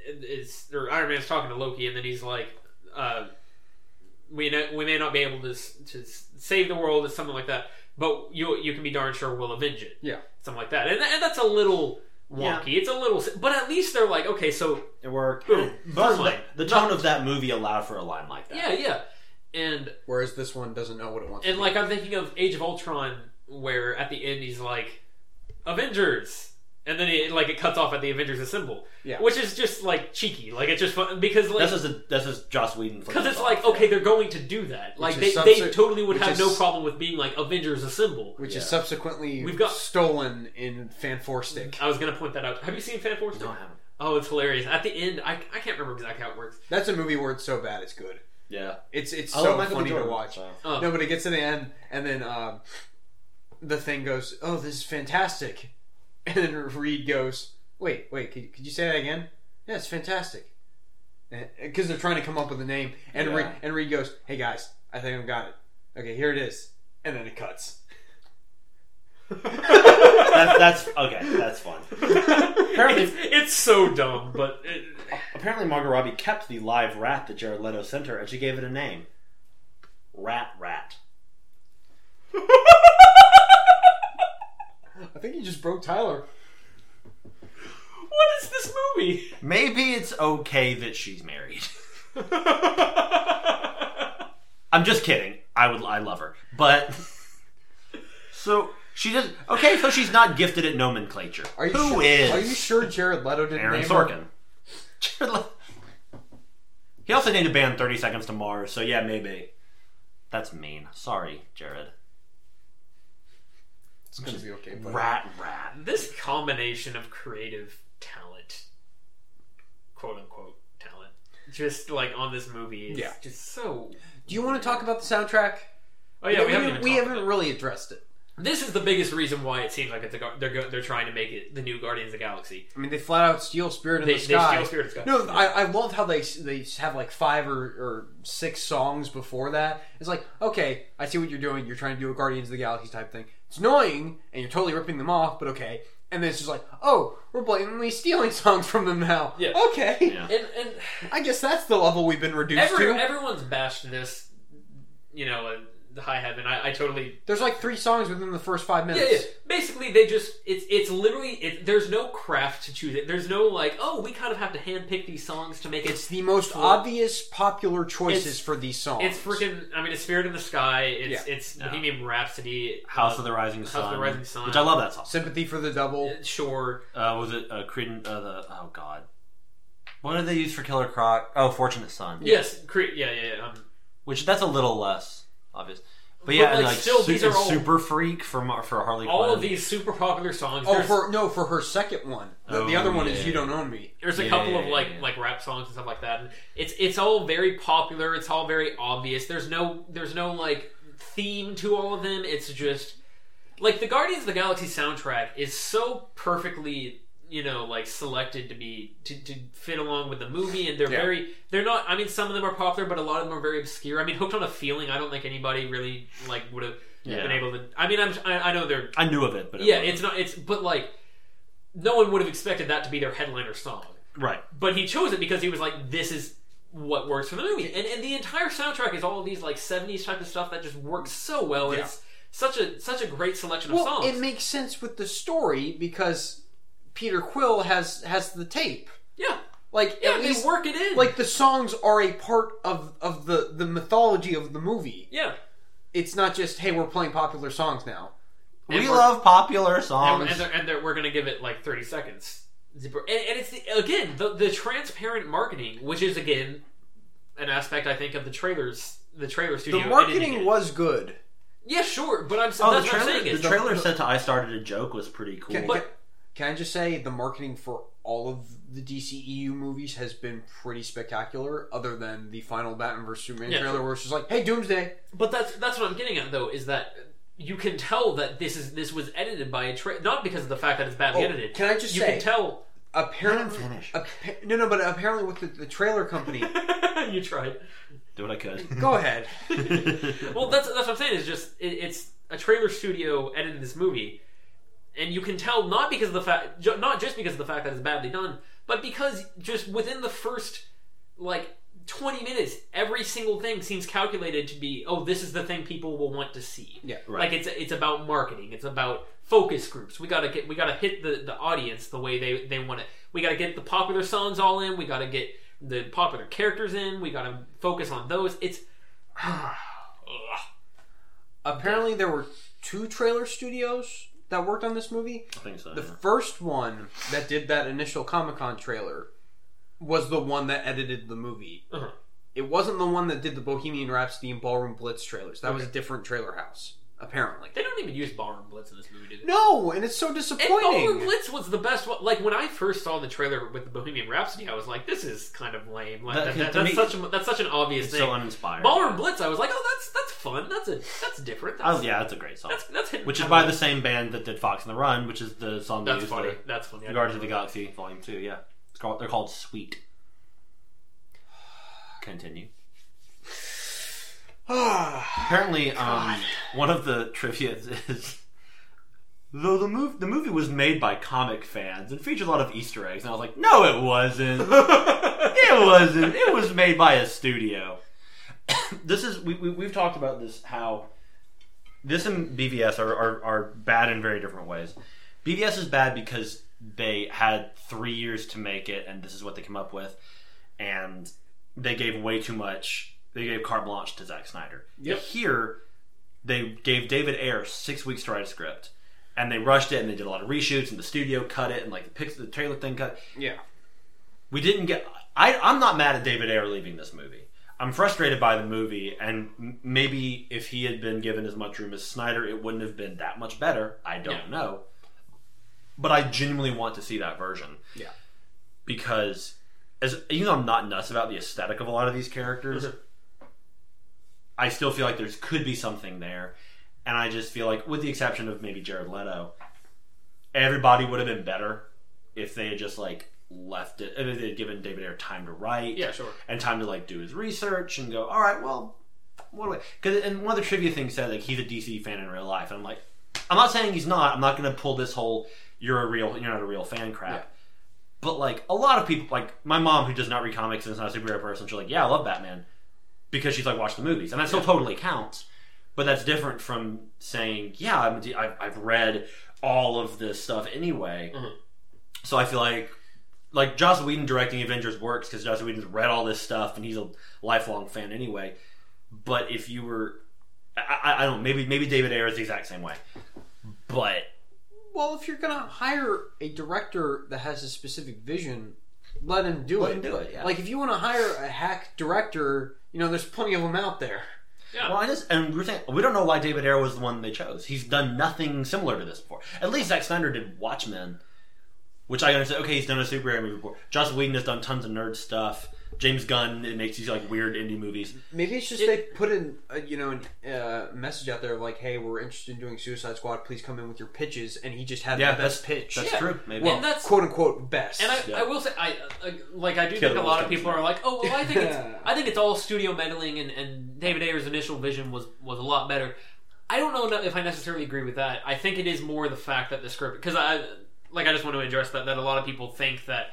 Speaker 1: is or Iron Man's talking to Loki, and then he's like, uh, "We know, we may not be able to s- to s- save the world or something like that, but you you can be darn sure we'll avenge it."
Speaker 2: Yeah.
Speaker 1: something like that, and, tha- and that's a little
Speaker 3: Yeah.
Speaker 1: wonky. It's a little, s- but at least they're like, okay, so
Speaker 3: It worked.
Speaker 1: Boom.
Speaker 3: But
Speaker 1: Firmly.
Speaker 3: the, the tone of that movie allowed for a line like that.
Speaker 1: yeah, yeah, and
Speaker 2: Whereas this one doesn't know what it wants.
Speaker 1: And
Speaker 2: to
Speaker 1: like I'm thinking of Age of Ultron, where at the end he's like, "Avengers," and then it, like it cuts off at the Avengers assemble,
Speaker 2: Yeah.
Speaker 1: which is just like cheeky. Like it's just fun because like
Speaker 3: That's just a, that's just Joss Whedon.
Speaker 1: because it's like okay they're going to do that. Like they,
Speaker 2: is
Speaker 1: they
Speaker 2: subse-
Speaker 1: totally would
Speaker 2: which
Speaker 1: have
Speaker 2: is-
Speaker 1: no problem with being like Avengers assemble.
Speaker 2: be, which
Speaker 3: yeah.
Speaker 2: is subsequently
Speaker 1: We've got- Mm-hmm.
Speaker 2: stolen in Fanforstic.
Speaker 1: I was gonna point that out. Have you seen Fan Force?
Speaker 3: No, I haven't.
Speaker 1: Oh, it's hilarious. At the end, I, I can't remember exactly how it works.
Speaker 2: That's a movie where it's so bad it's good.
Speaker 3: Yeah.
Speaker 2: It's it's
Speaker 3: I love
Speaker 2: so
Speaker 3: Michael B.
Speaker 2: funny to
Speaker 3: Jordan,
Speaker 2: watch.
Speaker 3: so.
Speaker 1: Um,
Speaker 2: No, but it gets to the end, and then um, the thing goes, "Oh, this is fantastic," and then Reed goes, "Wait, wait, could, could you say that again?" Yeah, it's fantastic, because they're trying to come up with a name, and Reed,
Speaker 3: Yeah.
Speaker 2: and Reed goes, "Hey guys, I think I've got it. Okay, here it is," and then it cuts.
Speaker 3: That, that's okay. That's fun.
Speaker 1: Apparently, it's, it's so dumb, but it,
Speaker 3: Apparently, Margot Robbie kept the live rat that Jared Leto sent her, and she gave it a name. Rat Rat.
Speaker 2: I think you just broke Tyler.
Speaker 1: what is this movie?
Speaker 3: Maybe it's okay that she's married. I'm just kidding. I would. I love her, but so she does. Okay, so she's not gifted at nomenclature.
Speaker 2: Are you
Speaker 3: Who
Speaker 2: sure,
Speaker 3: is
Speaker 2: Are you sure Jared Leto didn't
Speaker 3: Aaron
Speaker 2: name
Speaker 3: Sorkin?
Speaker 2: her?
Speaker 3: Jared Le- he also named a band Thirty Seconds to Mars. So yeah, maybe. That's mean. Sorry, Jared.
Speaker 2: It's gonna be okay. But
Speaker 3: Rat, rat.
Speaker 1: this combination of creative talent, quote unquote talent, just like on this movie is
Speaker 2: Yeah.
Speaker 1: just so.
Speaker 2: Do you want to talk about the soundtrack?
Speaker 1: Oh yeah, we, haven't.
Speaker 2: didn't-
Speaker 1: even
Speaker 2: we
Speaker 1: talked
Speaker 2: haven't
Speaker 1: about
Speaker 2: really addressed it.
Speaker 1: it. This is the biggest reason why it seems like it's a, gar- they're go, they're trying to make it the new Guardians of the Galaxy.
Speaker 2: I mean, they flat out steal Spirit in
Speaker 1: They,
Speaker 2: the
Speaker 1: they
Speaker 2: Sky.
Speaker 1: steal Spirit of Sky.
Speaker 2: No, I, I love how they they have like five or, or six songs before that. It's like, okay, I see what you're doing. You're trying to do a Guardians of the Galaxy type thing. It's annoying, and you're totally ripping them off, but okay. And then it's just like, oh, we're blatantly stealing songs from them now.
Speaker 1: Yeah.
Speaker 2: Okay.
Speaker 3: Yeah.
Speaker 1: and and
Speaker 2: I guess that's the level we've been reduced
Speaker 1: every,
Speaker 2: to.
Speaker 1: everyone's bashed this, you know, uh, the high heaven. I, I totally
Speaker 2: There's like three songs within the first five
Speaker 1: Yeah,
Speaker 2: minutes.
Speaker 1: yeah. Basically, they just it's it's literally it, there's no craft to choose it. There's no like oh we kind of have to handpick these songs to make it.
Speaker 2: It's the most
Speaker 1: Cool.
Speaker 2: obvious popular choices
Speaker 1: It's-
Speaker 2: for these songs.
Speaker 1: It's freaking. I mean, it's Spirit in the Sky. It's it's
Speaker 3: Yeah.
Speaker 1: Bohemian Rhapsody.
Speaker 3: House of the Rising
Speaker 1: House
Speaker 3: Sun.
Speaker 1: of the Rising Sun.
Speaker 3: Which I love that song.
Speaker 2: Sympathy for the Double.
Speaker 1: Sure.
Speaker 3: Uh, was it uh, Creedence? Uh, the oh god, what did they use for Killer Croc? Oh, Fortunate Son.
Speaker 1: Yes. Cre- yeah. Yeah. yeah. Um,
Speaker 3: which that's a little less obvious. But
Speaker 1: But,
Speaker 3: yeah,
Speaker 1: like,
Speaker 3: and, like
Speaker 1: still,
Speaker 3: su-
Speaker 1: these are all-
Speaker 3: Super Freak from for Harley.
Speaker 1: all
Speaker 3: Quinn.
Speaker 1: of these super popular songs.
Speaker 2: Oh,
Speaker 1: there's,
Speaker 2: for no, for her second one. The, the
Speaker 3: Oh,
Speaker 2: other one is
Speaker 3: yeah.
Speaker 2: You Don't Own Me.
Speaker 1: there's a
Speaker 3: Yeah,
Speaker 1: couple of
Speaker 3: yeah,
Speaker 1: like
Speaker 3: yeah.
Speaker 1: like rap songs and stuff like that. And it's it's all very popular. It's all very obvious. There's no there's no like theme to all of them. It's just like the Guardians of the Galaxy soundtrack is so perfectly you know like selected to be to, to fit along with the movie and they're
Speaker 2: Yeah.
Speaker 1: very they're not i mean some of them are popular but a lot of them are very obscure i mean hooked on a feeling i don't think anybody really like would have
Speaker 3: Yeah.
Speaker 1: been able to i mean i'm i, I know they're
Speaker 3: I knew of it, but it
Speaker 1: yeah
Speaker 3: wasn't.
Speaker 1: it's not it's but like no one would have expected that to be their headliner song
Speaker 3: right.
Speaker 1: but he chose it because he was like this is what works for the movie and, and the entire soundtrack is all of these like 70s type of stuff that just works so well and
Speaker 2: Yeah.
Speaker 1: it's such a such a great selection of
Speaker 2: Well,
Speaker 1: songs
Speaker 2: it makes sense with the story because Peter Quill has has the tape.
Speaker 1: yeah
Speaker 2: Like
Speaker 1: yeah
Speaker 2: at
Speaker 1: they
Speaker 2: least,
Speaker 1: work it in
Speaker 2: like the songs are a part of of the the mythology of the movie.
Speaker 1: yeah
Speaker 2: It's not just hey, we're playing popular songs now.
Speaker 1: And
Speaker 3: we
Speaker 1: we're-
Speaker 3: love popular
Speaker 1: and,
Speaker 3: songs.
Speaker 1: and, they're, and they're, we're gonna give it like 30 seconds Zipper- and, and it's the, again the, the transparent marketing which is again an aspect i think of the trailers the trailer studio
Speaker 2: The
Speaker 1: editing
Speaker 2: marketing
Speaker 1: it.
Speaker 2: was good.
Speaker 1: yeah sure but i'm
Speaker 3: oh, the
Speaker 1: that's what i'm
Speaker 3: trailer,
Speaker 1: saying
Speaker 3: the
Speaker 1: is
Speaker 3: trailer set to "I Started a Joke" was pretty cool.
Speaker 2: Can,
Speaker 1: But-
Speaker 2: can- can I just say the marketing for all of the DCEU movies has been pretty spectacular, other than the final Batman vs Superman
Speaker 1: Yeah.
Speaker 2: trailer, where it's just like, "Hey, Doomsday!"
Speaker 1: But that's that's what I'm getting at though is that you can tell that this is this was edited by a tra- not because of the fact that it's badly
Speaker 2: Oh,
Speaker 1: edited.
Speaker 2: can I just
Speaker 1: you
Speaker 2: say-
Speaker 1: can tell
Speaker 2: Apparently,
Speaker 3: finish.
Speaker 2: appa- no, no, but apparently with the, the trailer company,
Speaker 1: you tried.
Speaker 3: Do what I could.
Speaker 2: go ahead.
Speaker 1: Well, that's that's what I'm saying is just it, it's a trailer studio edited this movie, and you can tell not because of the fact ju- not just because of the fact that it's badly done, but because just within the first like 20 minutes, every single thing seems calculated to be oh this is the thing people will want to see.
Speaker 2: Yeah,
Speaker 3: right.
Speaker 1: Like it's it's about marketing. It's about focus groups. We gotta get we gotta hit the, the audience the way they they want to. We gotta get the popular songs all in. We gotta get the popular characters in. We gotta focus on those. It's
Speaker 2: Apparently, there were two trailer studios that worked on this movie.
Speaker 3: I think so.
Speaker 2: The
Speaker 3: yeah.
Speaker 2: first one that did that initial Comic Con trailer was the one that edited the movie.
Speaker 1: Uh-huh.
Speaker 2: It wasn't the one that did the Bohemian Rhapsody and Ballroom Blitz trailers. That was a different trailer house, apparently.
Speaker 1: they don't even use ballroom blitz in this movie, do they?
Speaker 2: No, and it's so
Speaker 1: And
Speaker 2: disappointing.
Speaker 1: Ballroom Blitz was the best one. Like when I first saw the trailer with the Bohemian Rhapsody, I was like, "This is kind of lame." Like
Speaker 3: That-
Speaker 1: that,
Speaker 3: to
Speaker 1: that- that's
Speaker 3: me-
Speaker 1: such a, that's such an obvious
Speaker 3: It's
Speaker 1: thing.
Speaker 3: so uninspired.
Speaker 1: Ballroom Blitz, I was like, "Oh, that's that's fun. That's a that's different. That's
Speaker 3: Oh yeah, that's a great song.
Speaker 1: that's, that's hitting
Speaker 3: Which is
Speaker 1: kind
Speaker 3: by
Speaker 1: of-
Speaker 3: the same band that did "Fox and the Run," which is the song they
Speaker 1: That's
Speaker 3: used
Speaker 1: funny.
Speaker 3: for
Speaker 1: That's funny. I
Speaker 3: the Guardians of the Galaxy Volume Two. Yeah, it's called, they're called Sweet. Continue. Apparently, um, one of the trivia is though the move the movie was made by comic fans and featured a lot of Easter eggs, and I was like, no, it wasn't. it wasn't. It was made by a studio. this is we, we we've talked about this how this and BVS are, are are bad in very different ways. BVS is bad because they had three years to make it, and this is what they came up with, and they gave way too much. They gave carte blanche to Zack Snyder.
Speaker 2: Yep.
Speaker 3: Here, they gave David Ayer six weeks to write a script, and they rushed it, and they did a lot of reshoots, and the studio cut it, and like the pix- the trailer thing cut.
Speaker 2: Yeah.
Speaker 3: We didn't get. I, I'm not mad at David Ayer leaving this movie. I'm frustrated by the movie, and m- maybe if he had been given as much room as Snyder, it wouldn't have been that much better. I don't know. But I genuinely want to see that version.
Speaker 2: Yeah.
Speaker 3: Because, as even though I'm not nuts about the aesthetic of a lot of these
Speaker 2: Mm-hmm.
Speaker 3: characters, I still feel like there's could be something there. And I just feel like, with the exception of maybe Jared Leto, everybody would have been better if they had just like left it, if they had given David Ayer time to write
Speaker 1: Yeah, sure.
Speaker 3: and time to like do his research and go, all right, well, what do I? Because and one of the trivia things said like he's a DC fan in real life, and I'm like, I'm not saying he's not. I'm not going to pull this whole you're a real you're not a real fan crap. But like a lot of people, like my mom who does not read comics and is not a superhero person, she's like, yeah, I love Batman because she's like watched the movies, and that still totally counts. But that's different from saying, yeah, I'm, I've, I've read all of this stuff anyway.
Speaker 1: Mhm.
Speaker 3: So I feel like like Joss Whedon directing Avengers works because Joss Whedon's read all this stuff and he's a lifelong fan anyway. But if you were, I, I- I don't know, maybe maybe David Ayer is the exact same way. But
Speaker 2: Well, if you're gonna hire a director that has a specific vision, let him do
Speaker 3: Let
Speaker 2: it.
Speaker 3: him do it, yeah.
Speaker 2: Like if you want to hire a hack director, you know, there's plenty of them out there.
Speaker 1: Yeah.
Speaker 3: well, I just and we're saying we don't know why David Ayer was the one they chose. He's done nothing similar to this before. At least Zack Snyder did Watchmen, which I understand. Okay, he's done a superhero movie before. Joss Whedon has done tons of nerd stuff. James Gunn it makes these like weird indie movies.
Speaker 2: Maybe it's just they put in, a, you know, an, uh, message out there like, "Hey, we're interested in doing Suicide Squad. Please come in with your pitches." And he just had
Speaker 3: Yeah,
Speaker 2: the best
Speaker 3: that's-
Speaker 2: pitch,
Speaker 3: That's
Speaker 1: Yeah.
Speaker 3: true. Maybe
Speaker 2: well,
Speaker 1: And that's-
Speaker 2: quote unquote best.
Speaker 1: And I,
Speaker 3: Yeah.
Speaker 1: I will say, I uh, like I do
Speaker 3: Killer
Speaker 1: think a
Speaker 3: Whales
Speaker 1: lot of
Speaker 3: comes
Speaker 1: people
Speaker 3: back.
Speaker 1: are like, oh well, I think it's
Speaker 2: Yeah.
Speaker 1: I think it's all studio meddling, and, and David Ayer's initial vision was was a lot better. I don't know if I necessarily agree with that. I think it is more the fact that the script because I like I just want to address that that a lot of people think that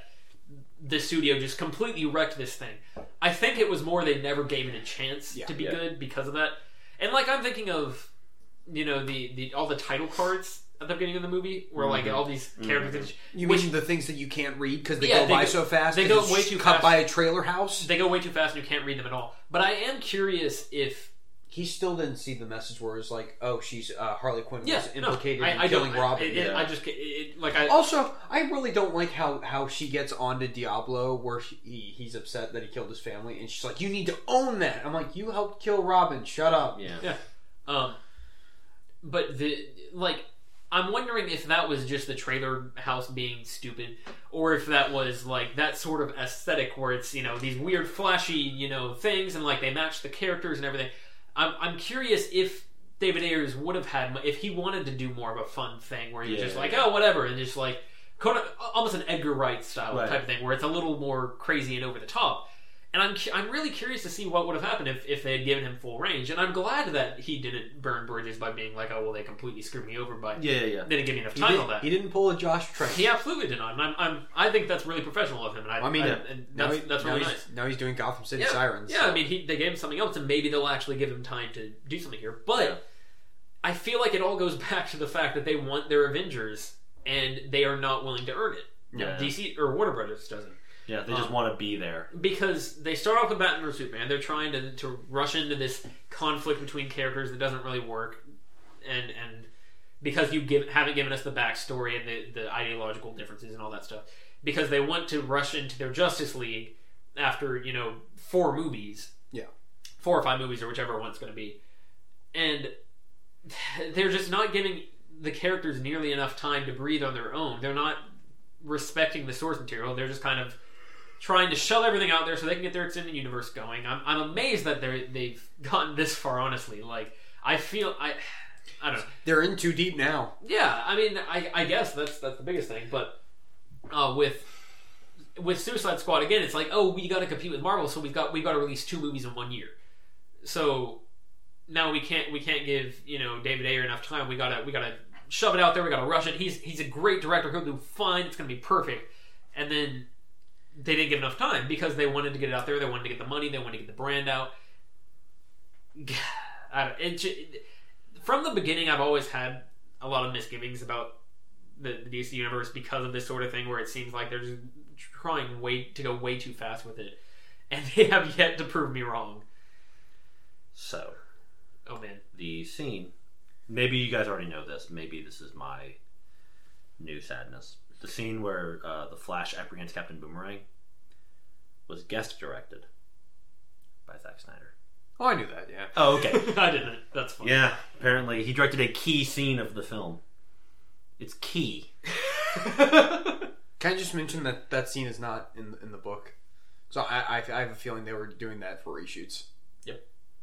Speaker 1: the studio just completely wrecked this thing. I think it was more they never gave it a chance
Speaker 2: Yeah.
Speaker 1: to be
Speaker 3: Yeah.
Speaker 1: good because of that. And like I'm thinking of you know the, the all the title cards at the beginning of the movie where like
Speaker 3: Mm-hmm.
Speaker 1: all these characters
Speaker 2: you
Speaker 1: which-
Speaker 2: mean the things that you can't read because they
Speaker 1: Yeah,
Speaker 2: go
Speaker 1: they
Speaker 2: by
Speaker 1: go-
Speaker 2: so fast?
Speaker 1: they
Speaker 2: 'cause
Speaker 1: go
Speaker 2: it's
Speaker 1: way
Speaker 2: just
Speaker 1: too
Speaker 2: cut
Speaker 1: fast.
Speaker 2: by a trailer house.
Speaker 1: they go way too fast and you can't read them at all. But I am curious if
Speaker 2: He still didn't see the message where it's like, "Oh, she's uh, Harley Quinn was
Speaker 1: yes,
Speaker 2: implicated
Speaker 1: no, I,
Speaker 2: in
Speaker 1: I
Speaker 2: killing
Speaker 1: don't,
Speaker 2: Robin."
Speaker 1: I, it,
Speaker 3: yeah.
Speaker 1: I just ca- it, it- like I
Speaker 2: Also, I really don't like how how she gets onto Diablo, where he, he he's upset that he killed his family, and she's like, "You need to own that." I'm like, "You helped kill Robin. Shut up."
Speaker 3: yeah.
Speaker 1: um, but the like I'm wondering if that was just the trailer house being stupid, or if that was like that sort of aesthetic where it's you know these weird flashy you know things and like they match the characters and everything. I'm I'm curious if. David Ayers would have had if he wanted to do more of a fun thing where he's
Speaker 3: Yeah.
Speaker 1: just like oh whatever and just like kind of- almost an Edgar Wright style
Speaker 3: Right.
Speaker 1: type of thing where it's a little more crazy and over the top. And I'm cu- I'm really curious to see what would have happened if, if they had given him full range. And I'm glad that he didn't burn bridges by being like, oh well, they completely screwed me over by
Speaker 3: Yeah, yeah, yeah.
Speaker 1: they didn't give me enough
Speaker 2: He,
Speaker 1: time
Speaker 2: did,
Speaker 1: on that.
Speaker 2: he didn't pull a Josh Trank.
Speaker 1: He absolutely did not. And I'm, I'm I think that's really professional of him. And I,
Speaker 2: I mean,
Speaker 1: I-
Speaker 2: yeah.
Speaker 1: and
Speaker 2: now
Speaker 1: that's
Speaker 2: he-
Speaker 1: that's
Speaker 2: now
Speaker 1: really
Speaker 2: he's,
Speaker 1: nice.
Speaker 2: Now he's doing Gotham City
Speaker 1: Yeah.
Speaker 2: Sirens.
Speaker 1: Yeah, I mean, he, they gave him something else, and maybe they'll actually give him time to do something here. But
Speaker 3: Yeah.
Speaker 1: I feel like it all goes back to the fact that they want their Avengers, and they are not willing to earn it.
Speaker 3: Yeah.
Speaker 1: DC or Warner Brothers doesn't.
Speaker 3: Yeah, they just
Speaker 1: Um,
Speaker 3: want to be there.
Speaker 1: because they start off with Batman vs Superman. They're trying to, to rush into this conflict between characters that doesn't really work, and and because you give, haven't given us the backstory and the, the ideological differences and all that stuff, because they want to rush into their Justice League after you know four movies,
Speaker 2: Yeah.
Speaker 1: four or five movies or whichever one's going to be, and they're just not giving the characters nearly enough time to breathe on their own. They're not respecting the source material. They're just kind of trying to shove everything out there so they can get their extended universe going. I'm, I'm amazed that they they've gotten this far. Honestly, like I feel I I don't know.
Speaker 2: They're in too deep now.
Speaker 1: Yeah, I mean, I, I guess that's that's the biggest thing. But uh, with with Suicide Squad again, it's like oh, we got to compete with Marvel, so we've got we've got to release two movies in one year. So now we can't we can't give you know David Ayer enough time. We gotta we gotta shove it out there. We got to rush it. He's he's a great director. He'll do fine. It's going to be perfect. And then they didn't give enough time because they wanted to get it out there. They wanted to get the money. They wanted to get the brand out. I don't, it, ju- from the beginning, I've always had a lot of misgivings about the, the DC universe because of this sort of thing, where it seems like they're just trying way to go way too fast with it, and they have yet to prove me wrong.
Speaker 3: So
Speaker 1: Oh man,
Speaker 3: the scene. Maybe you guys already know this. Maybe this is my new sadness. The scene where uh, the Flash apprehends Captain Boomerang was guest directed by Zack Snyder.
Speaker 2: Oh, I knew that. Yeah.
Speaker 3: Oh, okay.
Speaker 1: I didn't. That's fine.
Speaker 3: yeah, apparently he directed a key scene of the film. It's key.
Speaker 2: Can I just mention that that scene is not in in the book? So I I, I have a feeling they were doing that for reshoots.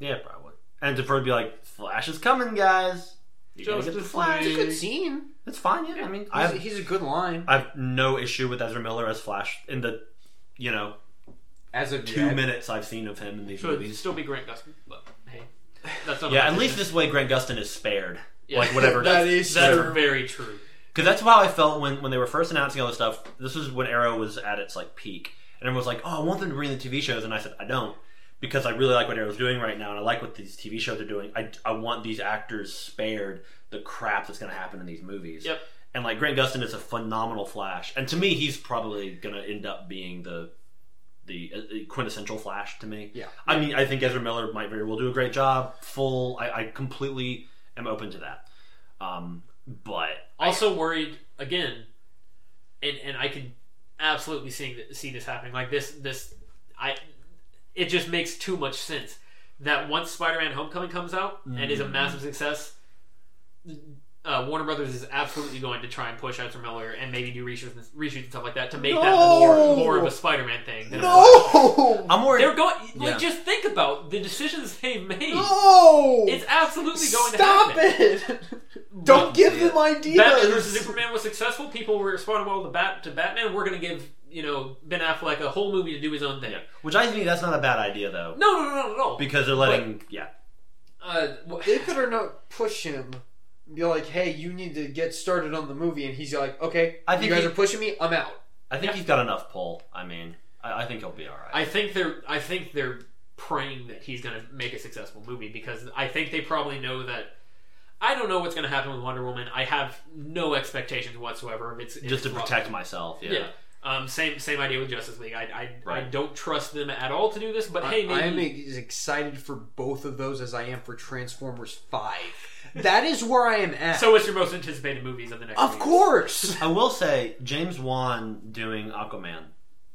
Speaker 3: Yeah, probably. And to probably be like, Flash is coming, guys. You gotta get the
Speaker 1: Justice
Speaker 3: Flash.
Speaker 1: League.
Speaker 2: Good scene.
Speaker 3: It's fine. Yeah, I mean, I
Speaker 2: He's,
Speaker 3: have,
Speaker 2: he's a good line.
Speaker 3: I have no issue with Ezra Miller as Flash in the, you know,
Speaker 2: As of
Speaker 3: two
Speaker 2: yet.
Speaker 3: minutes I've seen of him in these
Speaker 1: Should
Speaker 3: movies.
Speaker 1: still be Grant Gustin, but hey, that's not.
Speaker 3: Yeah,
Speaker 1: my
Speaker 3: at least
Speaker 1: decision.
Speaker 3: this way Grant Gustin is spared.
Speaker 1: Yeah.
Speaker 3: Like whatever.
Speaker 2: That is
Speaker 1: that's
Speaker 2: true.
Speaker 1: very true.
Speaker 3: Because that's how I felt when, when they were first announcing all this stuff. This was when Arrow was at its like peak, and everyone was like, "Oh, I want them to bring the TV shows," and I said, "I don't." Because I really like what Arrow's doing right now, and I like what these TV shows are doing. I, I want these actors spared the crap that's going to happen in these movies.
Speaker 1: Yep.
Speaker 3: And like Grant Gustin is a phenomenal Flash, and to me, he's probably going to end up being the the uh, quintessential Flash to me.
Speaker 2: Yeah.
Speaker 3: I mean, I think Ezra Miller might very well do a great job. Full, I, I completely am open to that. Um, but
Speaker 1: Also worried again, and and I can absolutely see th- see this happening. Like this this I it just makes too much sense that once Spider-Man: Homecoming comes out and is a
Speaker 2: Mm-hmm.
Speaker 3: Mm.
Speaker 1: massive success. Uh, Warner Brothers is absolutely going to try and push Ezra Miller and maybe do reshoots and, reshoots and stuff like that to make that
Speaker 2: No!
Speaker 1: more, more of a Spider-Man thing. Than a
Speaker 2: No.
Speaker 3: I'm worried.
Speaker 1: They're going. Like,
Speaker 3: Yeah.
Speaker 1: just think about the decisions they've made.
Speaker 2: No.
Speaker 1: It's absolutely going
Speaker 2: Stop
Speaker 1: to happen.
Speaker 2: it. Don't give
Speaker 3: Yeah.
Speaker 2: them ideas.
Speaker 1: Batman versus Superman was successful. People were responding well to Bat to Batman. We're going to give you know Ben Affleck a whole movie to do his own thing.
Speaker 3: Which I think that's not a bad idea though,
Speaker 1: No, no, no, not at all.
Speaker 3: because they're letting yeah.
Speaker 1: uh, wh-
Speaker 2: They could or not push him. and Be like, hey, you need to get started on the movie, and he's like, okay,
Speaker 3: I think
Speaker 2: you guys
Speaker 3: he-
Speaker 2: are pushing me. I'm out.
Speaker 3: I think
Speaker 1: Yeah.
Speaker 3: he's got enough pull. I mean, I, I think he'll be all right.
Speaker 1: I think they're. I think they're praying that he's going to make a successful movie because I think they probably know that. I don't know what's going to happen with Wonder Woman. I have no expectations whatsoever. If it's if
Speaker 3: Just to
Speaker 1: it's flop.
Speaker 3: protect myself. Yeah.
Speaker 1: Yeah. Um, same same idea with Justice League. I I, I
Speaker 3: Right.
Speaker 1: don't trust them at all to do this, but hey,
Speaker 2: I, I am
Speaker 1: maybe
Speaker 2: as excited for both of those as I am for Transformers Five. that is where I am at.
Speaker 1: so. What's your most anticipated movies of the next?
Speaker 2: of
Speaker 1: few years?
Speaker 2: course,
Speaker 3: I will say James Wan doing Aquaman.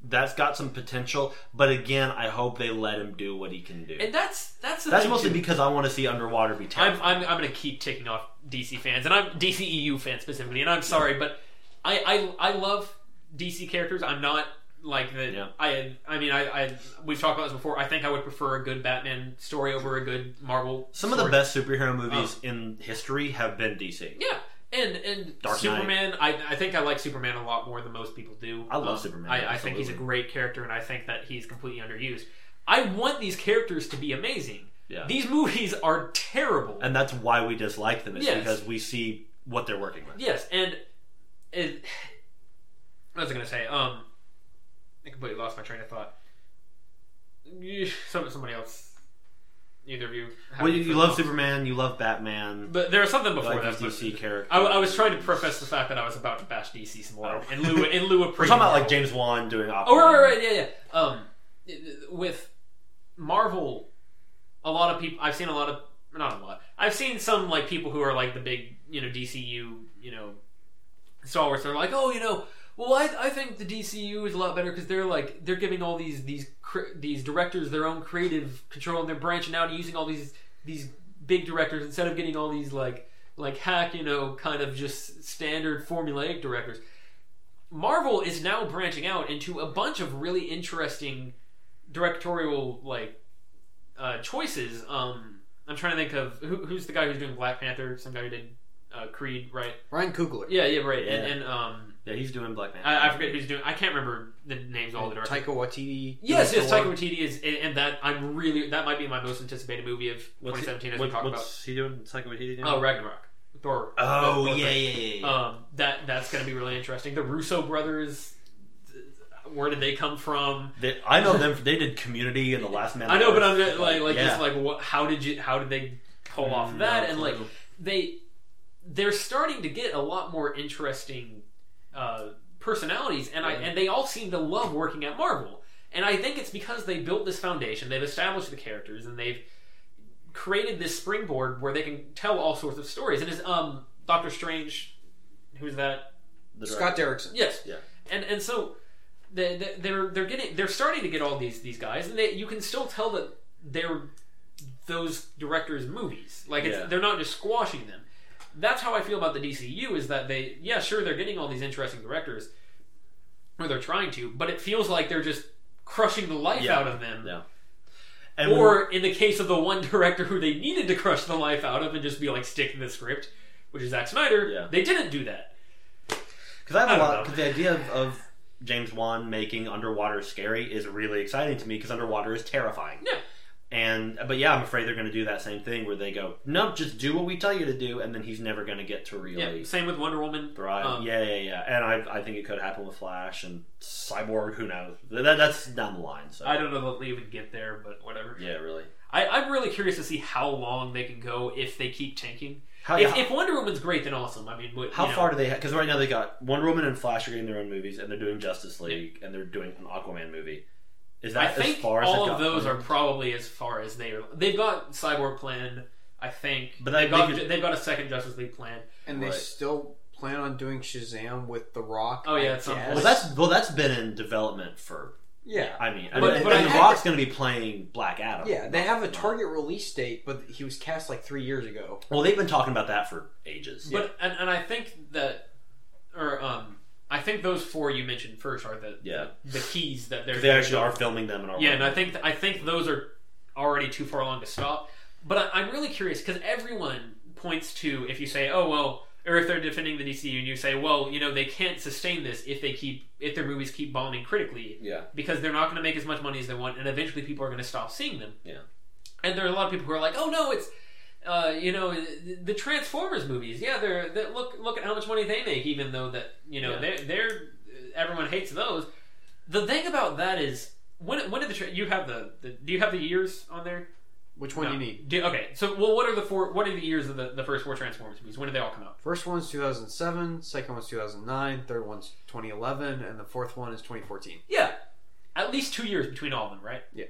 Speaker 3: That's got some potential, but again, I hope they let him do what he can do.
Speaker 1: And that's that's the
Speaker 3: that's
Speaker 1: thing,
Speaker 3: mostly
Speaker 1: too.
Speaker 3: because I want to see underwater be terrifying.
Speaker 1: I'm I'm I'm gonna keep ticking off DC fans, and I'm DC EU fans specifically, and I'm sorry, but I I, I love DC characters. I'm not like the
Speaker 3: Yeah.
Speaker 1: I I mean I, I we've talked about this before. I think I would prefer a good Batman story over a good Marvel.
Speaker 3: Some of the
Speaker 1: story.
Speaker 3: best superhero movies in history have been
Speaker 1: Oh.
Speaker 3: DC.
Speaker 1: Yeah, and and
Speaker 3: Dark Knight.
Speaker 1: Superman. I I think I like Superman a lot more than most people do. Um,
Speaker 3: I love Superman,
Speaker 1: I, I think he's a
Speaker 3: absolutely.
Speaker 1: great character, and I think that he's completely underused. I want these characters to be amazing.
Speaker 3: Yeah.
Speaker 1: These movies are terrible.
Speaker 3: And that's why we dislike them, is
Speaker 1: Yes.
Speaker 3: because we see what they're working with.
Speaker 1: yes, and it, what was I gonna say? Um, I completely lost my train of thought. You- Some somebody else. Either of you. have
Speaker 3: Well,
Speaker 1: it
Speaker 3: you,
Speaker 1: for
Speaker 3: you
Speaker 1: the
Speaker 3: love
Speaker 1: moment.
Speaker 3: Superman, you love Batman.
Speaker 1: But there was something
Speaker 3: I
Speaker 1: before
Speaker 3: like
Speaker 1: that.
Speaker 3: these
Speaker 1: but-
Speaker 3: DC characters.
Speaker 1: I, I was trying to preface the fact that I was about to bash DC some more
Speaker 3: Oh.
Speaker 1: in lieu in lieu of
Speaker 3: We're talking about
Speaker 1: Marvel.
Speaker 3: like James Wan doing Aquaman.
Speaker 1: Oh, right, right, right, yeah, yeah. Um, with Marvel, a lot of people. I've seen a lot of not a lot. I've seen some like people who are like the big you know DCU you know Star Wars. They're like, oh, you know. Well, I, I think the DCU is a lot better because they're like they're giving all these these cr- these directors their own creative control and they're branching out and using all these these big directors instead of getting all these like like hack you know kind of just standard formulaic directors. Marvel is now branching out into a bunch of really interesting directorial like uh, choices. Um, I'm trying to think of who, who's the guy who's doing Black Panther. Some guy who did uh, Creed, right?
Speaker 2: Ryan Coogler,
Speaker 1: Yeah, yeah, right. And,
Speaker 3: Yeah.
Speaker 1: and um,
Speaker 3: Yeah, he's doing Black Panther.
Speaker 1: I, I forget who's doing. I can't remember the names of all the directors.
Speaker 2: Taika Waititi.
Speaker 1: Yes, yes,
Speaker 2: Thor.
Speaker 1: Taika Waititi is, and, and that I'm really that might be my most anticipated movie of
Speaker 3: What's he-
Speaker 1: 2017 as
Speaker 3: what-
Speaker 1: we talk about.
Speaker 3: What's he doing? It's like what he did.
Speaker 1: Oh, Ragnarok. Thor.
Speaker 3: Oh
Speaker 1: Thor three.
Speaker 3: yeah, yeah, yeah. yeah.
Speaker 1: Um, that that's going to be really interesting. The Russo brothers, th- where did they come from?
Speaker 3: They- I know them. They did Community and The Last Man. on
Speaker 1: I know, but
Speaker 3: Earth.
Speaker 1: I'm just, like like
Speaker 3: yeah.
Speaker 1: just like what? How did you? How did they pull off
Speaker 3: Mm,
Speaker 1: that?
Speaker 3: no
Speaker 1: And like
Speaker 3: clue.
Speaker 1: they they're starting to get a lot more interesting uh, personalities, and I
Speaker 2: Yeah.
Speaker 1: and they all seem to love working at Marvel. And I think it's because they built this foundation, they've established the characters, and they've created this springboard where they can tell all sorts of stories. And is um Doctor Strange, who's that?
Speaker 3: The
Speaker 2: Scott
Speaker 3: director.
Speaker 2: Derrickson.
Speaker 1: Yes.
Speaker 3: Yeah.
Speaker 1: And and so they, they- they're they're getting they're starting to get all these these guys, and they, you can still tell that they're those directors' movies. Like it's,
Speaker 3: Yeah.
Speaker 1: they're not just squashing them. That's how I feel about the DCU is that they yeah sure they're getting all these interesting directors, or they're trying to, but it feels like they're just crushing the life
Speaker 3: Yeah.
Speaker 1: out of them.
Speaker 3: Yeah. And when-
Speaker 1: Or in the case of the one director who they needed to crush the life out of and just be like stick to the script, which is Zack Snyder,
Speaker 3: Yeah.
Speaker 1: they didn't do that.
Speaker 3: Because I have
Speaker 1: I
Speaker 3: a
Speaker 1: don't
Speaker 3: lot.
Speaker 1: know.
Speaker 3: Because the idea of, of James Wan making underwater scary is really exciting to me because underwater is terrifying.
Speaker 1: Yeah.
Speaker 3: And but yeah, I'm afraid they're going to do that same thing where they go, no, just do what we tell you to do, and then he's never going to get to really
Speaker 1: Yeah, same with Wonder Woman.
Speaker 3: thrive.
Speaker 1: Um,
Speaker 3: yeah, yeah, yeah. And I, I think it could happen with Flash and Cyborg. Who knows? That, that's down the line. So
Speaker 1: I don't know that they even get there, but whatever.
Speaker 3: Yeah, really.
Speaker 1: I, I'm really curious to see how long they can go if they keep tanking.
Speaker 3: How,
Speaker 1: if,
Speaker 3: Oh, yeah,
Speaker 1: if Wonder Woman's great, then awesome. I mean, but,
Speaker 3: how
Speaker 1: you know,
Speaker 3: far do they? Because right now they got Wonder Woman and Flash are getting their own movies, and they're doing Justice League, and they're doing an Aquaman movie. Is
Speaker 1: I
Speaker 3: that
Speaker 1: think
Speaker 3: as far as
Speaker 1: all
Speaker 3: they've
Speaker 1: of
Speaker 3: got
Speaker 1: those are
Speaker 3: planned?
Speaker 1: probably as far as they are. They've got Cyborg planned, I think.
Speaker 3: But
Speaker 1: they've
Speaker 3: they
Speaker 1: got
Speaker 3: could-
Speaker 1: they've got a second Justice League planned.
Speaker 2: And they
Speaker 3: Right.
Speaker 2: still plan on doing Shazam with The Rock.
Speaker 1: Oh, yeah,
Speaker 2: I
Speaker 1: at some
Speaker 2: guess.
Speaker 1: point.
Speaker 3: Well, that's well, that's been in development for
Speaker 2: yeah,
Speaker 3: I mean, I
Speaker 1: But-
Speaker 3: mean,
Speaker 1: but
Speaker 3: and
Speaker 1: I
Speaker 3: The
Speaker 2: had
Speaker 3: Rock's going to be playing Black Adam.
Speaker 2: yeah. They have a
Speaker 3: Not-
Speaker 2: target release date, but he was cast like three years ago.
Speaker 3: Well, they've been talking about that for ages.
Speaker 1: But and, and I think that, or um, I think those four you mentioned first are the
Speaker 3: Yeah.
Speaker 1: the keys that they're
Speaker 3: they actually are filming them and are
Speaker 1: Yeah, and I think I think those are already too far along to stop. But I, I'm really curious because everyone points to if you say, "Oh well," or if they're defending the DCU and you say, "Well, you know, they can't sustain this if they keep if their movies keep bombing critically
Speaker 3: yeah,
Speaker 1: because they're not going to make as much money as they want, and eventually people are going to stop seeing them."
Speaker 3: Yeah.
Speaker 1: and there are a lot of people who are like, "Oh no, it's." Uh, you know the- the Transformers movies. Yeah, they're, they look look at how much money they make, even though that you know
Speaker 3: Yeah.
Speaker 1: they're, they're everyone hates those. The thing about that is when when did the tra- you have the, the do you have the years on there?
Speaker 2: Which one
Speaker 1: No.
Speaker 2: do you need?
Speaker 1: Do, okay, so well, what are the four? What are the years of the, the first four Transformers movies? When did they all come out?
Speaker 2: First one's 2007, second one's 2009, third one's 2011, and the fourth one is 2014.
Speaker 1: Yeah, at least two years between all of them, right?
Speaker 2: Yeah.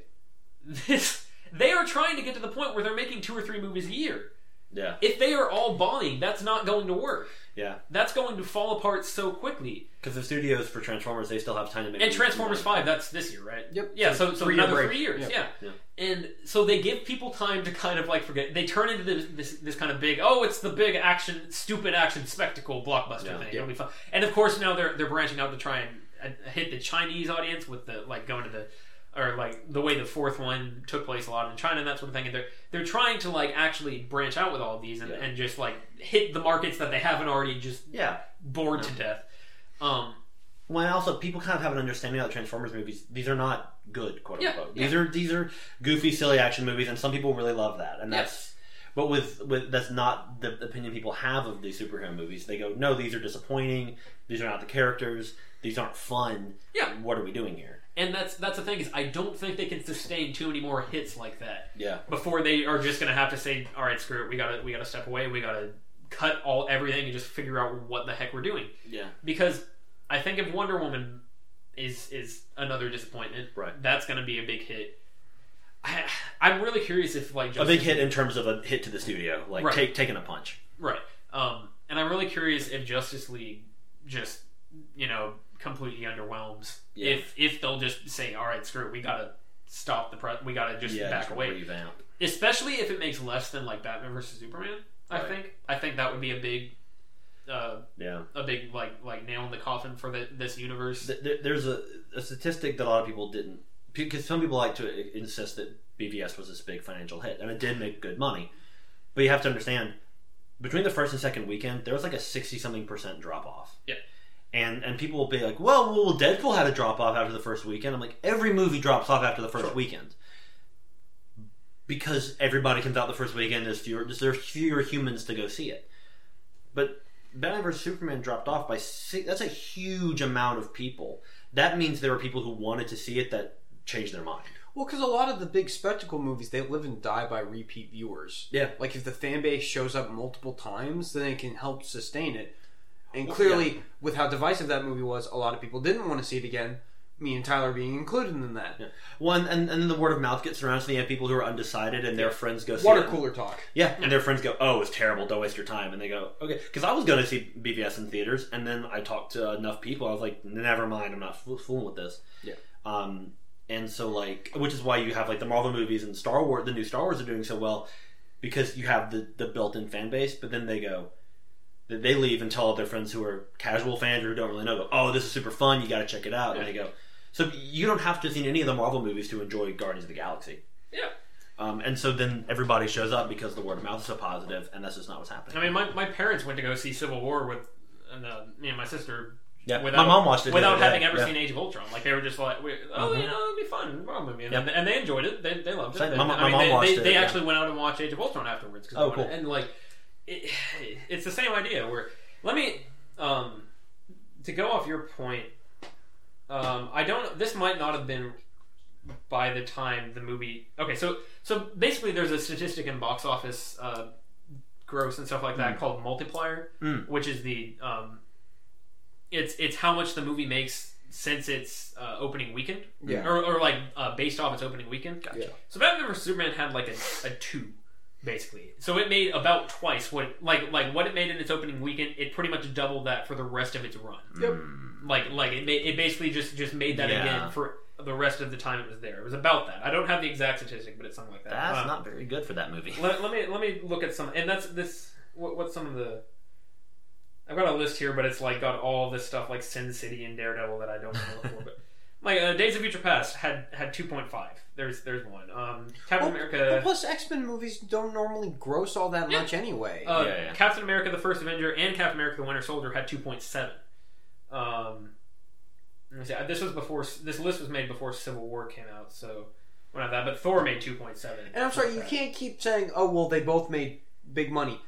Speaker 1: This they are trying to get to the point where they're making two or three movies a year.
Speaker 3: yeah,
Speaker 1: If they are all bombing, that's not going to work.
Speaker 3: yeah.
Speaker 1: That's going to fall apart so quickly.
Speaker 3: Because the studios for Transformers, they still have time to make.
Speaker 1: And Transformers Five, that's this year, right?
Speaker 2: Yep.
Speaker 1: Yeah. So, so
Speaker 2: Three-year
Speaker 1: another
Speaker 2: break.
Speaker 1: three years.
Speaker 2: Yeah.
Speaker 1: Yeah. And so they give people time to kind of like forget. They turn into this this, this kind of big oh, it's the big action, stupid action spectacle blockbuster
Speaker 3: Yeah.
Speaker 1: thing.
Speaker 2: Yeah.
Speaker 1: It'll be fun. And of course now they're they're branching out to try and uh, hit the Chinese audience with the like going to the or like the way the fourth one took place a lot in China and that sort of thing. And they're they're trying to like actually branch out with all of these and,
Speaker 3: Yeah.
Speaker 1: and just like hit the markets that they haven't already just
Speaker 3: Yeah.
Speaker 1: bored to death. Um,
Speaker 3: Well, and also people kind of have an understanding of the Transformers movies. These are not good, quote
Speaker 1: Yeah,
Speaker 3: unquote.
Speaker 1: yeah.
Speaker 3: These are these are goofy, silly action movies, and some people really love that, and
Speaker 1: Yeah.
Speaker 3: that's. But with, with that's not the opinion people have of these superhero movies. They go, no, these are disappointing. These are not the characters. These aren't fun.
Speaker 1: Yeah.
Speaker 3: What are we doing here?
Speaker 1: And that's that's the thing is I don't think they can sustain too many more hits like that
Speaker 3: Yeah.
Speaker 1: before they are just gonna have to say, all right, screw it, we gotta we gotta step away, we gotta cut all everything and just figure out what the heck we're doing.
Speaker 3: Yeah.
Speaker 1: Because I think if Wonder Woman is is another disappointment,
Speaker 3: Right.
Speaker 1: That's gonna be a big hit. I, I'm really curious if like
Speaker 3: a
Speaker 1: Justice
Speaker 3: big hit in terms of a hit to the studio, like
Speaker 1: Right.
Speaker 3: take, taking a punch.
Speaker 1: Right. Um, and I'm really curious if Justice League just, you know, completely underwhelms.
Speaker 3: Yeah.
Speaker 1: If if they'll just say, all right, screw it, we gotta stop the press, we gotta just back
Speaker 3: just
Speaker 1: away.
Speaker 3: Revamp.
Speaker 1: Especially if it makes less than like Batman versus Superman. I
Speaker 3: Right.
Speaker 1: think I think that would be a big, uh,
Speaker 3: Yeah,
Speaker 1: a big like like nail in the coffin for the, this universe.
Speaker 3: Th- there- there's a, a statistic that a lot of people didn't because some people like to i- insist that BVS was this big financial hit, and it did make good money. But you have to understand, between the first and second weekend, there was like a sixty something percent drop off.
Speaker 1: Yeah.
Speaker 3: And, and people will be like, well, well, Deadpool had a drop off after the first weekend. I'm like, every movie drops off after the first
Speaker 1: Sure.
Speaker 3: weekend because everybody comes out the first weekend. There's fewer, there's fewer humans to go see it. But Batman vs Superman dropped off by six, that's a huge amount of people. That means there were people who wanted to see it that changed their mind.
Speaker 2: Well, because a lot of the big spectacle movies, they live and die by repeat viewers.
Speaker 3: Yeah.
Speaker 2: Like if the fan base shows up multiple times, then it can help sustain it. And
Speaker 3: Well,
Speaker 2: clearly, with how divisive that movie was, a lot of people didn't want to see it again. Me and Tyler being included in that.
Speaker 3: Yeah. Well, and, and, and then the word of mouth gets around, so you have people who are undecided, and their friends go see
Speaker 2: Water
Speaker 3: it.
Speaker 2: cooler talk.
Speaker 3: Yeah, and their friends go, "Oh, it's terrible. Don't waste your time." And they go, "Okay," because I was going to see BVS in theaters, and then I talked to enough people. I was like, "Never mind. I'm not fo- fooling with this."
Speaker 2: Yeah.
Speaker 3: Um, and so like, which is why you have like the Marvel movies and Star Wars. The new Star Wars are doing so well because you have the the built-in fan base. But then they go, they- they leave and tell all their friends who are casual fans or who don't really know, go, "Oh, this is super fun. You got to check it out." And they go, so you don't have to have seen any of the Marvel movies to enjoy Guardians of the Galaxy.
Speaker 1: Yeah.
Speaker 3: Um, and so then everybody shows up because the word of mouth is so positive, and that's just not what's happening.
Speaker 1: I mean, my, my parents went to go see Civil War with and, uh, me and my sister
Speaker 3: yeah,
Speaker 1: without,
Speaker 3: my mom watched it the
Speaker 1: without
Speaker 3: other
Speaker 1: having
Speaker 3: day.
Speaker 1: ever
Speaker 3: Yeah.
Speaker 1: seen Age of Ultron. Like they were just like, we, oh,
Speaker 3: Mhm.
Speaker 1: you know, it'll be fun, Marvel movie, and,
Speaker 3: Yep.
Speaker 1: and they enjoyed it. They, they loved it.
Speaker 3: Same.
Speaker 1: They-
Speaker 3: My
Speaker 1: I
Speaker 3: mom- my
Speaker 1: mean,
Speaker 3: mom
Speaker 1: they,
Speaker 3: watched
Speaker 1: they,
Speaker 3: it,
Speaker 1: they
Speaker 3: yeah.
Speaker 1: actually went out and watched Age of Ultron afterwards. 'cause they
Speaker 3: Oh,
Speaker 1: wanted-
Speaker 3: cool.
Speaker 1: And like, it, it's the same idea. Where let me um, to go off your point. Um, I don't. This might not have been by the time the movie. Okay, so so basically, there's a statistic in box office uh, gross and stuff like that called multiplier,
Speaker 3: Mm.
Speaker 1: which is the um, it's it's how much the movie makes since its uh, opening weekend,
Speaker 2: Yeah.
Speaker 1: or, or like uh, based off its opening weekend. Gotcha.
Speaker 2: Yeah.
Speaker 1: So Batman vs Superman had like a, a two, basically. So it made about twice what like like what it made in its opening weekend. It pretty much doubled that for the rest of its run.
Speaker 2: Yep.
Speaker 1: Like like it made it basically just just made that
Speaker 3: Mm. Yeah.
Speaker 1: again for the rest of the time it was there. It was about that. I don't have the exact statistic, but it's something like that.
Speaker 3: That's
Speaker 1: Um,
Speaker 3: not very good for that movie.
Speaker 1: let, let me let me look at some and that's this what, what's some of the I've got a list here, but it's like got all this stuff like Sin City and Daredevil that I don't know for. But like uh, Days of Future Past had had two point five. There's there's one. Um, Captain
Speaker 2: Well,
Speaker 1: America.
Speaker 2: But plus, X Men movies don't normally gross all that
Speaker 1: Yeah.
Speaker 2: much anyway.
Speaker 1: Uh,
Speaker 3: Yeah, yeah.
Speaker 1: Captain America: The First Avenger and Captain America: The Winter Soldier had 2.7. Um, let me see. uh, This was before. This list was made before Civil War came out, so we don't have that. But Thor made 2.7.
Speaker 2: and I'm sorry, you can't keep saying, "Oh, well, they both made big money,"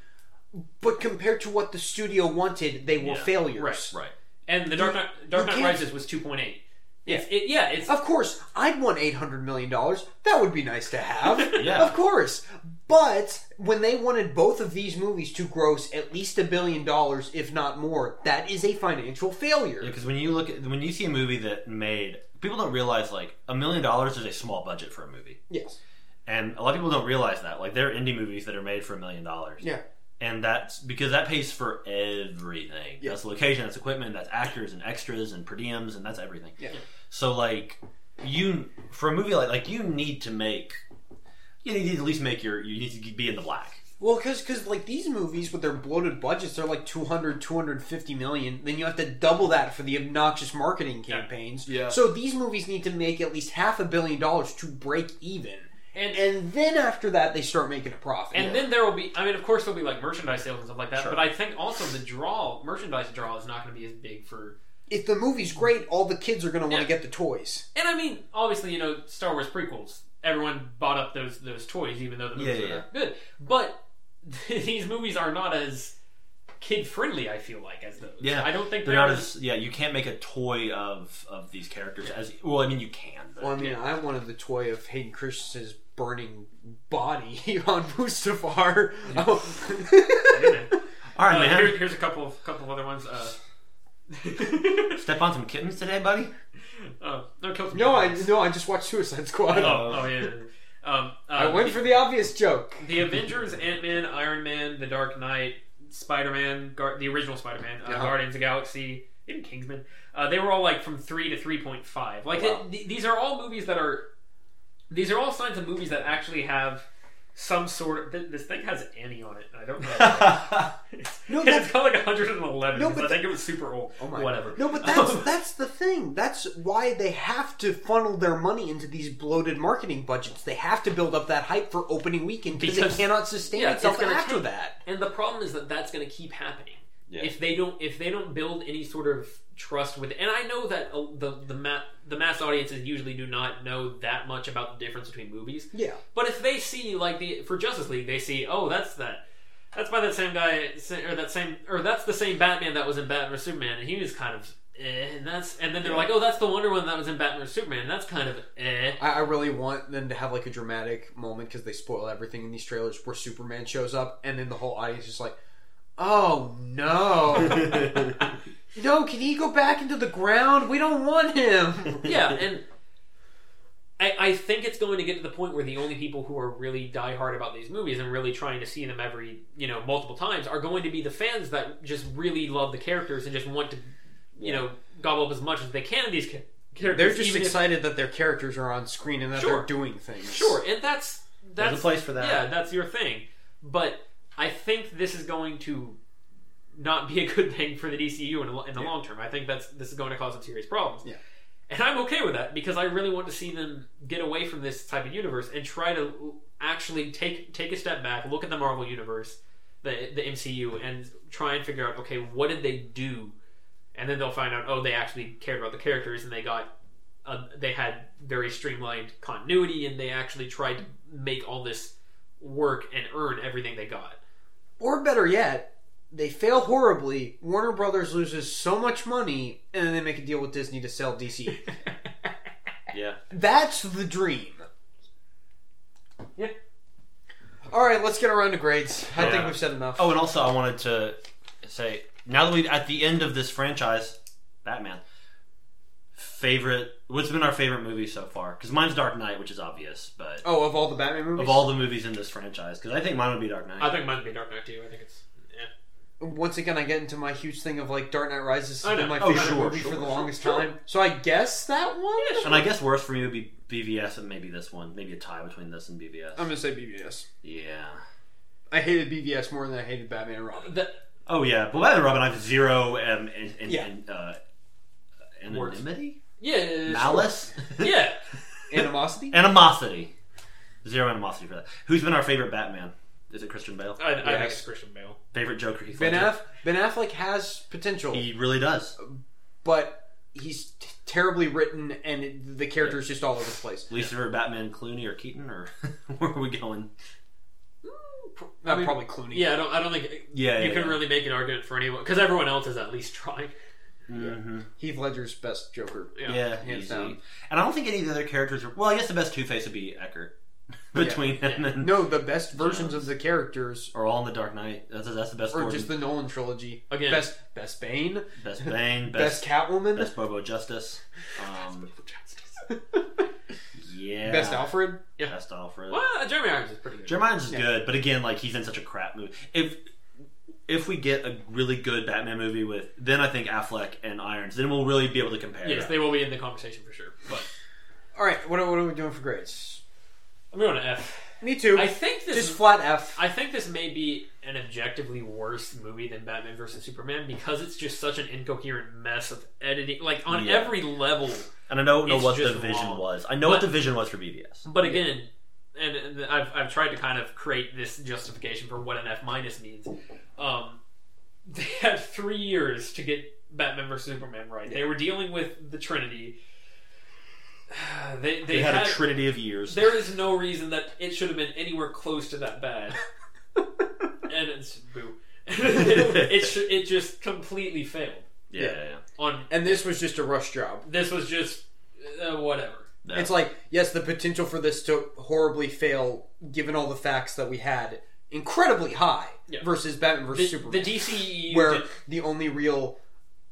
Speaker 2: but compared to what the studio wanted, they were
Speaker 1: Yeah.
Speaker 2: failures.
Speaker 1: Right.
Speaker 3: right.
Speaker 1: And the Dark Knight,
Speaker 2: you
Speaker 1: Dark Knight
Speaker 2: can't-
Speaker 1: Rises was 2.8. It's, it, yeah, it's
Speaker 2: Of course, I'd want eight hundred million dollars. That would be nice to have.
Speaker 3: Yeah.
Speaker 2: Of course. But when they wanted both of these movies to gross at least a billion dollars, if not more, that is a financial failure.
Speaker 3: Because when you look at when you see a movie that made people don't realize like a million dollars is a small budget for a movie,
Speaker 2: Yes.
Speaker 3: and a lot of people don't realize that. Like there are indie movies that are made for a million dollars.
Speaker 2: Yeah.
Speaker 3: And that's because that pays for everything.
Speaker 2: Yeah.
Speaker 3: That's location, that's equipment, that's actors and extras and per diems, and that's everything.
Speaker 2: Yeah.
Speaker 3: So like you for a movie like like you need to make you need to at least make your you need to be in the black.
Speaker 2: Well, because like these movies with their bloated budgets, they're like 200, 250 million. Then you have to double that for the obnoxious marketing campaigns.
Speaker 3: Yeah.
Speaker 2: So these movies need to make at least half a billion dollars to break even.
Speaker 1: and
Speaker 2: And then after that, they start making a profit.
Speaker 1: and then there will be. I mean, of course, there'll be like merchandise sales and stuff like that.
Speaker 3: Sure.
Speaker 1: But I think also the draw, merchandise draw, is not going to be as big for
Speaker 2: if the movie's great, all the kids are going to want
Speaker 1: Yeah.
Speaker 2: to get the toys.
Speaker 1: And I mean, obviously, you know, Star Wars prequels. Everyone bought up those those toys, even though the movies
Speaker 3: Yeah,
Speaker 1: are
Speaker 3: yeah,
Speaker 1: not good. But these movies are not as kid friendly. I feel like as those.
Speaker 3: Yeah.
Speaker 1: I don't think
Speaker 3: They're not
Speaker 1: they're-
Speaker 3: as yeah, you can't make a toy of of these characters as well, I mean you can, but
Speaker 2: Well, I mean, I wanted the toy of Hayden Christensen's burning body on Mustafar. Oh.
Speaker 1: Wait a minute.
Speaker 3: All
Speaker 1: Uh,
Speaker 3: right, Oh, man.
Speaker 1: here- here's a couple of couple of other ones. Uh,
Speaker 3: Step on some kittens today, buddy.
Speaker 1: oh, no, kill some
Speaker 2: no, I
Speaker 1: kids.
Speaker 2: no, I just watched Suicide Squad.
Speaker 1: Oh, oh yeah. yeah, yeah. Um, uh,
Speaker 2: I went for the obvious joke.
Speaker 1: the Avengers, Ant Man, Iron Man, The Dark Knight, Spider Man, Gar- the original Spider Man, uh,
Speaker 2: Yeah.
Speaker 1: Guardians of the Galaxy, even Kingsman. Uh, they were all like from three to three point five. Like
Speaker 2: Wow.
Speaker 1: th- th- these are all movies that are. These are all signs of movies that actually have some sort of. Th- this thing has Annie on it. and I don't know.
Speaker 2: No,
Speaker 1: it's
Speaker 2: that's,
Speaker 1: got like 111.
Speaker 2: No,
Speaker 1: because
Speaker 2: but
Speaker 1: I think it was super old.
Speaker 2: oh my.
Speaker 1: Whatever. Um,
Speaker 2: No, but that's that's the thing. That's why they have to funnel their money into these bloated marketing budgets. They have to build up that hype for opening weekend because,
Speaker 1: Because-
Speaker 2: it cannot sustain
Speaker 1: yeah, it's
Speaker 2: itself
Speaker 1: gonna
Speaker 2: after
Speaker 1: take-
Speaker 2: that.
Speaker 1: And the problem is that that's going to keep happening.
Speaker 3: Yeah.
Speaker 1: If they don't, if they don't build any sort of trust with, and I know that uh, the the ma- the mass audiences usually do not know that much about the difference between movies.
Speaker 2: Yeah.
Speaker 1: But if they see like the for Justice League, they see oh that's that That's by that same guy, sa- or that same, or that's the same Batman that was in Batman or Superman, and he was kind of, eh, and that's, and then they're like, oh, that's the Wonder Woman that was in Batman or Superman, and that's kind of, eh.
Speaker 2: I, I really want them to have like a dramatic moment because they spoil everything in these trailers where Superman shows up and then the whole audience is like, "Oh no, no! Can he go back into the ground? We don't want him."
Speaker 1: yeah, and I, I think it's going to get to the point where the only people who are really diehard about these movies and really trying to see them every, you know, multiple times are going to be the fans that just really love the characters and just want to, you know, gobble up as much as they can of these cha- characters.
Speaker 2: They're just
Speaker 1: even if-
Speaker 2: excited that their characters are on screen and that
Speaker 1: Sure.
Speaker 2: they're doing things.
Speaker 1: sure, and that's that's
Speaker 3: There's a place for that.
Speaker 1: yeah, that's your thing. But I think this is going to not be a good thing for the DCU in, the- in the long term. I think that's this is going to cause some serious problems.
Speaker 2: Yeah.
Speaker 1: And I'm okay with that because I really want to see them get away from this type of universe and try to actually take take a step back, look at the Marvel universe, the the MCU, and try and figure out okay, what did they do? And then they'll find out oh, they actually cared about the characters and they got uh, they had very streamlined continuity and they actually tried to make all this work and earn everything they got.
Speaker 2: Or better yet, they fail horribly. Warner Brothers loses so much money, and then they make a deal with Disney to sell DC.
Speaker 3: yeah.
Speaker 2: That's the dream.
Speaker 1: Yeah.
Speaker 2: All right, let's get around to grades. I
Speaker 3: Yeah.
Speaker 2: think we've said enough.
Speaker 3: Oh, and also I wanted to say now that we at the end of this franchise, Batman. Favorite? What's been our favorite movie so far? Because mine's Dark Knight, which is obvious, but
Speaker 2: Oh, of all the Batman movies,
Speaker 3: of all the movies in this franchise, because I think mine would be Dark Knight.
Speaker 1: I think mine would be Dark Knight too. I think it's
Speaker 2: once again, I get into my huge thing of like Dark Knight Rises
Speaker 1: I
Speaker 2: has been
Speaker 1: know.
Speaker 2: my
Speaker 3: Oh,
Speaker 2: favorite
Speaker 3: sure,
Speaker 2: movie
Speaker 3: sure,
Speaker 2: for the
Speaker 3: sure,
Speaker 2: longest
Speaker 1: sure.
Speaker 2: time. So I guess that one.
Speaker 1: Yeah, sure.
Speaker 3: and I guess worse for me would be BVS and maybe this one, maybe a tie between this and BVS.
Speaker 1: Um,
Speaker 2: I'm gonna say BVS.
Speaker 3: yeah.
Speaker 2: I hated BVS more than I hated Batman and Robin.
Speaker 1: the,
Speaker 3: Oh yeah, but Batman and Robin, I have zero um, and, and,
Speaker 2: Yeah.
Speaker 3: and, uh,
Speaker 1: Words.
Speaker 3: anonymity,
Speaker 1: yeah
Speaker 3: malice,
Speaker 1: yeah.
Speaker 2: Animosity.
Speaker 3: animosity, zero animosity for that. Who's been our favorite Batman? Is it Christian Bale?
Speaker 1: I, I think
Speaker 2: Yes.
Speaker 1: it's Christian Bale.
Speaker 3: Favorite Joker? Heath
Speaker 2: Ben
Speaker 3: Ledger?
Speaker 2: Aff- Ben Affleck has potential,
Speaker 3: He really does.
Speaker 2: but he's t- terribly written, and it, the character's just all over the place.
Speaker 3: Least favorite Batman, Clooney or Keaton, or where are we going?
Speaker 2: Uh,
Speaker 1: I mean-
Speaker 2: probably Clooney.
Speaker 1: Yeah, I don't. I don't think
Speaker 3: Yeah,
Speaker 1: you can really make an argument for anyone because everyone else is at least trying.
Speaker 3: hmm
Speaker 2: Heath Ledger's best Joker.
Speaker 1: Mm-hmm. Yeah.
Speaker 3: Yeah,
Speaker 2: Hands
Speaker 3: easy.
Speaker 2: down.
Speaker 3: And I don't think any of the other characters are. Well, I guess the best Two Face would be Eckert. Between him and
Speaker 2: No, the best versions of the characters
Speaker 3: or all in the Dark Knight. That's that's the best.
Speaker 2: or
Speaker 3: Gordon.
Speaker 2: just the Nolan trilogy.
Speaker 1: Again.
Speaker 2: Best best Bane, best,
Speaker 3: best Bane, best
Speaker 2: Catwoman,
Speaker 3: best Bobo Justice. Um, yeah,
Speaker 2: best Alfred.
Speaker 1: yeah.
Speaker 3: Best Alfred.
Speaker 1: Well, Jeremy Irons is pretty good.
Speaker 3: Jeremiah is
Speaker 2: Yeah.
Speaker 3: good, but again, like he's in such a crap movie. If if we get a really good Batman movie with, then I think Affleck and Irons, then we'll really be able to compare.
Speaker 1: yes, they will be in the conversation for sure. But
Speaker 2: All right, what are, what are we doing for grades?
Speaker 1: I'm going to F.
Speaker 2: Me too.
Speaker 1: I think this.
Speaker 2: just flat F.
Speaker 1: I think this may be an objectively worse movie than Batman vs Superman because it's just such an incoherent mess of editing, like on
Speaker 3: Yeah.
Speaker 1: every level.
Speaker 3: and I don't know
Speaker 1: It's
Speaker 3: what the
Speaker 1: just
Speaker 3: vision
Speaker 1: wrong.
Speaker 3: was. I know what
Speaker 1: But-
Speaker 3: the vision was for BVS.
Speaker 1: But again, and, and I've, I've tried to kind of create this justification for what an F minus means. Um, they had three years to get Batman vs Superman right. They were dealing with the Trinity. They, they,
Speaker 3: They had,
Speaker 1: had
Speaker 3: a trinity of years.
Speaker 1: there is no reason that it should have been anywhere close to that bad. and it's boo. it sh- it just completely failed.
Speaker 3: yeah, yeah, yeah.
Speaker 1: On
Speaker 2: And this was just a rush job.
Speaker 1: this was just uh, whatever.
Speaker 3: Yeah.
Speaker 2: It's like yes, the potential for this to horribly fail, given all the facts that we had, incredibly high
Speaker 1: Yeah.
Speaker 2: versus Batman
Speaker 1: The,
Speaker 2: versus Superman,
Speaker 1: the E DCEU
Speaker 2: where the only real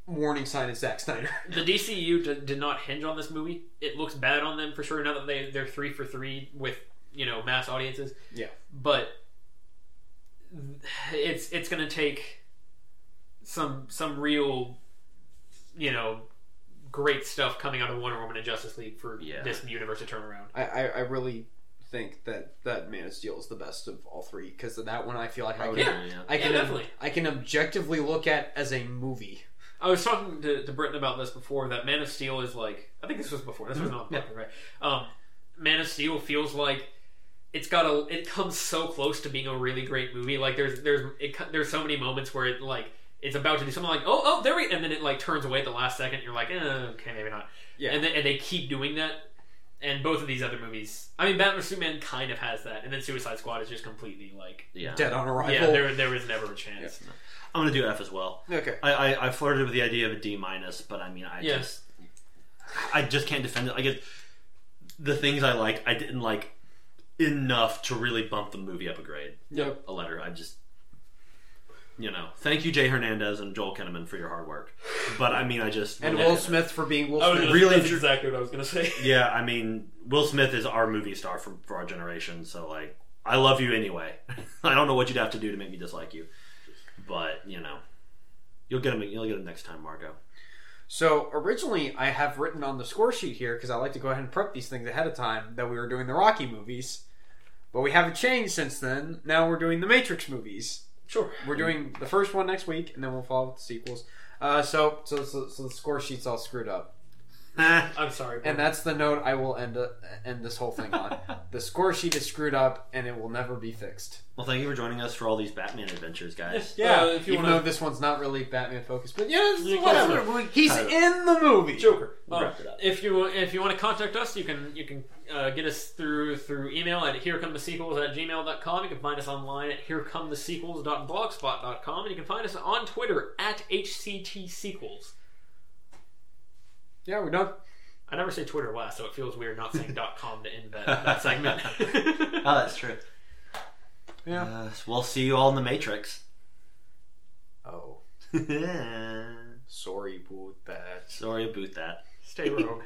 Speaker 2: warning sign is Zack Snyder.
Speaker 1: did, the DCEU did, did not hinge on this movie. It looks bad on them for sure now that they they're three for three with you know mass audiences.
Speaker 2: Yeah.
Speaker 1: but it's it's gonna take some some real you know great stuff coming out of Wonder Woman and Justice League for
Speaker 3: Yeah.
Speaker 1: this universe to turn around.
Speaker 2: I, I, I really think that that Man of Steel is the best of all three because that one I feel like I
Speaker 3: Oh,
Speaker 2: can,
Speaker 3: yeah, yeah.
Speaker 2: I
Speaker 1: Yeah,
Speaker 2: can
Speaker 1: definitely.
Speaker 2: I can objectively look at as a movie.
Speaker 1: I was talking to, to Britton about this before that Man of Steel is like I think this was before this was not
Speaker 2: Yeah.
Speaker 1: popular, right? Um, Man of Steel feels like it's got a it comes so close to being a really great movie. Like there's there's it, co- there's so many moments where it like it's about to do something like oh oh there we and then it like turns away at the last second. You're like eh, okay maybe not.
Speaker 2: Yeah.
Speaker 1: and then, and they keep doing that. and both of these other movies. I mean, Batman vs Superman kind of has that, and then Suicide Squad is just completely like,
Speaker 3: Yeah.
Speaker 2: Dead on arrival.
Speaker 1: yeah, there there was never a chance.
Speaker 3: I'm gonna do F as well.
Speaker 2: Okay.
Speaker 3: I, I, I flirted with the idea of a D minus, but I mean, I
Speaker 1: Yeah.
Speaker 3: just, I just can't defend it. I guess the things I liked, I didn't like enough to really bump the movie up a grade,
Speaker 2: Yep.
Speaker 3: a letter. I just, you know, thank you, Jay Hernandez and Joel Kinnaman for your hard work, but I mean, I just
Speaker 2: And Will Smith for being Will
Speaker 1: I was
Speaker 2: Smith.
Speaker 1: gonna-
Speaker 3: Really
Speaker 1: that's
Speaker 3: intru-
Speaker 1: exactly what I was gonna say.
Speaker 3: Yeah, I mean, Will Smith is our movie star for, for our generation, so like, I love you anyway. I don't know what you'd have to do to make me dislike you, but you know, you'll get him. You'll get him next time, Margot.
Speaker 2: So originally, I have written on the score sheet here because I like to go ahead and prep these things ahead of time that we were doing the Rocky movies, but we haven't changed since then. Now we're doing the Matrix movies.
Speaker 1: Sure.
Speaker 2: We're doing the first one next week, and then we'll follow with the sequels. Uh, so, so, so, so the score sheet's all screwed up,
Speaker 1: I'm sorry.
Speaker 2: and
Speaker 1: Bro.
Speaker 2: that's the note I will end uh, end this whole thing on. the score sheet is screwed up, and it will never be fixed.
Speaker 3: Well, thank you for joining us for all these Batman adventures, guys.
Speaker 1: Yeah, if you
Speaker 2: even
Speaker 1: wanna-
Speaker 2: though this one's not really Batman focused, but yeah,
Speaker 1: You can-
Speaker 2: it's whatever. He's
Speaker 3: Tyler.
Speaker 2: in the movie.
Speaker 1: Joker.
Speaker 3: We'll
Speaker 1: Um,
Speaker 3: wrap it up.
Speaker 1: if you if you want to contact us, you can you can uh, get us through through email at here come the sequels at gmail.com. You can find us online at here come the sequels.blogspot.com. and you can find us on Twitter at hct sequels.
Speaker 2: Yeah, we're done.
Speaker 1: I never say Twitter last, so it feels weird not saying .com to end that, that segment.
Speaker 3: Oh, that's true.
Speaker 2: Yeah.
Speaker 3: Uh, so we'll see you all in the Matrix.
Speaker 2: Oh, sorry about that.
Speaker 3: Sorry about that.
Speaker 1: Stay rogue.